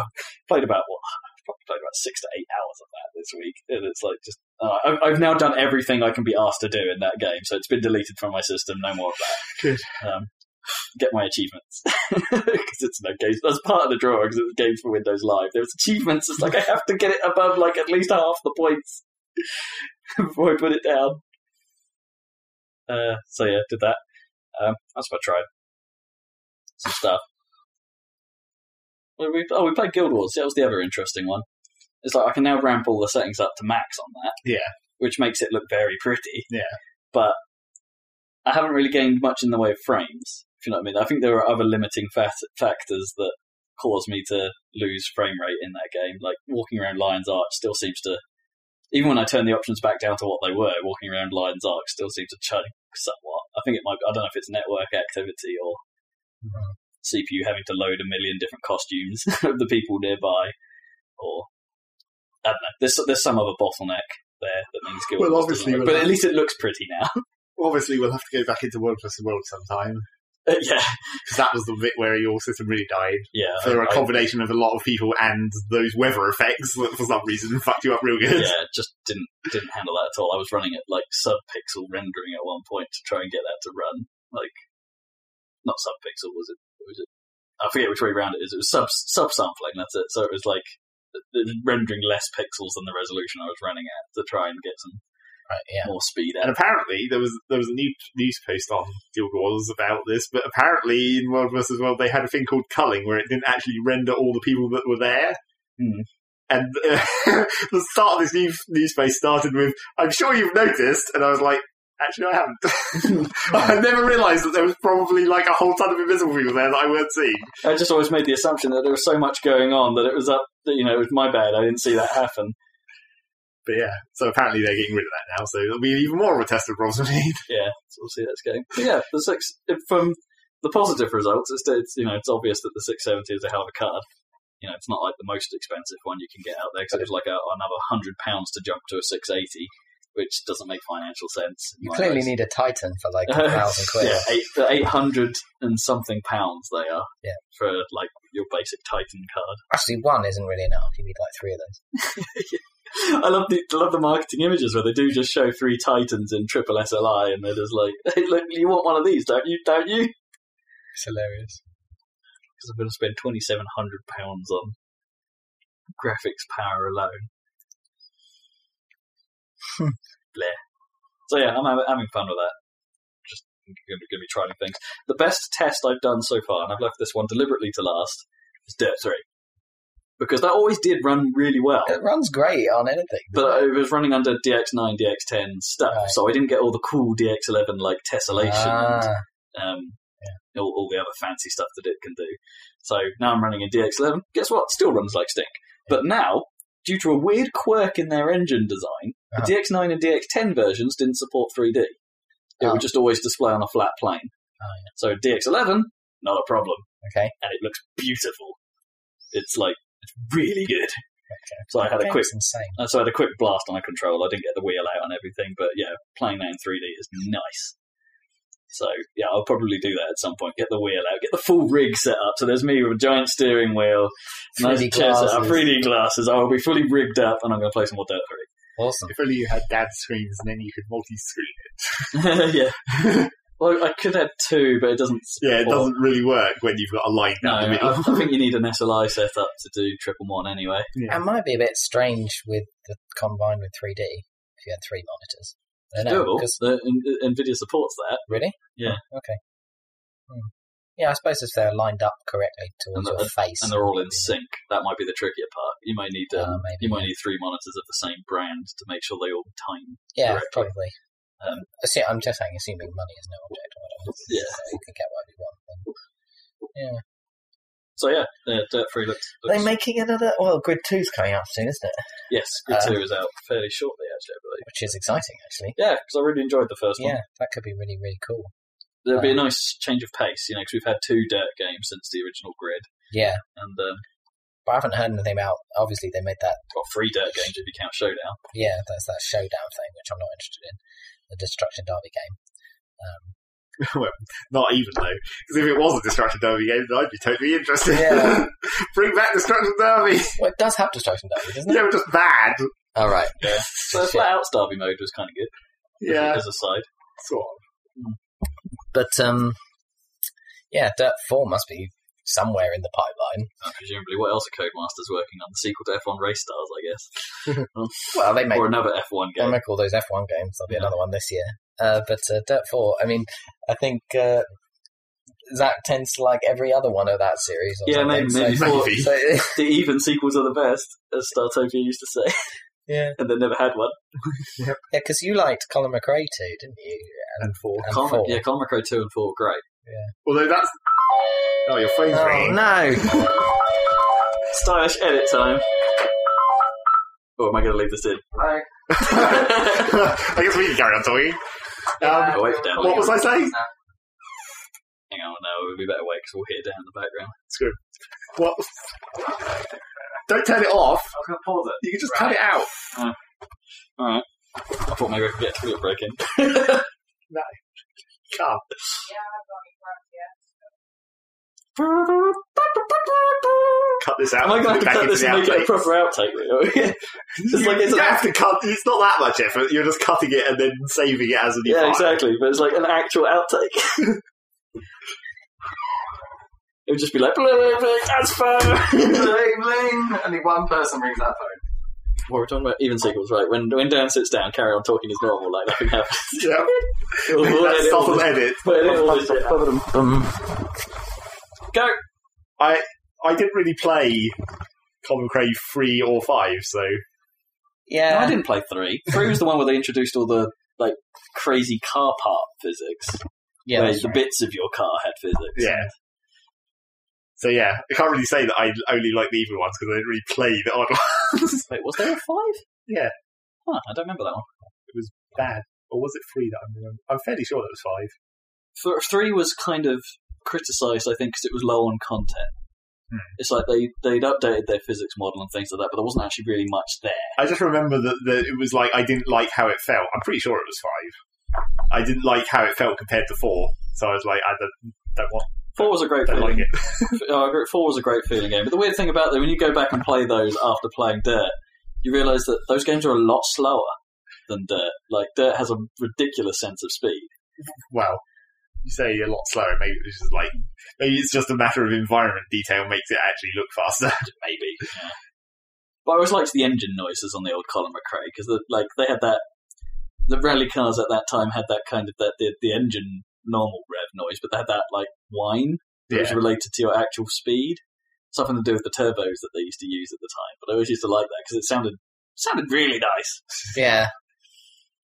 S3: played about what I've probably played about six to eight hours of that this week, and it's like just uh, I've, I've now done everything I can be asked to do in that game, so it's been deleted from my system. No more of that. Um, get my achievements because it's no games. That's part of the draw because it's games for Windows Live. There's achievements. It's like I have to get it above like at least half the points before I put it down. Uh, so yeah, did that. Um, that's what I tried. Some stuff. Well, we, oh, we played Guild Wars. That was the other interesting one. It's like I can now ramp all the settings up to max on that.
S1: Yeah.
S3: Which makes it look very pretty.
S1: Yeah.
S3: But I haven't really gained much in the way of frames, if you know what I mean. I think there are other limiting fa- factors that cause me to lose frame rate in that game. Like walking around Lion's Arch still seems to, even when I turn the options back down to what they were, walking around Lion's Arch still seems to chug somewhat. I think it might. I don't know if it's network activity or CPU having to load a million different costumes of the people nearby, or I don't know. There's there's some other bottleneck there that means Guild
S1: Well,
S3: Wars
S1: obviously
S3: doesn't work.
S1: we'll
S3: but at
S1: have-
S3: least it looks pretty now.
S1: Obviously, we'll have to go back into World vs. World sometime
S3: yeah,
S1: because that was the bit where your system really died.
S3: yeah.
S1: So there
S3: Uh,
S1: were
S3: I-
S1: a combination of a lot of people and those weather effects that for some reason fucked you up real good.
S3: yeah, it just didn't didn't handle that at all. I was running it like sub pixel rendering at one point to try and get that to run. Like not sub pixel was it was it I forget which way around it is. It was sub sub sampling, that's it. So it was like it was rendering less pixels than the resolution I was running at to try and get some
S2: Right, yeah.
S3: more speed
S1: And
S3: out.
S1: apparently, there was there was a new news post on Guild Wars about this. But apparently, in World vs. World, they had a thing called culling, where it didn't actually render all the people that were there.
S3: Hmm.
S1: And uh, the start of this new news post started with, "I'm sure you've noticed," and I was like. Actually, I haven't. I never realised that there was probably like a whole ton of invisible people there that I weren't seeing.
S3: I just always made the assumption that there was so much going on that it was up that you know, it was my bad, I didn't see that happen.
S1: But yeah, so apparently they're getting rid of that now, so it'll be even more of a test of Rob's machine.
S3: yeah, so we'll see how it's going. But yeah, the six if, from the positive results, it's, it's you know it's obvious that the six seventy is a hell of a card. You know, it's not like the most expensive one you can get out there because it's like a, another hundred pounds to jump to a six eighty, which doesn't make financial sense. in
S2: You
S3: my
S2: clearly
S3: eyes.
S2: need a Titan for like a thousand quid.
S3: yeah, eight, the eight hundred and something pounds they are.
S2: Yeah.
S3: for like your basic Titan card.
S2: Actually, one isn't really enough. You need like three of those.
S3: I love the I love the marketing images where they do just show three titans in triple SLI, and they're just like, "Hey, look, you want one of these, don't you? Don't you?"
S2: It's hilarious.
S3: because I'm going to spend twenty seven hundred pounds on graphics power alone.
S2: Hmm.
S3: Blair. So yeah, I'm hav- having fun with that. Just going to be trying things. The best test I've done so far, and I've left this one deliberately to last, is Dirt 3. Because that always did run really well.
S2: It runs great on anything.
S3: But it was running under DX9, DX10 stuff,
S2: Right.
S3: so I didn't get all the cool DX11 like tessellation and
S2: Ah,
S3: um, all, all the other fancy stuff that it can do. So now I'm running in DX11. Guess what? Still runs like stink. But now, due to a weird quirk in their engine design,
S2: Uh-huh.
S3: the DX9 and DX10 versions didn't support 3D. It
S2: Oh.
S3: would just always display on a flat plane.
S2: Oh,
S3: So DX11, not a problem.
S2: Okay.
S3: And it looks beautiful. It's like it's really good. So I had a quick
S2: That's insane.
S3: uh, so I had a quick blast on a control. I didn't get the wheel out and everything, but yeah, playing that in 3D is nice. So yeah, I'll probably do that at some point. Get the wheel out, get the full rig set up. So there's me with a giant steering wheel, nice
S2: 3D
S3: chair set up,
S2: glasses.
S3: 3D glasses. I will be fully rigged up, and I'm going to play some more Dirt
S2: Awesome.
S1: If only you had dad's screens and then you could multi-screen it.
S3: 3. yeah. Well, I could have two, but it doesn't.
S1: Yeah, it
S3: support-
S1: doesn't really work when you've got a line
S3: No,
S1: down the
S3: I,
S1: middle.
S3: I think you need an SLI setup to do triple one anyway.
S2: It might be a bit strange with the combined with 3D if you had three monitors. I don't know,
S3: Doable.
S2: 'cause-
S3: The, N- Nvidia supports that,
S2: really? Oh,
S3: Yeah.
S2: Okay. Hmm. Yeah, I suppose if they're lined up correctly towards
S3: And the-
S2: your face.
S3: and they're all in sync. That might be the trickier part. You might need um,
S2: uh, maybe.
S3: You might need three monitors of the same brand to make sure they all time.
S2: yeah,
S3: correctly.
S2: probably.
S3: Um,
S2: Assu- I'm just saying, assuming money is no object or whatever.
S3: Yeah.
S2: So you can get whatever you want. then.
S3: So yeah, uh, Dirt Free looks.
S2: They're
S3: looks
S2: making another. Well, Grid 2's coming out soon, isn't it?
S3: yes, Grid
S2: uh,
S3: Two is out fairly shortly, actually. I believe.
S2: Which is exciting, actually.
S3: Yeah, because I really enjoyed the first one.
S2: Yeah, that could be really, really cool.
S3: There'll be a
S2: Um,
S3: nice change of pace, you know, because we've had two Dirt games since the original Grid,
S2: Yeah,
S3: and um,
S2: but I haven't heard anything about. Obviously, they made that.
S3: well, three Dirt games if you count Showdown.
S2: Yeah, that's that showdown thing, which I'm not interested in. The Destruction Derby game. Um,
S1: Not even though, because if it was a Destruction Derby game, then I'd be totally interested.
S2: Yeah.
S1: Bring back Destruction Derby.
S2: well, it does have Destruction Derby, doesn't it?
S1: Yeah, we're just bad.
S2: All right.
S3: So the
S2: Shit.
S3: flat out Derby mode was kind of good. as a-
S1: Yeah,
S3: as a side.
S1: sort of.
S2: But um, yeah, Dirt Four must be somewhere in the pipeline.
S3: And presumably, what else are Codemasters working on? The sequel to F1 Race Stars, I guess,
S2: Well, they make
S3: or another F1
S2: they
S3: game.
S2: make all those F one games. There'll be
S3: Yeah.
S2: another one this year. Uh, but uh, Dirt Four, I mean, I think uh, Zach tends to like every other one of that series. Or
S3: Yeah,
S2: something,
S3: maybe- maybe
S2: so-
S3: four.
S1: Maybe.
S2: so-
S3: The even sequels are the best, as Startopia used to say,
S2: yeah,
S3: and they never had one.
S2: yeah, because you liked Colin McRae too, didn't you?
S1: And four.
S2: And
S3: Colin,
S2: four.
S3: yeah, Colin McRae 2 and 4 were great.
S1: Although that's oh, your phone's
S2: Oh
S1: ringing.
S2: no!
S3: Stylish edit time. Or am I going to leave this in?
S1: I guess we can carry on talking. Um,
S3: Oh, wait for Dan.
S1: what was I saying?
S3: Hang on, no, we'd be better wait because we'll hear Dan in the background.
S1: Screw. What? Don't turn it off.
S3: I was going to pause it.
S1: You can just cut it out.
S3: Alright. I thought maybe I could get a toilet break in.
S1: Come. Cut this out.
S3: Am I
S1: Put
S3: going
S1: it
S3: to
S1: back
S3: cut
S1: into
S3: this
S1: the
S3: and make it a
S1: outtakes.
S3: proper outtake? really? It's
S1: you
S3: like it's
S1: you
S3: an-
S1: have to cut. It's not that much effort. You're just cutting it and then saving it as a new
S3: yeah,
S1: file.
S3: exactly, but it's like an actual outtake. it would just be like, blah, blah, blah, that's phone!
S2: Only one person rings that phone.
S3: What we're talking about, even sequels, right? When when Dan sits down, carry on talking as normal, like nothing happens.
S1: Yeah.
S3: We'll- we'll
S1: That's
S3: edit all
S1: subtle
S3: this-
S1: edit.
S3: we'll edit all this bit out.
S2: Um,
S3: Go!
S1: I I didn't really play Common Crave three or five, so
S2: Yeah,
S3: No, I didn't play three. Three was the one where they introduced all the like crazy car park physics,
S2: yeah,
S3: where
S2: that's
S3: the
S2: right.
S3: bits of your car had physics.
S1: Yeah. so yeah, I can't really say that I only like the evil ones because I didn't really play the odd ones.
S3: Wait, was there a five?
S1: yeah,
S3: Huh, I don't remember that one.
S1: bad. Or was it three that I remember? I'm fairly sure that was five.
S3: Th- Three was kind of criticised, I think, because it was low on content.
S1: Hmm.
S3: It's like they they'd updated their physics model and things like that, but there wasn't actually really much there.
S1: I just remember that, that it was like I didn't like how it felt. I'm pretty sure it was five. I didn't like how it felt compared to four, so I was like, I don't, don't want,
S3: Four was a great
S1: don't
S3: feeling.
S1: like it.
S3: Oh, I agree. Four was a great feeling game. But the weird thing about them, when you go back and play those after playing Dirt, you realise that those games are a lot slower than Dirt. Like Dirt has a ridiculous sense of speed.
S1: Well, you say a lot slower. Maybe it's just like maybe it's just a matter of environment detail makes it actually look faster.
S3: maybe. yeah. But I always liked the engine noises on the old Colin McRae because like they had that the rally cars at that time had that kind of that the, the engine normal rev noise, but they had that like whine that was
S1: Yeah.
S3: related to your actual speed. Something to do with the turbos that they used to use at the time. But I always used to like that because it sounded sounded really nice.
S2: Yeah.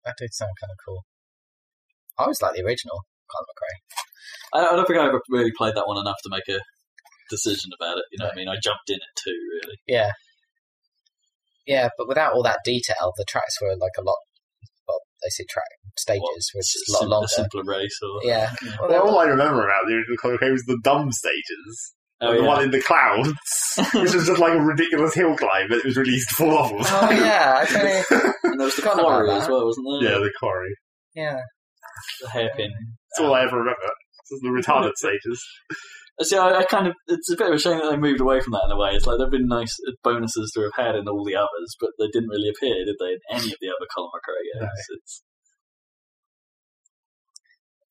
S2: That did sound kind of cool. I always like the original, Colin McRae.
S3: I, I don't think I ever really played that one enough to make a decision about it. You know what I mean? I jumped in it too, really.
S2: Yeah. Yeah, but without all that detail, the tracks were like a lot. Well, they say track stages, which is a lot
S3: Sim-
S2: longer.
S3: a simpler race or
S2: yeah. Well,
S1: Well,
S2: they
S1: all
S2: were-
S1: I remember about the original Clock was the dumb stages.
S3: Oh,
S1: the
S3: yeah.
S1: one in the clouds, which was just like a ridiculous hill climb, but it was really useful.
S2: oh yeah, I totally,
S3: And there was the
S2: Forgotten about
S3: quarry
S2: that.
S3: as well, wasn't there?
S1: yeah, the quarry.
S2: yeah.
S3: the hairpin.
S1: That's all I ever remember. It's the retarded stages.
S3: Uh, See, I, I kind of, it's a bit of a shame that they moved away from that in a way. It's like there have been nice uh, bonuses to have had in all the others, but they didn't really appear, did they, in any of the other Colin McRae games? It's,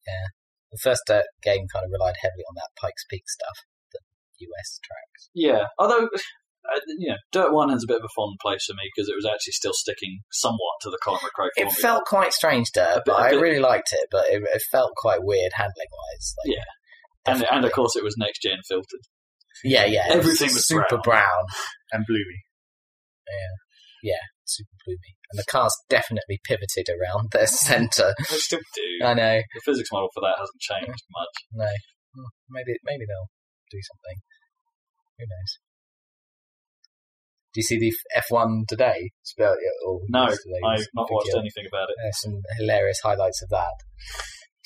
S2: The first uh, game kind of relied heavily on that Pikes Peak stuff, the US tracks.
S3: yeah, although, uh, you know, Dirt 1 has a bit of a fond place for me because it was actually still sticking somewhat to the Colin McRae
S2: It
S3: formula.
S2: felt quite strange,
S3: A
S2: Dirt,
S3: bit-
S2: but
S3: a
S2: I
S3: bit-
S2: really liked it. But it, it felt quite weird handling wise. Like,
S3: Yeah. and, and of
S2: definitely.
S3: course, it was next gen filtered.
S2: yeah, yeah, it
S3: Everything was
S2: super
S3: brown.
S2: brown.
S1: And Bloomy.
S2: super gloomy. And the car's definitely pivoted around their centre.
S3: They still do.
S2: I know.
S3: the physics model for that hasn't changed much.
S2: No. Hmm, Maybe maybe they'll do something. Who knows? Do you see the F one today? It's about- or
S3: No,
S2: yesterday's
S3: I've not watched
S2: video.
S3: anything about it.
S2: There's some hilarious highlights of that.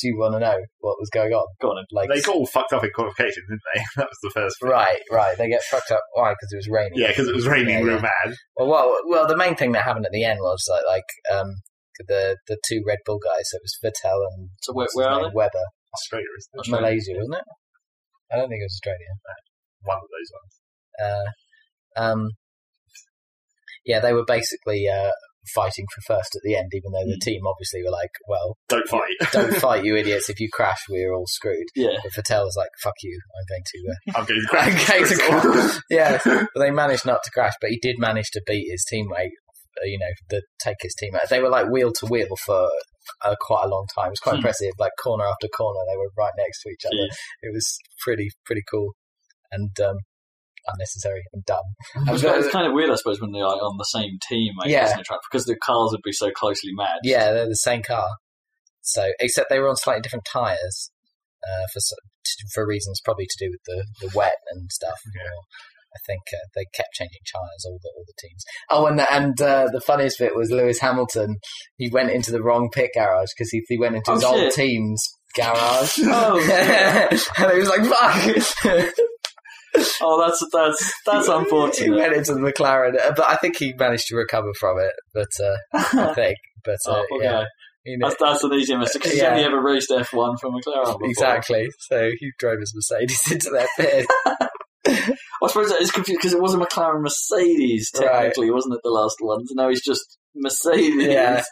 S2: Do you want to know what was going on?
S3: Go on, and
S2: Like,
S1: They got all fucked up in qualification, didn't they? That was the first.
S2: right, right. They get fucked up. Why? Because it was raining.
S1: Yeah, because it was
S2: Yeah,
S1: raining
S2: yeah.
S1: real bad.
S2: Well, well, well. The main thing that happened at the end was like, like um, the the two Red Bull guys. It was Vettel and
S3: So where-
S2: what's his
S3: where are
S2: name?
S3: they?
S2: Webber.
S1: Australia is
S2: It was
S3: Australia.
S2: Malaysia, wasn't it? I don't think it was Australia.
S1: one of those ones.
S2: Uh, um, yeah, they were basically uh, fighting for first at the end, even though the
S3: Mm.
S2: team obviously were like, "Well,
S1: Don't fight.
S2: don't fight, you idiots! If you crash, we're all screwed."
S3: yeah,
S2: But Fattel was like, "Fuck you! I'm going to." Uh,
S1: I'm going to crash.
S2: I'm going to
S1: Crystal.
S2: yeah, but they managed not to crash, but he did manage to beat his teammate. uh, You know, to take his teammate. They were like wheel to wheel for uh, quite a long time. It was quite
S3: Hmm.
S2: impressive. Like corner after corner, they were right next to each other.
S3: yeah.
S2: It was pretty pretty cool and um, unnecessary and dumb.
S3: It was,
S2: I was-
S3: it's kind of weird, I suppose, when they're like, on the same team, I
S2: Yeah.
S3: guess, in a track, because the cars would be so closely matched.
S2: Yeah, they're the same car. So, except they were on slightly different tires uh, for so- t- for reasons probably to do with the, the wet and stuff. Or I think uh, they kept changing tires all the all the teams. Oh, and the, and uh, the funniest bit was Lewis Hamilton. He went into the wrong pit garage because he, he went into
S3: Oh,
S2: his old
S3: shit.
S2: team's garage.
S3: Oh, yeah.
S2: and he was like, "Fuck!"
S3: oh, that's that's that's
S2: he
S3: unfortunate.
S2: went into the McLaren, uh, but I think he managed to recover from it. But uh, I
S3: oh,
S2: think, but uh,
S3: poor
S2: yeah,
S3: guy.
S2: you know,
S3: That's, that's an easy mistake because
S2: Yeah.
S3: he's only ever raced F1 for McLaren.
S2: Oh,
S3: Before.
S2: Exactly. So he drove his Mercedes into that pit.
S3: I suppose that is confused because it was a McLaren Mercedes
S2: Right.
S3: technically, wasn't it? The last one. So now he's just Mercedes.
S2: Yeah.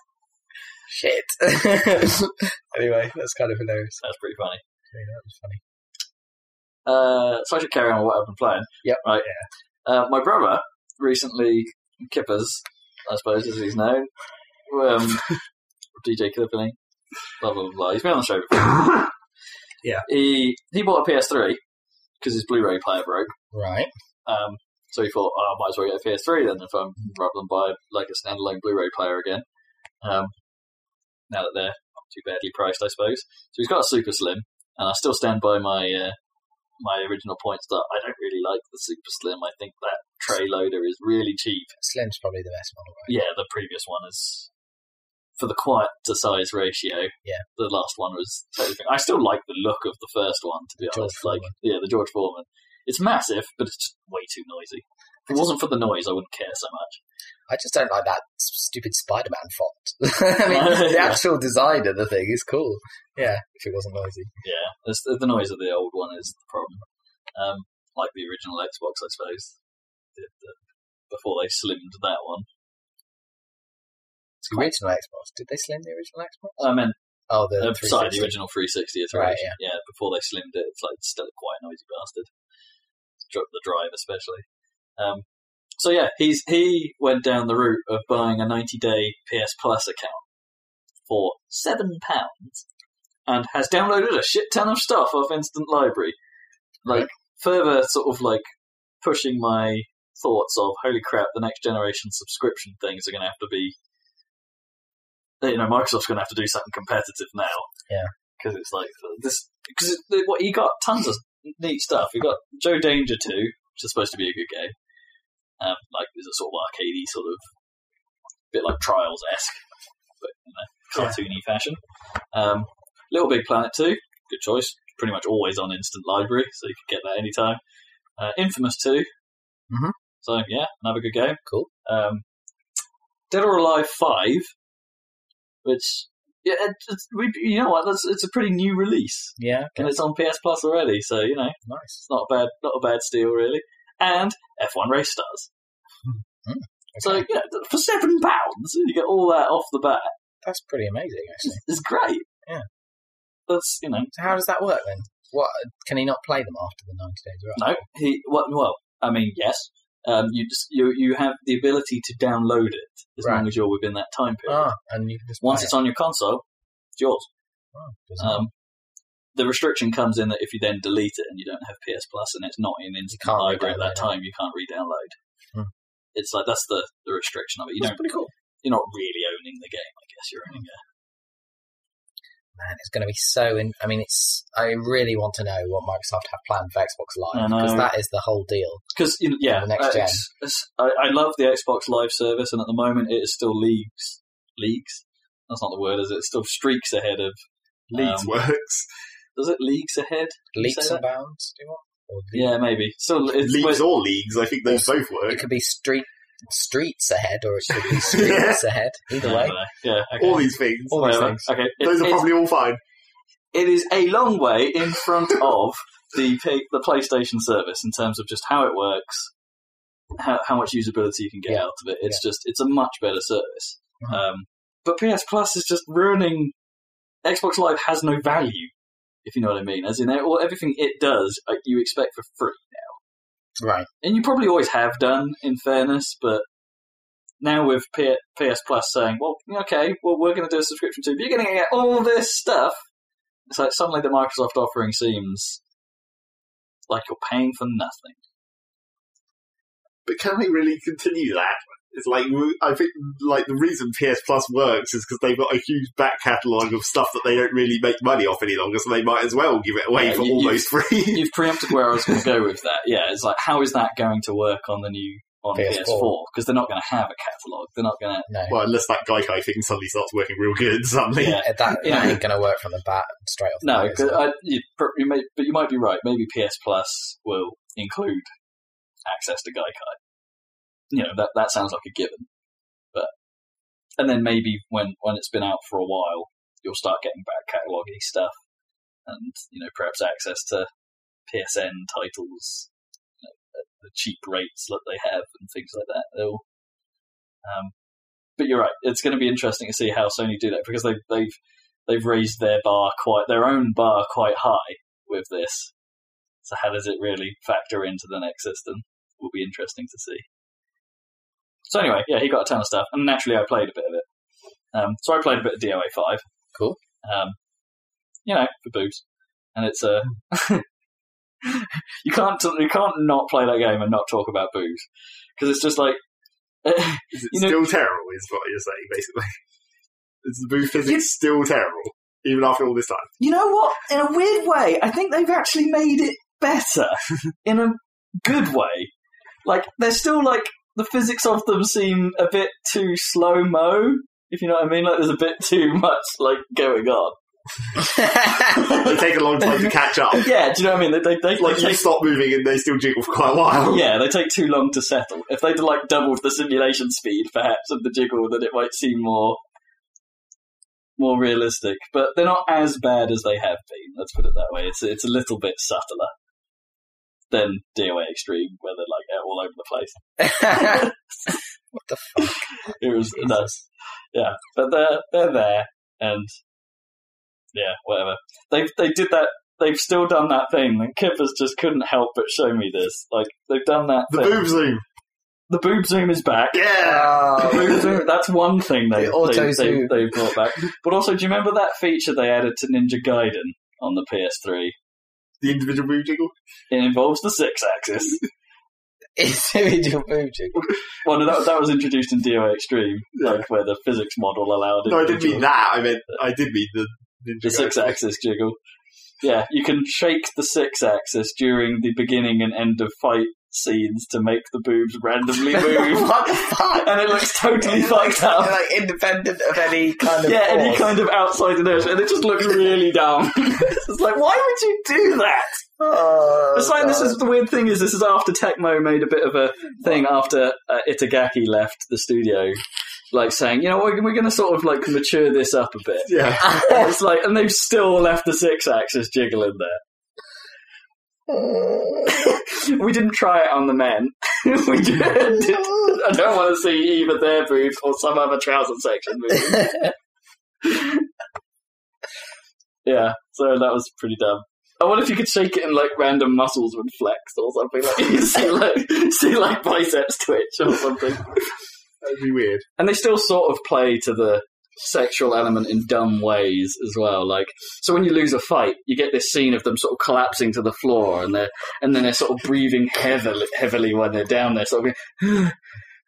S2: Shit. anyway, that's kind of hilarious.
S3: That's pretty funny.
S2: I mean, that was funny.
S3: Uh, so I should carry on with what I've been playing.
S2: Yep.
S3: Right. Uh, my brother recently, Kippers, I suppose as he's known, um, DJ Clippany, blah blah blah. He's been on the show before. He he bought a PS3 because his Blu-ray player broke.
S2: Right.
S3: Um, so he thought, oh, I might as well get a PS3 then if I'm rather than buy like a standalone Blu-ray player again. Um, now that they're not too badly priced, I suppose. So he's got a Super Slim, and I still stand by my uh, my original points that I don't really like the Super Slim. I think that tray loader is really cheap.
S2: Slim's probably the best model, right?
S3: Yeah, the previous one is for the quiet to size ratio.
S2: Yeah.
S3: the last one was. Totally I still like the look of the first one, to be
S2: George
S3: honest. Like,
S2: Foreman.
S3: yeah, the George Foreman. It's massive, but it's just way too noisy. If it wasn't for the noise, I wouldn't care so much.
S2: I just don't like that s- stupid Spider-Man font. I mean, the
S3: Yeah.
S2: actual design of the thing is cool. Yeah, if it wasn't noisy.
S3: Yeah, it's, the the noise of the old one is the problem. Um, like the original Xbox, I suppose. The- the- Before they slimmed that one,
S2: The original Xbox. Did they slim the original Xbox?
S3: I meant
S2: Oh, the
S3: uh, sorry, the
S2: 360.
S3: original 360 iteration.
S2: Right, yeah.
S3: before they slimmed it, it's like still quite a noisy bastard. Drop the drive, especially. Um, so yeah, he's he went down the route of buying a 90 day PS Plus account for seven pounds, and has downloaded a shit ton of stuff off Instant Library. Like, further sort of like pushing my thoughts of holy crap, the next generation subscription things are going to have to be. You know, Microsoft's going to have to do something competitive now.
S2: Yeah.
S3: Because it's like this. Because what you got tons of neat stuff. You got Joe Danger Two, which is supposed to be a good game. Um, like there's a sort of arcadey sort of bit like Trials esque, but in a cartoony fashion. Um, Little Big Planet Two, good choice. Pretty much always on Instant Library, so you can get that anytime. Uh, Infamous 2
S2: Mhm.
S3: So yeah, another good game.
S2: Cool.
S3: Um, Dead or Alive Five, which yeah, it- it's, we, you know what? That's, it's a pretty new release,
S2: Yeah.
S3: and it's on PS Plus already. So you know, nice. It's not a bad, not a bad steal really. And F1 Race Stars. So yeah, th- for seven pounds, you get all that off the bat.
S2: That's pretty amazing, actually.
S3: It's, it's great.
S2: Yeah.
S3: That's you know,
S2: So how does that work then? What can he not play them after the ninety days? Right?
S3: No, he. Well, well I mean, yes. Um, you just you you have the ability to download it as
S2: Right.
S3: long as you're within that time period.
S2: Ah, and you can just
S3: Once
S2: play
S3: it's on your console, it's yours.
S2: it. Oh, doesn't
S3: Um, the restriction comes in that if you then delete it and you don't have PS Plus and it's not in Instant
S2: can't
S3: Library at that
S2: re-download
S3: time, you can't re-download.
S2: Hmm.
S3: It's like that's the, the restriction of it. You
S2: That's
S3: don't,
S2: pretty cool.
S3: you're not really owning the game, I guess. You're owning a
S2: Man, it's going to be so. In- I mean, it's. I really want to know what Microsoft have planned for Xbox
S3: I
S2: Live
S3: know.
S2: because that is the whole deal.
S3: because you know, yeah,
S2: The next
S3: uh,
S2: gen.
S3: it's- it's- I, I love the Xbox Live service, and at the moment it is still leagues leagues. That's not the word, is it? It's still streaks ahead of
S1: Leeds
S3: Um,
S1: works.
S3: Does it leagues ahead? you
S2: Leaps
S3: say
S2: and bounds. Do you want? Or leap-
S3: Yeah, maybe. So it's
S1: Leagues
S3: but-
S1: or leagues, I think those both
S2: It
S1: work.
S2: could be street streets ahead, or it could be streets ahead. Either
S3: I
S2: way,
S3: don't know. Yeah, okay.
S1: All these things.
S2: all these
S3: Whatever.
S2: things.
S3: Okay, it-
S1: Those are
S3: it's-
S1: probably all fine.
S3: it is a long way in front of the P- the PlayStation service in terms of just how it works, how, how much usability you can get
S2: Yeah. Uh-huh.
S3: out of it. It's just it's a much better service. Um, but PS Plus is just ruining. Xbox Live has no value, if you know what I mean. As in, all, everything it does, uh, you expect for free,
S2: right?
S3: and you probably always have done, in fairness. But now with P- PS Plus saying, "Well, okay, well, we're going to do a subscription too, but you're going to get all this stuff," it's like suddenly the Microsoft offering seems like you're paying for nothing.
S1: But can they really continue that? It's like w- I think like the reason PS Plus works is because they've got a huge back catalogue of stuff that they don't really make money off any longer, so they might as well give it away
S3: Yeah,
S1: for
S3: you-
S1: almost free.
S3: You've preempted where I was going to go with that. Yeah, it's like how is that going to work on the new on
S2: PS4?
S3: PS4? Because they're not going to have a catalog. They're not going to.
S2: No,
S1: well, unless that Geico thing suddenly starts working real good suddenly.
S3: Yeah.
S2: Uh, that,
S3: Yeah.
S2: that ain't going to work from the bat straight off. the
S3: No,
S2: bat, is
S3: 'cause
S2: it?
S3: I, you, pr- you may, but you might be right. Maybe PS Plus will include access to Gaikai. You know that that sounds like a given, but and then maybe when when it's been out for a while, you'll start getting back catalogy stuff, and you know perhaps access to PSN titles you know, at the cheap rates that they have and things like that. They'll, um, but you're right. It's going to be interesting to see how Sony do that because they they've they've raised their bar quite their own bar quite high with this. So how does it really factor into the next system? Will be interesting to see. So anyway, yeah, he got a ton of stuff, and naturally I played a bit of it. Um, so I played a bit of DOA five.
S2: Cool.
S3: Um, you know, for boobs, and it's a. You can't you can't not play that game and not talk about boobs because it's just like
S1: Is it
S3: You know-
S1: still terrible? Is what you're saying basically? Is the booth physics still terrible even after all this time?
S3: you know what? In a weird way, I think they've actually made it better in a good way. Like they're still like the physics of them seem a bit too slow mo. If you know what I mean, like there's a bit too much like going on.
S1: They take a long time to catch up.
S3: Yeah, do you know what I mean? They, they, they,
S1: Like
S3: they
S1: you stop moving and they still jiggle for quite a while.
S3: yeah, they take too long to settle. If they'd like doubled the simulation speed, perhaps, of the jiggle, then it might seem more more realistic. But they're not as bad as they have been. Let's put it that way. It's it's a little bit subtler than DOA Extreme, where they're like all over the place.
S2: what the fuck?
S3: It was no, yeah, but they're they're there, and yeah, whatever. They they did that. They've still done that thing. And Kippers just couldn't help but show me this. Like they've done that.
S1: The
S3: thing.
S1: boob zoom.
S3: the boob zoom is back.
S1: Yeah.
S3: The boob zoom, that's one thing they,
S2: The auto
S3: they, they,
S2: zoom.
S3: they brought back. But also, do you remember that feature they added to Ninja Gaiden on the PS3?
S1: The individual boob jiggle.
S3: It involves the six axis.
S2: It's individual boob jiggle.
S3: well, Oh, no, that, that was introduced in DOA Extreme, like where the physics model allowed it.
S1: No, I didn't mean that. I meant I did mean the ninja
S3: The six
S1: guy.
S3: axis jiggle. Yeah, you can shake the six axis during the beginning and end of fight scenes to make the boobs randomly move.
S2: what the fuck?
S3: and it looks totally fucked
S2: They're,
S3: up.
S2: like independent of any kind of
S3: Yeah, any
S2: force.
S3: kind of outside inertia, and it just looks really dumb. it's like, why would you do that?
S2: Oh,
S3: It's like this
S2: God.
S3: is the weird thing is this is after Tecmo made a bit of a thing after uh, Itagaki left the studio, like saying, you know, we're, we're going to sort of like mature this up a bit.
S1: Yeah.
S3: And it's like, and they've still left the six axis jiggle in there. we didn't try it on the men. we did. I don't want to see either their boobs or some other trouser section. moving. yeah, so that was pretty dumb. I wonder if you could shake it and like random muscles would flex or something. Like you see like see like biceps twitch or something.
S1: That'd be weird.
S3: And they still sort of play to the sexual element in dumb ways as well. Like so when you lose a fight, you get this scene of them sort of collapsing to the floor and they're and then they're sort of breathing heavily heavily when they're down there, sort of going,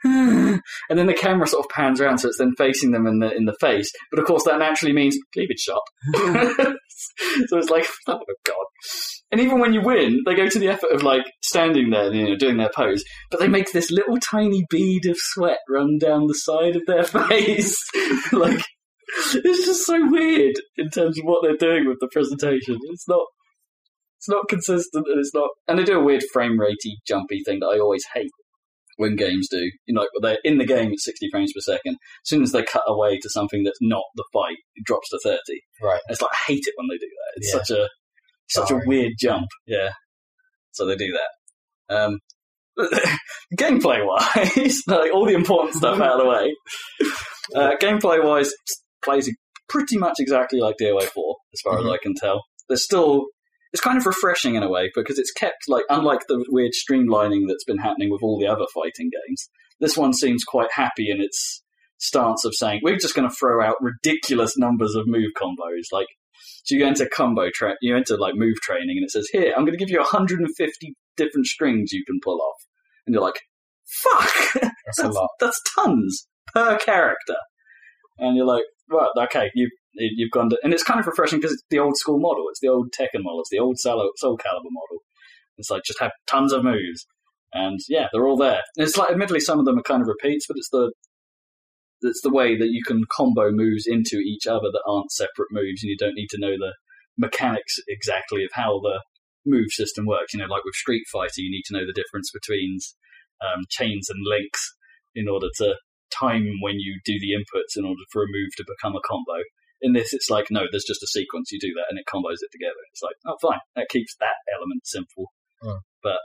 S3: and then the camera sort of pans around so it's then facing them in the in the face. But of course that naturally means cleavage shot. so it's like oh god. And even when you win, they go to the effort of like standing there, you know, doing their pose, but they make this little tiny bead of sweat run down the side of their face. like, it's just so weird in terms of what they're doing with the presentation. It's not, it's not consistent, and it's not. And they do a weird frame ratey, jumpy thing that I always hate when games do. You know, they're in the game at sixty frames per second. As soon as they cut away to something that's not the fight, it drops to thirty.
S2: Right.
S3: It's like I hate it when they do that. It's
S2: Yeah.
S3: such a such
S2: Sorry.
S3: a weird jump. Yeah. So they do that. Um, gameplay wise, like all the important stuff out of the way. Uh, gameplay wise, plays pretty much exactly like DOA four, as far
S2: Mm-hmm.
S3: as I can tell. There's still it's kind of refreshing in a way because it's kept like unlike the weird streamlining that's been happening with all the other fighting games. This one seems quite happy in its stance of saying we're just going to throw out ridiculous numbers of move combos. Like, so you enter combo, tra- you enter like move training, and it says here I'm going to give you 150 different strings you can pull off, and you're like, fuck,
S2: That's a lot.
S3: that's tons per character, and you're like, well, okay, you you've gone to, and it's kind of refreshing because it's the old school model, it's the old Tekken model, it's the old Soul, Soul Calibur model. It's like just have tons of moves, and yeah, they're all there. And it's like, admittedly, some of them are kind of repeats, but it's the it's the way that you can combo moves into each other that aren't separate moves, and you don't need to know the mechanics exactly of how the move system works. You know, like with Street Fighter, you need to know the difference between um, chains and links in order to time when you do the inputs in order for a move to become a combo. In this, it's like no, there's just a sequence. You do that, and it combos it together. It's like oh, fine, that keeps that element simple.
S2: Hmm.
S3: But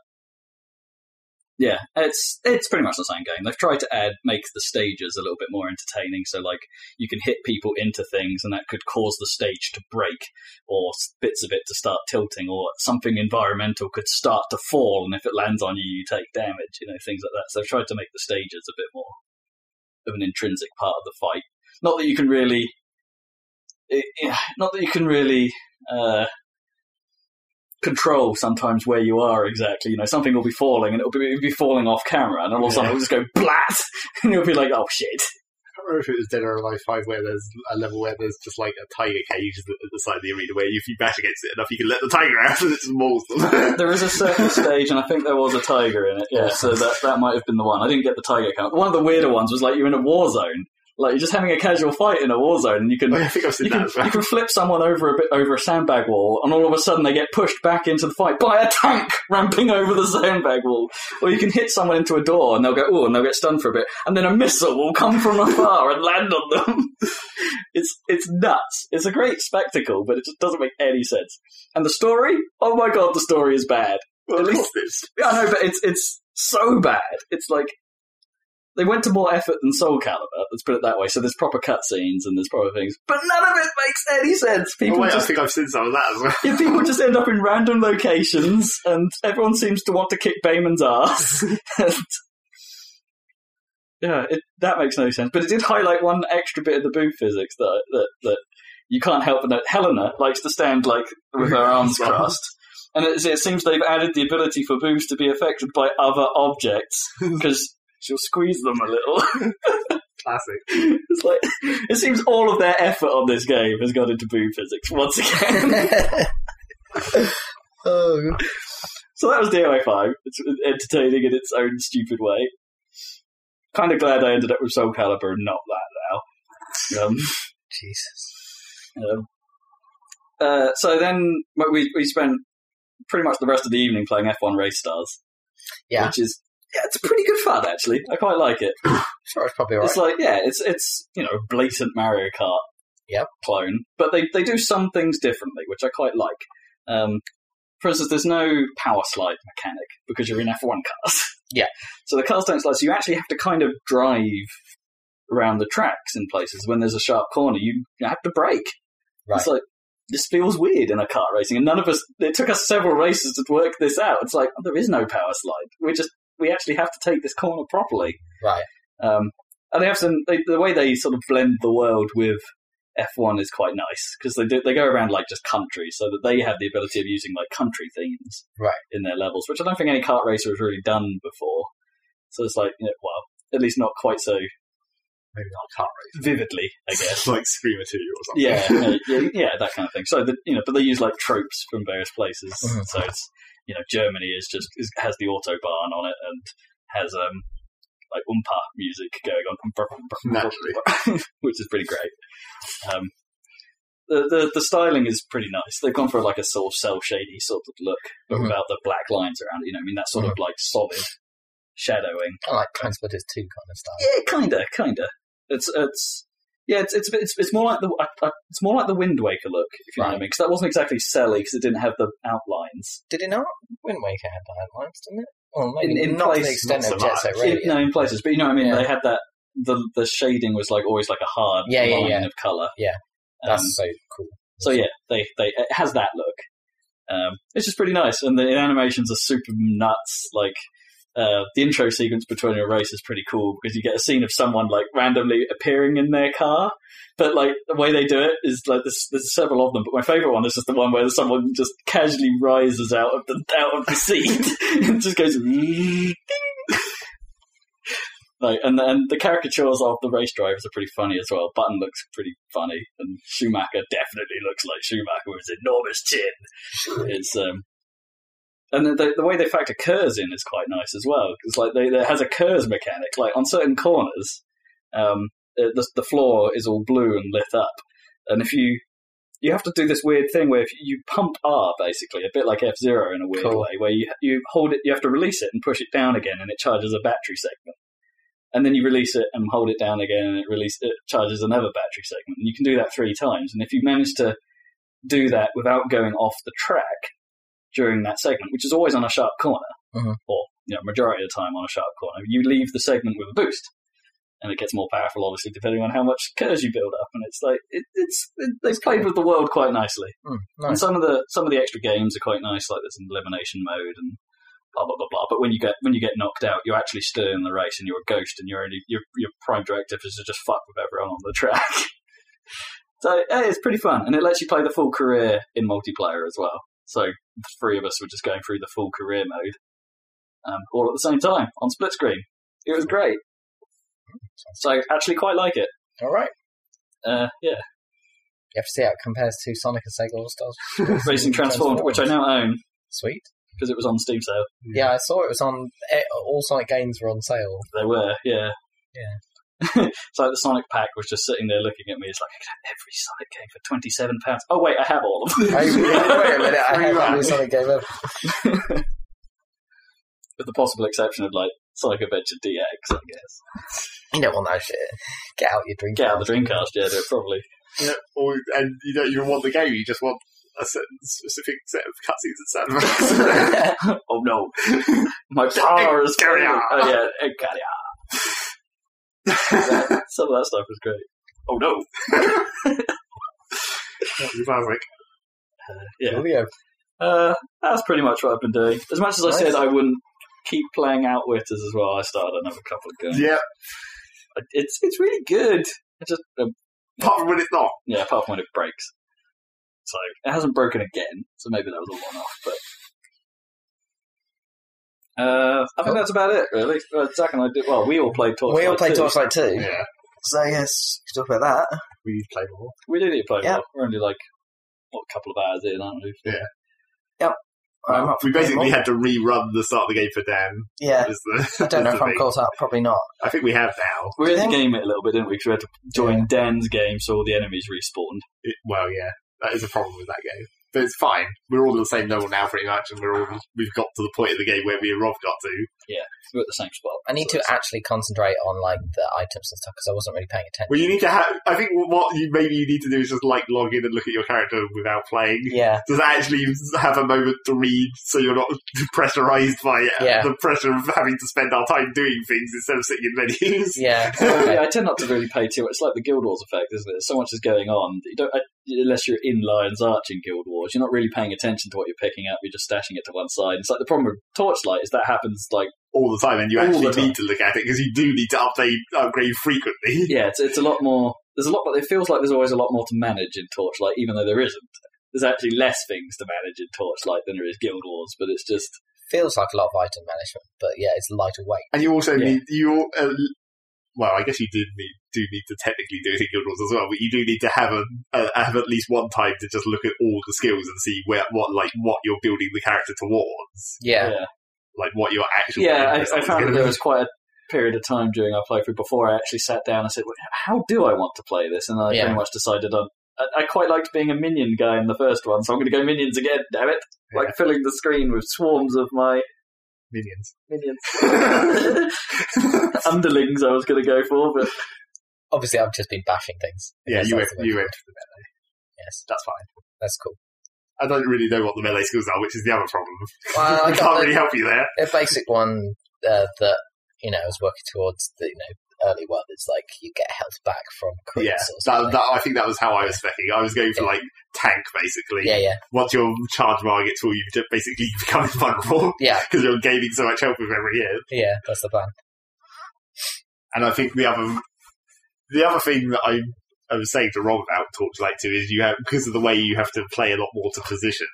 S3: yeah, it's it's pretty much the same game. They've tried to add make the stages a little bit more entertaining. So like you can hit people into things, and that could cause the stage to break, or s- bits of it to start tilting, or something environmental could start to fall, and if it lands on you, you take damage. You know things like that. So they've tried to make the stages a bit more of an intrinsic part of the fight. Not that you can really, it, yeah, not that you can really uh, control sometimes where you are exactly. You know, something will be falling and it'll be, it'll be falling off camera, and all of a sudden
S1: Yeah.
S3: it'll just go blat, and you'll be like, oh shit.
S1: I remember if it was Dead or Alive 5 where there's a level where there's just like a tiger cage at the side of the arena where if you bash against it enough you can let the tiger out and it just mauls them.
S3: There is a certain stage, and I think there was a tiger in it. Yeah, so that that might have been the one. I didn't get the tiger count. One of the weirder ones was like you're in a war zone, like you're just having a casual fight in a war zone, and you can
S1: I think I've seen
S3: you
S1: that
S3: can,
S1: as well.
S3: you can flip someone over a bit over a sandbag wall, and all of a sudden they get pushed back into the fight by a tank ramping over the sandbag wall. Or you can hit someone into a door, and they'll go oh, and they'll get stunned for a bit, and then a missile will come from afar and land on them. it's it's nuts. It's a great spectacle, but it just doesn't make any sense. And the story, oh my god, the story is bad.
S1: Well, at least it's
S3: I know, but it's it's so bad. It's like they went to more effort than Soul Calibur. Let's put it that way. So there's proper cutscenes and there's proper things, but none of it makes any sense.
S1: Oh,
S3: People
S1: wait, I
S3: just
S1: think I've seen some of that as well.
S3: yeah, people just end up in random locations, and everyone seems to want to kick Bayman's ass. and yeah, it, that makes no sense. But it did highlight one extra bit of the boob physics that that, that you can't help but note. Helena likes to stand like with her arms crossed. And it, it seems they've added the ability for boobs to be affected by other objects because she'll squeeze them a little.
S1: Classic.
S3: it's like it seems all of their effort on this game has gone into boob physics once again.
S2: oh,
S3: So that was DOA 5. It's entertaining in its own stupid way. Kind of glad I ended up with Soul Calibur and not that now. Um,
S2: Jesus.
S3: um, uh, so then but we, we spent pretty much the rest of the evening playing F1 Race Stars.
S2: Yeah.
S3: Which is, yeah, it's pretty good fun, actually. I quite like it.
S2: Sure, it's probably all right.
S3: It's like, yeah, it's, it's you know, blatant Mario Kart
S2: Yep.
S3: clone. But they, they do some things differently, which I quite like. Um, for instance, there's no power slide mechanic because you're in F1 cars.
S2: Yeah.
S3: So the cars don't slide, so you actually have to kind of drive around the tracks in places. When there's a sharp corner, you you have to brake.
S2: Right.
S3: It's like, this feels weird in a car racing, and none of us, it took us several races to work this out. It's like, oh, there is no power slide. We just, we actually have to take this corner properly.
S2: Right.
S3: Um, and they have some they, the way they sort of blend the world with F1 is quite nice because they do, they go around like just country, so that they have the ability of using like country themes
S2: Right.
S3: in their levels, which I don't think any kart racer has really done before. So it's like, you know, well, at least not quite so
S2: Maybe not can't really.
S3: vividly, I guess.
S1: like Screamer 2 or something.
S3: yeah, no, yeah, yeah, that kind of thing. So the, you know, but they use like tropes from various places.
S1: Oh,
S2: Mhm.
S3: So it's you know, Germany is just is, has the autobahn on it and has um like umpa music going on,
S1: Naturally.
S3: which is pretty great. Um, the, the the styling is pretty nice. They've gone for like a sort of cell shady sort of look, but
S1: Mm-hmm.
S2: Mhm.
S3: without the black lines around it. You know, I mean, that sort of like solid shadowing.
S2: I like Transporters 2 kind of style.
S3: Yeah, kinda, kinda. It's it's yeah, it's it's a bit- it's, it's more like the I- I- it's more like the Wind Waker look, if you know what I
S2: Right.
S3: mean, because that wasn't exactly Sally because it didn't have the outlines.
S2: Did it not? Wind Waker had the headlines, didn't it? Well,
S3: In-
S2: maybe
S3: in
S2: not to
S3: place,
S2: the extent
S1: not
S2: of
S1: so
S2: Jet Set
S1: much.
S2: Radio.
S3: It- no, in places, but you know what I mean.
S2: Yeah.
S3: They had that the the shading was like always like a hard
S2: Yeah, yeah,
S3: line
S2: yeah.
S3: of color.
S2: Yeah.
S3: um,
S2: That's so cool.
S3: so yeah, they they it has that look. Um, it's just pretty nice, and the animations are super nuts. Like uh, the intro sequence between a race is pretty cool because you get a scene of someone like randomly appearing in their car, but like the way they do it is like there's, there's several of them, but my favorite one is just the one where someone just casually rises out of the out of the seat and just goes. "Ding." Like and and the caricatures of the race drivers are pretty funny as well. Button looks pretty funny, and Schumacher definitely looks like Schumacher with his enormous chin. It's um, and the, the, the way they factor curves in is quite nice as well because like they, they has a curves mechanic. Like on certain corners, um, uh, the the floor is all blue and lit up, and if you you have to do this weird thing where if you pump R basically, a bit like F Zero in a weird
S2: Cool.
S3: way, where you you hold it, you have to release it and push it down again, and it charges a battery segment. And then you release it and hold it down again, and it release it charges another battery segment. And you can do that three times. And if you manage to do that without going off the track during that segment, which is always on a sharp corner,
S2: Mhm.
S3: or you know, majority of the time on a sharp corner, you leave the segment with a boost, and it gets more powerful, obviously, depending on how much curves you build up. And it's like it, it's it, they've played with the world quite nicely,
S2: Mm,
S3: and
S2: nice.
S3: some of the some of the extra games are quite nice, like there's an elimination mode and blah blah blah blah. But when you get when you get knocked out, you're actually still in the race, and you're a ghost, and your only your your prime directive is to just fuck with everyone on the track. So yeah, it's pretty fun, and it lets you play the full career in multiplayer as well. So the three of us were just going through the full career mode, um, all at the same time on split screen. It was great. So I actually quite like it.
S2: All right.
S3: Uh, yeah,
S2: You have to see how it compares to Sonic and Sega All Stars.
S3: Racing Transformed, which I now own
S2: Sweet.
S3: because it was on Steam sale.
S2: Yeah, I saw it was on. eh, All Sonic games were on sale.
S3: They were, yeah.
S2: Yeah.
S3: so the Sonic pack was just sitting there looking at me. It's like, I could have every Sonic game for twenty seven pounds. Oh wait, I have all of them.
S2: I, wait a minute, I
S1: Free
S2: have
S1: run.
S2: a new Sonic game ever.
S3: With the possible exception of like Sonic Adventure DX, I guess.
S2: You don't want that shit. Get out your drink.
S3: Get out of the Dreamcast, yeah, do it probably.
S1: yeah. Or, and you don't even want the game, you just want a certain specific set of cutscenes and sound effects.
S3: Oh no, my power is
S1: Carry on.
S3: Oh yeah, eh, carry on. That- Some of that stuff was great. Oh no,
S1: I was like,
S3: yeah.
S2: Julio.
S3: Uh, that's pretty much what I've been doing. As much as I said
S2: Nice.
S3: I wouldn't keep playing Outwitters as well. I started another couple of games.
S1: Yeah,
S3: It's it's really good. It's just um,
S1: apart from when it's not.
S3: yeah, apart from when it breaks. So it hasn't broken again. So maybe that was a one-off. But uh, I think that's about it, really. Uh, Zach and I did well. We all played Torchlight.
S2: Oh. we all play
S3: too.
S2: Torchlight 2.
S1: Yeah,
S2: So, yes, we can talk about that.
S1: we play more.
S3: We did need to play.
S2: Yeah.
S3: more. We're only like what a couple of hours in, aren't we?
S2: I'm up for
S1: Uh, we basically
S2: playing more.
S1: had to rerun the start of the game for Dan.
S2: Um, Yeah.
S1: is the-
S2: I don't know
S1: is
S2: if
S1: the
S2: I'm
S1: thing.
S2: caught up. Probably not.
S1: I think we have now.
S3: We had to
S2: Yeah.
S3: game it a little bit, didn't we? Because we had to join Dan's game, so all the enemies respawned.
S1: It, well, yeah, that is a problem with that game. But it's fine. We're all on the same level now, pretty much, and we're all we've got to the point of the game where me and Rob got to.
S3: We're at the same spot.
S2: I need
S3: So
S2: to
S3: it's-
S2: actually concentrate on like the items and stuff because I wasn't really paying attention.
S1: Well, you need to have. I think what you maybe you need to do is just like log in and look at your character without playing.
S2: Yeah,
S1: Does actually have a moment to read, so you're not pressurized by uh,
S2: Yeah.
S1: the pressure of having to spend our time doing things instead of sitting in menus.
S2: yeah.
S3: Well,
S2: Okay.
S3: yeah, I tend not to really pay too much. It's like the Guild Wars effect, isn't it? So much is going on. that You don't, I, unless you're in Lion's Arch in Guild Wars, you're not really paying attention to what you're picking up. You're just stashing it to one side. It's like the problem with Torchlight is that happens like
S1: all the time, and you
S3: All the
S1: actually
S3: time.
S1: need to look at it because you do need to update upgrade frequently.
S3: yeah, it's, it's a lot more. There's a lot, but it feels like there's always a lot more to manage in Torchlight, even though there isn't. There's actually less things to manage in Torchlight than there is Guild Wars, but it's just
S2: Feels like a lot of item management, but yeah, it's lighter weight.
S1: And you also
S3: Yeah.
S1: need you. Uh, well, I guess you do need do need to technically do it in Guild Wars as well, but you do need to have a, uh have at least one time to just look at all the skills and see where what like what you're building the character towards,
S2: Yeah,
S1: like what your actual
S3: Yeah,
S1: interest
S3: I, I
S1: is
S3: found that
S1: gonna
S3: there
S1: be.
S3: was quite a period of time during our playthrough before I actually sat down and said, "Well, "How do I want to play this?" And I
S2: Yeah.
S3: pretty much decided on. I, I quite liked being a minion guy in the first one, so I'm going to go minions again. Damn it! Like
S1: Yeah.
S3: filling the screen with swarms of my
S1: minions.
S3: minions, underlings. I was going to go for, but
S2: obviously I've just been bashing things.
S1: Yeah,
S2: Yes,
S1: you went
S2: that's the way
S1: you
S2: to
S1: went.
S2: do
S1: for the melee.
S2: it. Yes,
S1: That's fine.
S2: that's cool.
S1: I don't really know what the melee skills are, which is the other problem.
S2: Well, Uh, I
S1: I can't
S2: got
S1: really
S2: the,
S1: help you there.
S2: a basic one uh, that you know I was working towards. The, you know, early one is like you get health back from crits.
S1: Yeah,
S2: or
S1: that,
S2: something.
S1: that, I think that was how I was specking. I was going for
S2: Yeah.
S1: like tank basically.
S2: yeah, yeah,
S1: Once your charge bar gets full, you ju- basically become invulnerable
S2: yeah,
S1: because you're gaining so much health with every hit.
S2: yeah. That's the plan.
S1: And I think the other the other thing that I I was saying to Rob about Torchlight Two is you have because of the way you have to play a lot more to position.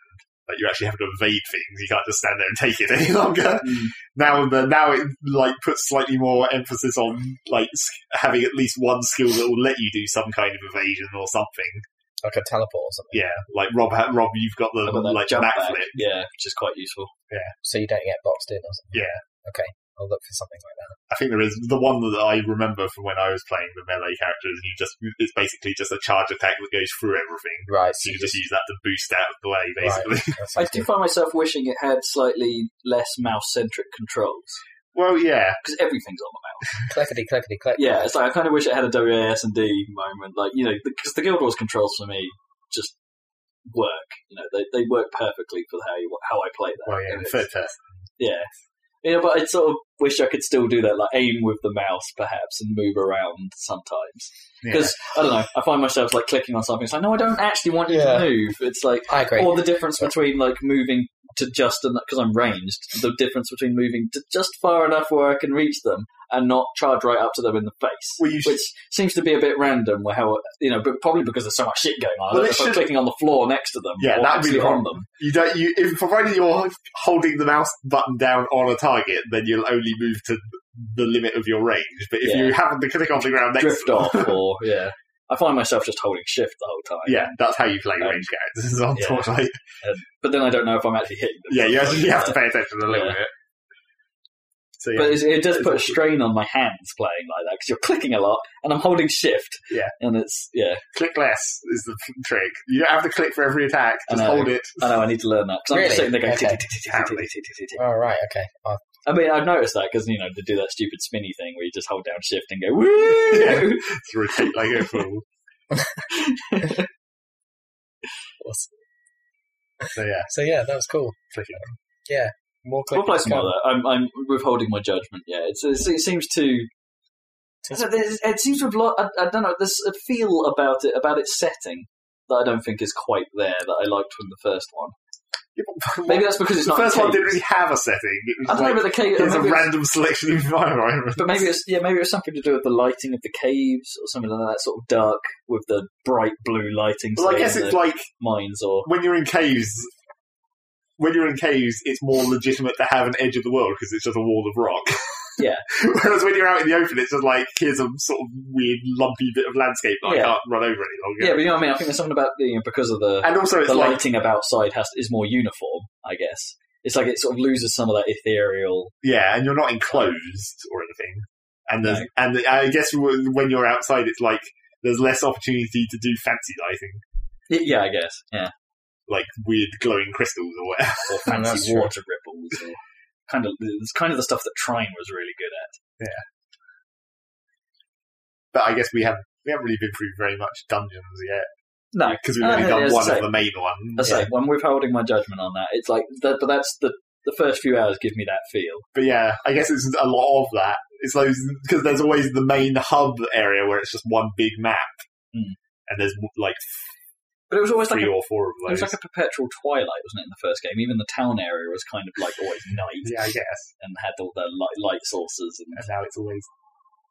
S1: Like you actually have to evade things. You can't just stand there and take it any longer.
S3: hmm,
S1: Now the now it like puts slightly more emphasis on like s- having at least one skill that will let you do some kind of evasion or something.
S2: Like a teleport or something,
S1: Yeah, like Rob, ha- Rob, you've got the
S3: I've got that
S1: like
S3: jump
S1: backflip.
S3: back, yeah, which is quite useful.
S2: so you don't get boxed in or something.
S1: Yeah.
S2: Okay, I'll look for something like that.
S1: I think there is the one that I remember from when I was playing the melee character is you just it's basically just a charge attack that goes through everything.
S2: Right.
S1: So you just use that to boost out of the way, basically.
S2: that
S3: I
S2: sounds
S3: do
S2: good.
S3: find myself wishing it had slightly less mouse-centric controls
S1: Well, yeah,
S3: because everything's on the mouse.
S2: clickety clickety click.
S3: Yeah, it's like I kind of wish it had a WAS and D moment, like you know, because the Guild Wars controls for me just work. You know, they they work perfectly for how you, how I play that.
S1: well, yeah,
S3: And
S1: the
S3: it's-
S1: third person.
S3: yeah. Yeah, but I sort of wish I could still do that, like aim with the mouse perhaps and move around sometimes.
S1: Yeah.
S3: Because I don't know, I find myself like clicking on something. It's like, no, I don't actually want you
S2: Yeah.
S3: to move. It's like,
S2: I agree.
S3: or the difference between like moving to just enough because I'm ranged. The difference between moving to just far enough where I can reach them and not charge right up to them in the face,
S1: Well, you should-
S3: which seems to be a bit random. Where how you know, but probably because there's so much shit going on. I
S1: Well,
S3: don't
S1: it
S3: know if I'm
S1: should-
S3: clicking on the floor next to them,
S1: Yeah,
S3: or
S1: that'd be
S3: actually
S1: the
S3: on
S1: problem.
S3: them.
S1: You don't you if provided you're holding the mouse button down on a target, then you'll only move to the limit of your range. But if
S3: Yeah.
S1: you happen to click on the ground next,
S3: drift off, or yeah. I find myself just holding shift the whole time.
S1: yeah, that's how you play
S3: Um,
S1: range characters is on
S3: yeah.
S1: Torchlight.
S3: but then I don't know if I'm actually hitting them.
S1: Yeah, you actually have to pay attention a little
S3: Yeah.
S1: bit. So yeah,
S3: But it's, it does
S1: It's
S3: put a
S1: awkward.
S3: strain on my hands playing like that because you're clicking a lot and I'm holding shift.
S1: Yeah.
S3: and it's yeah.
S1: click less is the trick. You don't have to click for every attack.
S3: I
S1: Just
S3: know.
S1: hold it.
S3: I know I need to learn that because I'm just sitting
S2: Really?
S3: there going.
S2: Okay.
S3: tick, tick, tick, tick, tick, tick, tick, tick, tick.
S2: All right. Okay. I'll
S3: I mean, I've noticed that because you know they do that stupid spinny thing where you just hold down shift and go woo.
S1: Yeah. to rotate like a fool. So yeah,
S2: So yeah, that was cool.
S1: click it.
S2: More
S3: We'll play
S2: clickety
S3: some other. I'm, I'm withholding my judgment. Yeah, it's, it's, it seems to. I don't know, there's- It seems to have. lo- I, I don't know. There's a feel about it, about its setting, that I don't think is quite there. That I liked from the first one. Maybe that's because it's
S1: the
S3: not
S1: first
S3: in
S1: one
S3: caves.
S1: didn't really have a setting. It was
S3: I don't
S1: like,
S3: know, but the cave.
S1: here's a
S3: maybe it's-
S1: random selection of environments.
S3: But maybe it's yeah, maybe it's something to do with the lighting of the caves or something like that, sort of dark with the bright blue lighting.
S1: Well, I
S3: say,
S1: guess
S3: in
S1: it's
S3: the
S1: like
S3: mines or
S1: when you're in caves. When you're in caves, it's more legitimate to have an edge of the world because it's just a wall of rock.
S3: Yeah.
S1: Whereas when you're out in the open, it's just like here's a sort of weird lumpy bit of landscape that
S3: Yeah.
S1: I can't run over any
S3: yeah,
S1: longer.
S3: but you know what I mean. I think there's something about the you know, because of the
S1: and also, it's
S3: the
S1: like
S3: lighting about side has is more uniform. I guess it's like it sort of loses some of that ethereal.
S1: Yeah, and you're not enclosed or anything. And there's,
S3: No.
S1: and I guess w- when you're outside, it's like there's less opportunity to do fancy lighting,
S3: y- Yeah, I guess. Yeah,
S1: like weird glowing crystals or whatever.
S3: or
S2: that's
S3: fancy
S2: true.
S3: water ripples or kind of it's kind of the stuff that Trine was really good at.
S1: But I guess we have we haven't really been through very much dungeons yet
S3: No,
S1: because we've
S3: Uh,
S1: only
S3: yeah,
S1: done
S3: as I
S1: one
S3: say-
S1: of the main ones.
S3: As I say when withholding my judgment on that, it's like that, but that's the the first few hours give me that feel.
S1: But yeah, I guess it's a lot of that. It's those because there's always the main hub area where it's just one big map,
S3: Mm.
S1: and there's like
S3: But it was always like
S1: three
S3: a
S1: or four
S3: It
S1: of
S3: was
S1: those.
S3: like a perpetual twilight, wasn't it, in the first game? Even the town area was kind of like always night
S1: yeah, I guess.
S3: and had all the light, light sources and
S1: And now it's always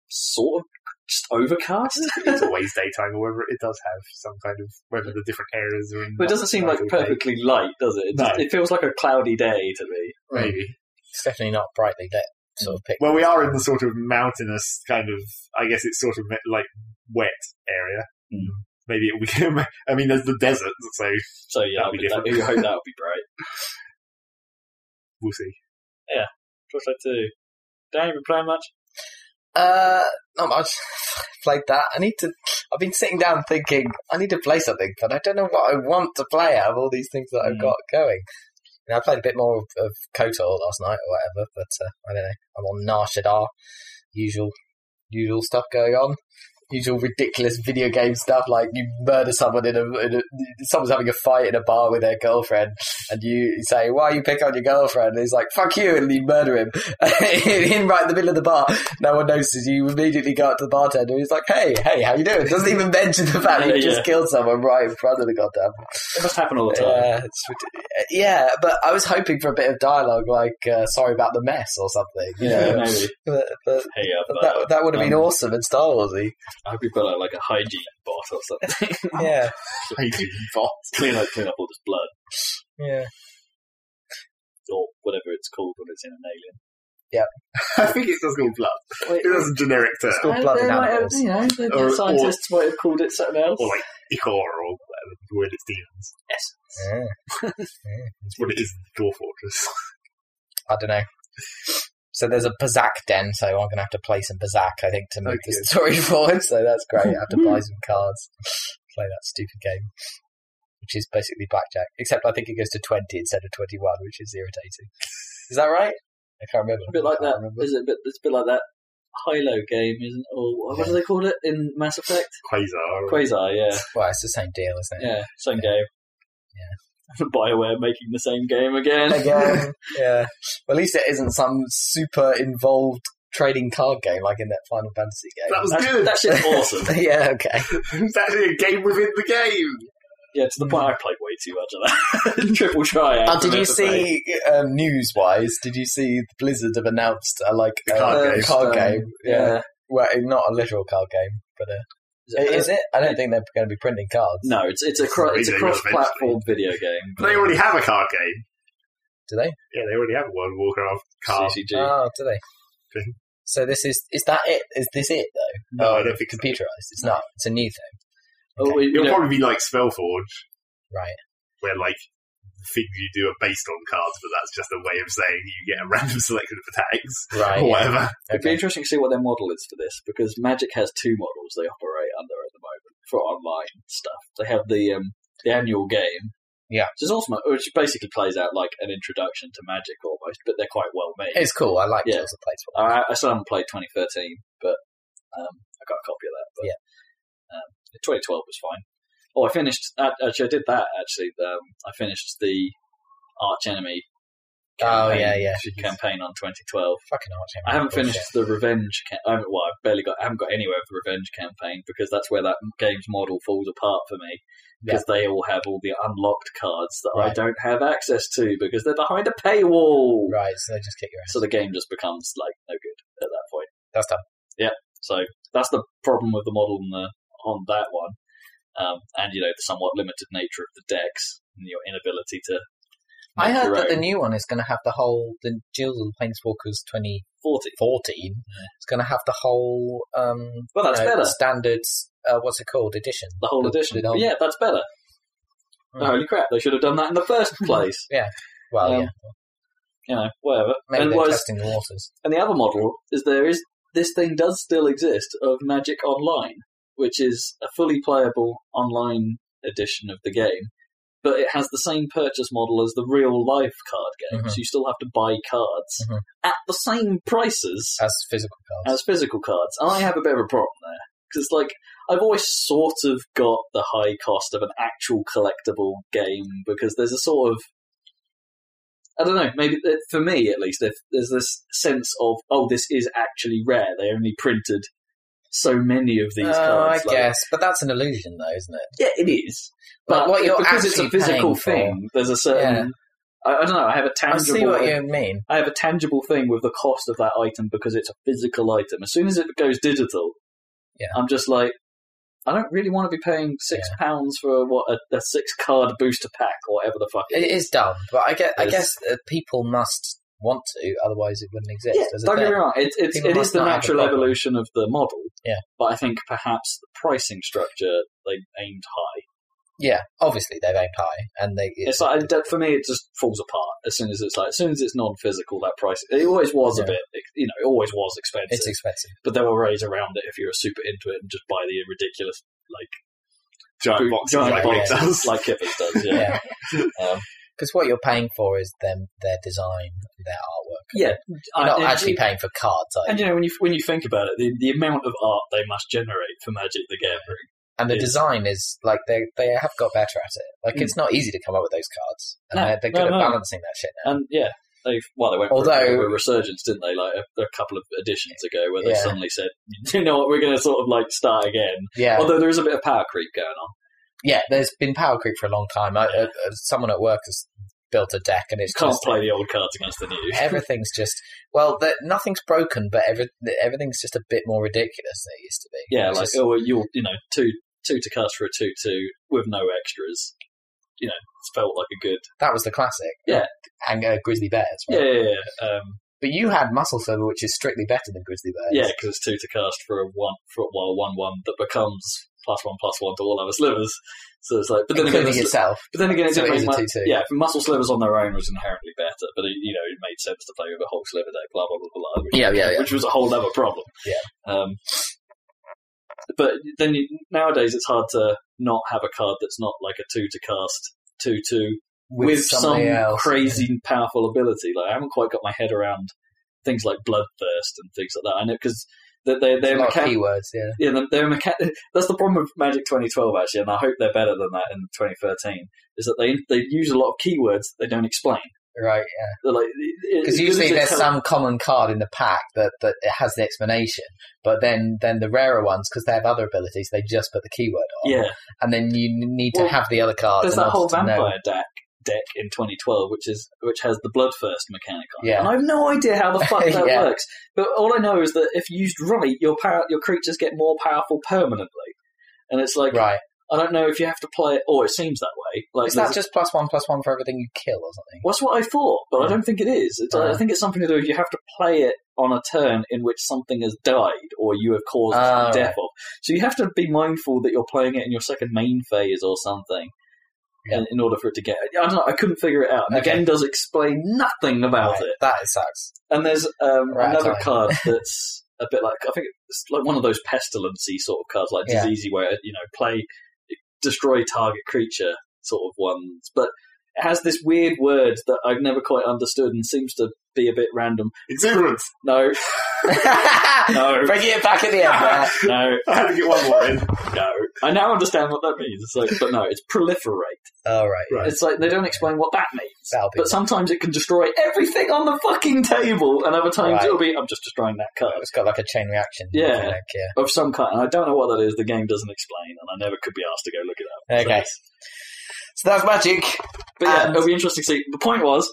S3: sort of just overcast.
S1: it's always daytime, or whether it does have some kind of whether the different areas are in.
S3: but it doesn't seem like perfectly light, does it? It, just,
S1: No.
S3: it feels like a cloudy day to me.
S1: Maybe.
S3: Hmm.
S2: It's definitely not brightly lit sort of picture.
S1: Mm. Well, we are in the sort of mountainous kind of. I guess it's sort of me- like wet area.
S3: Mm.
S1: Maybe it'll be. I mean, there's the desert, so
S3: So yeah,
S1: That'd
S3: I
S1: be
S3: would- that,
S1: different.
S3: you hope that would be bright.
S1: we'll see.
S3: Torchlight two. Don't even play much.
S2: Uh, not much. Played that. I need to. I've been sitting down thinking I need to play something, but I don't know what I want to play out of all these things that I've
S3: Mm.
S2: got going. You know, I played a bit more of, of KOTOR last night or whatever, but uh, I don't know. I'm on Narshadar. Usual, usual stuff going on. Usual ridiculous video game stuff like you murder someone in a, in a someone's having a fight in a bar with their girlfriend, and you say, "Why you pick on your girlfriend?" And he's like, "Fuck you," and you murder him in right in the middle of the bar no one notices you. You immediately go up to the bartender. He's like, "Hey, hey, how you doing?" Doesn't even mention the fact that you
S3: Yeah.
S2: just killed someone right in front of the goddamn.
S3: It must happen all the time.
S2: Yeah, it's rid- yeah, but I was hoping for a bit of dialogue, like uh, "Sorry about the mess" or something. You
S3: Yeah,
S2: know,
S3: maybe.
S2: but, but
S3: Hey, uh, but
S2: that that would have been
S3: um,
S2: awesome in Star Warsy.
S3: I hope you put out like a hygiene bot or something.
S2: Yeah,
S1: Crazy bots.
S3: clean up, clean up all this blood
S2: yeah.
S3: or whatever it's called when it's in an alien.
S1: I think it's just called blood. It has a generic term,
S2: It's called blood and
S3: They might have-
S2: animals.
S3: you know, the
S1: Or- or-
S3: scientists might have called it something else.
S1: or like Ikor, or whatever the word it's demons.
S2: Yeah.
S1: It's what it is. in Dwarf Fortress.
S2: I don't know. So there's a Bazak den, so I'm going to have to play some Bazak, I think, to move the
S1: Okay.
S2: story forward. So that's great. I have to buy some cards, play that stupid game, which is basically blackjack. Except I think it goes to 20 instead of 21, which is irritating. Is that right? I can't remember.
S3: a bit like
S2: I can't
S3: that.
S2: remember.
S3: Is it a bit, it's a bit like that high-low game, isn't it? Or what do they call it in Mass Effect?
S1: Quasar. or-
S3: Quasar, yeah.
S2: Well, it's the same deal, isn't it?
S3: Yeah, same game. Yeah. Bioware making the same game again.
S2: Again, yeah. Well, at least it isn't some super involved trading card game like in that Final Fantasy game.
S1: That was
S3: That's,
S1: good.
S3: that shit's awesome.
S2: yeah, okay.
S1: It's actually a game within the game.
S3: Yeah, to the point I played way too much of that. Triple try.
S2: Oh, did you see um, news-wise? Did you see Blizzard have announced a like a
S1: card
S2: card,
S1: game.
S2: game? Yeah,
S3: yeah.
S2: well, not a literal card game, but a, is it? I don't think they're going to be printing cards.
S3: Uh, No, it's it's a cro- it's a
S1: Video game,
S3: cross-platform video game.
S1: They already have a card game.
S2: do they?
S1: Yeah, they already have a World of Warcraft card.
S3: CCG.
S2: Oh, do they?
S1: Okay.
S2: So this is is that it? Is this it though?
S1: No, I don't think so.
S2: computerized. It's not. It's a new thing,
S3: Oh, we- we
S1: It'll
S3: don't-
S1: probably be like Spellforge,
S2: right?
S1: where like things you do are based on cards, but that's just a way of saying you get a random selection of attacks
S2: Right.
S1: or
S2: yeah.
S1: whatever.
S3: It'd be
S2: Okay.
S3: interesting to see what their model is for this because Magic has two models they operate under at the moment for online stuff. They have the um, the annual game,
S2: Yeah.
S3: which is ultimate, which basically plays out like an introduction to Magic almost, but they're quite well made.
S2: It's cool. I like
S3: Yeah.
S2: Tales of Planeswalker.
S3: I, I still haven't played 2013, but um, I got a copy of that. But,
S2: Yeah.
S3: um, 2012 was fine. Oh, I finished. a- Actually, I did that. Actually, um, I finished the Arch Enemy
S2: Oh,
S3: campaign-
S2: yeah, yeah.
S3: campaign on 2012.
S2: Fucking Archie.
S3: I haven't
S2: Bullshit.
S3: finished the revenge. Ca- I haven't- well, I've barely got. I haven't got anywhere with the revenge campaign because that's where that game's model falls apart for me. Because they all have all the unlocked cards that I
S2: Right.
S3: don't have access to because they're behind a paywall.
S2: Right, so they just kick your ass.
S3: So the game just becomes like no good at that point.
S2: That's done.
S3: So that's the problem with the model on, the, on that one, um, and you know the somewhat limited nature of the decks and your inability to.
S2: I
S3: make
S2: heard
S3: your
S2: that the
S3: own
S2: new one is going to have the whole the Jills and Planeswalkers 2014
S3: forty.
S2: It's going to have the whole um
S3: Well, that's
S2: you know,
S3: better.
S2: standard uh, what's it called edition.
S3: The whole edition.
S2: the whole-
S3: yeah, that's better.
S2: Hmm.
S3: Holy crap! They should have done that in the first place.
S2: Well,
S3: Um,
S2: yeah,
S3: you know, whatever.
S2: maybe
S3: and,
S2: they're
S3: whereas-
S2: testing the waters.
S3: and the other model is there is this thing does still exist of Magic Online, which is a fully playable online edition of the game, but it has the same purchase model as the real life card game,
S2: Mhm.
S3: so you still have to buy cards
S2: Mhm.
S3: at the same prices
S2: as physical cards.
S3: as physical cards. And I have a bit of a problem there because, like, I've always sort of got the high cost of an actual collectible game because there's a sort of I don't know. Maybe th- for me, at least, if there's this sense of oh, this is actually rare. They only printed so many of these
S2: Oh,
S3: cards.
S2: I
S3: like-
S2: guess, but that's an illusion, though, isn't it?
S3: yeah, it is.
S2: But
S3: But
S2: what you're
S3: because it's a
S2: actually
S3: physical
S2: paying for-
S3: thing, there's a certain I, I don't know. I have a
S2: I
S3: tangible.
S2: see what you mean.
S3: I have a tangible thing with the cost of that item because it's a physical item. As soon as it goes digital,
S2: Yeah.
S3: I'm just like, I don't really want to be paying six pounds for what a, a six card booster pack or whatever the fuck.
S2: It is dumb, but I guess, I
S3: It's-
S2: guess uh, people must want to, otherwise it wouldn't exist.
S3: Yeah,
S2: as a
S3: don't get
S2: thing.
S3: me wrong. It, it's,
S2: People
S3: it is
S2: must
S3: the
S2: not have a
S3: natural
S2: problem.
S3: evolution of the model.
S2: Yeah.
S3: but I think perhaps the pricing structure they aimed high.
S2: Yeah, obviously they've aimed high, and they.
S3: It's like that- for me, it just falls apart as soon as it's like as soon as it's non-physical. That price it always was a
S2: Yeah.
S3: bit, you know, it always was expensive.
S2: it's expensive.
S3: but there were ways around it if you were super into it and just buy the ridiculous like
S1: Giant
S3: boot-
S1: boxes
S3: giant
S1: like
S2: boxes.
S1: Nick does.
S3: like Kippers does. Yeah,
S2: Yeah,
S3: Um,
S2: because what you're paying for is them their design, their artwork.
S3: yeah.
S2: You're
S3: Uh,
S2: not
S3: and-
S2: actually paying for cards, are you?
S3: And you know when you when you think about it, the, the amount of art they must generate for Magic the Gathering.
S2: and the
S3: Yes.
S2: design is like they they have got better at it. Like
S3: Mm.
S2: it's not easy to come up with those cards, and
S3: No,
S2: they're, they're good
S3: no, Uh,
S2: at
S3: no.
S2: balancing that shit now.
S3: And yeah, they well they went for a,
S2: Although-
S3: bit of a resurgence, didn't they? Like a, a couple of editions ago, where they
S2: Yeah.
S3: suddenly said, you know what, we're going to sort of like start again.
S2: Yeah,
S3: Although there is a bit of power creep going on.
S2: yeah. There's been power creep for a long time. I,
S3: Yeah.
S2: uh, uh, someone at work has built a deck, and it's
S3: Can't
S2: just
S3: play the old cards against the new.
S2: everything's just well, that nothing's broken, but every, everything's just a bit more ridiculous than it used to be.
S3: Yeah,
S2: It's
S3: like
S2: just-
S3: oh, well, you'll you know two two to cast for a two two with no extras. You know, it's felt like a good
S2: that was the classic.
S3: Yeah.
S2: and uh, Grizzly Bears. Right?
S3: yeah yeah yeah. Um,
S2: but you had Muscle Fever, which is strictly better than Grizzly Bears.
S3: Yeah, because it's two to cast for a one for a well one one that becomes plus one plus one to all other slivers. So it's like, but then again,
S2: including
S3: it's-
S2: yourself.
S3: but then again, it
S2: So
S3: didn't
S2: it is
S3: make
S2: a
S3: much.
S2: 2-2.
S3: Yeah, muscle slivers on their own was inherently better, but it, you know it made sense to play with a whole sliver deck, blah blah blah blah, which,
S2: Yeah, yeah, yeah.
S3: which was a whole other problem.
S2: Yeah.
S3: Um, but then you, nowadays it's hard to not have a card that's not like a two to cast two two with, some
S2: somebody else.
S3: crazy powerful ability. Like I haven't quite got my head around things like bloodthirst and things like that. I know because they're they're,
S2: There's
S3: they're
S2: a lot of
S3: mechan-
S2: keywords. Yeah.
S3: yeah, they're- they're mecha- that's the problem with Magic 2012 actually, and I hope they're better than that in 2013. Is that they they use a lot of keywords that they don't explain.
S2: Right, yeah.
S3: They're like
S2: Because usually there's some common card in the pack that, that it has the explanation, but then, then the rarer ones, because they have other abilities, they just put the keyword on.
S3: yeah.
S2: And then you n- need to
S3: Well,
S2: have the other cards.
S3: There's
S2: in
S3: that
S2: order
S3: whole
S2: to know.
S3: vampire deck deck in 2012, which is which has the bloodthirst mechanic on. it.
S2: Yeah.
S3: and I have no idea how the fuck that
S2: Yeah.
S3: works. But all I know is that if used right, your power, your creatures get more powerful permanently. And it's like
S2: Right.
S3: I don't know if you have to play it, or it seems that way. Like
S2: Is that
S3: there's-
S2: just plus one, plus one for everything you kill or something?
S3: Well, That's what I thought, but I don't think it is. It's, I
S2: Uh.
S3: think it's something to do with you have to play it on a turn in which something has died or you have caused
S2: Ah,
S3: death of. So you have to be mindful that you're playing it in your second main phase or something.
S2: Yeah.
S3: In, in order for it to get, I don't know. I couldn't figure it out. And
S2: Okay.
S3: the game does explain nothing about
S2: Right,
S3: it.
S2: That sucks.
S3: And there's um,
S2: Right,
S3: another
S2: time.
S3: card that's a bit like I think it's like one of those pestilency sort of cards, like
S2: Yeah.
S3: diseasey, where you know play destroy target creature sort of ones. But it has this weird word that I've never quite understood and seems to be a bit random.
S1: Exuberance.
S3: No, No.
S2: Bringing it back at the end. there.
S3: No,
S1: I had to get one more in.
S3: no. I now understand what that means. It's like, but no, it's proliferate.
S4: All right.
S1: Right.
S3: It's like they don't explain what that means.
S4: That'll be
S3: But sometimes it can destroy everything on the fucking table, and other times
S4: Right.
S3: it'll be, I'm just destroying that card
S4: It's got like a chain reaction.
S3: Yeah.
S4: I think, yeah.
S3: of some kind. And I don't know what that is. The game doesn't explain, and I never could be asked to go look it up. So
S4: Okay. Um,
S3: it's-
S2: So that's magic.
S3: But yeah,
S2: And-
S3: it'll be interesting to see. The point was,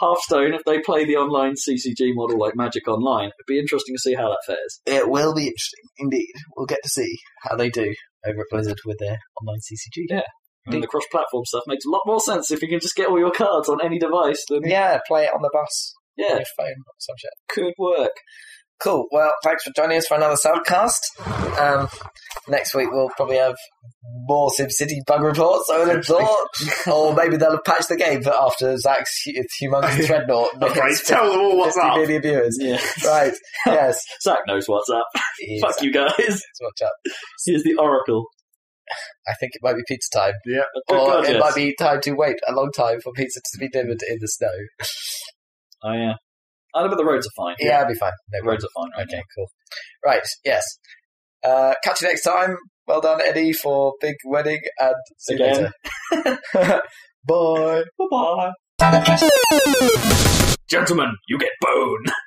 S3: Hearthstone, if they play the online CCG model like Magic Online, it'd be interesting to see how that fares.
S2: It will be interesting indeed. We'll get to see how they do.
S4: Over at Blizzard with their online CCG.
S3: Yeah. I
S4: Hmm.
S3: mean, the cross-platform stuff makes a lot more sense if you can just get all your cards on any device. Then
S4: Yeah, play it on the bus, on
S3: yeah,
S4: your phone, or some shit.
S3: could work.
S2: Cool. Well, thanks for joining us for another subcast. Um, next week we'll probably have more SimCity bug reports, I would have thought. or maybe they'll have patched the game but after Zach's hu- humongous dreadnought.
S1: That's right.
S2: hits
S1: Tell them all what's
S2: 50
S1: up.
S2: million viewers.
S3: Yeah,
S2: Right. Yes.
S3: Zach knows what's up.
S4: Jeez,
S3: Fuck you guys.
S4: that's what's up.
S3: Here's the Oracle.
S4: I think it might be pizza time.
S1: Yeah.
S3: Good
S4: or
S3: God,
S4: it
S3: yes.
S4: might be time to wait a long time for pizza to be delivered in the snow.
S3: Oh yeah. I know, but the roads are fine.
S4: Yeah, it'll be fine. No
S3: the roads are fine.
S4: problem.
S3: Right
S4: Okay, cool. Right, yes. Uh, catch you next time. Well done, Eddie, for big wedding and see you
S3: Again.
S4: later. Bye.
S3: Bye bye, gentlemen. You get bone.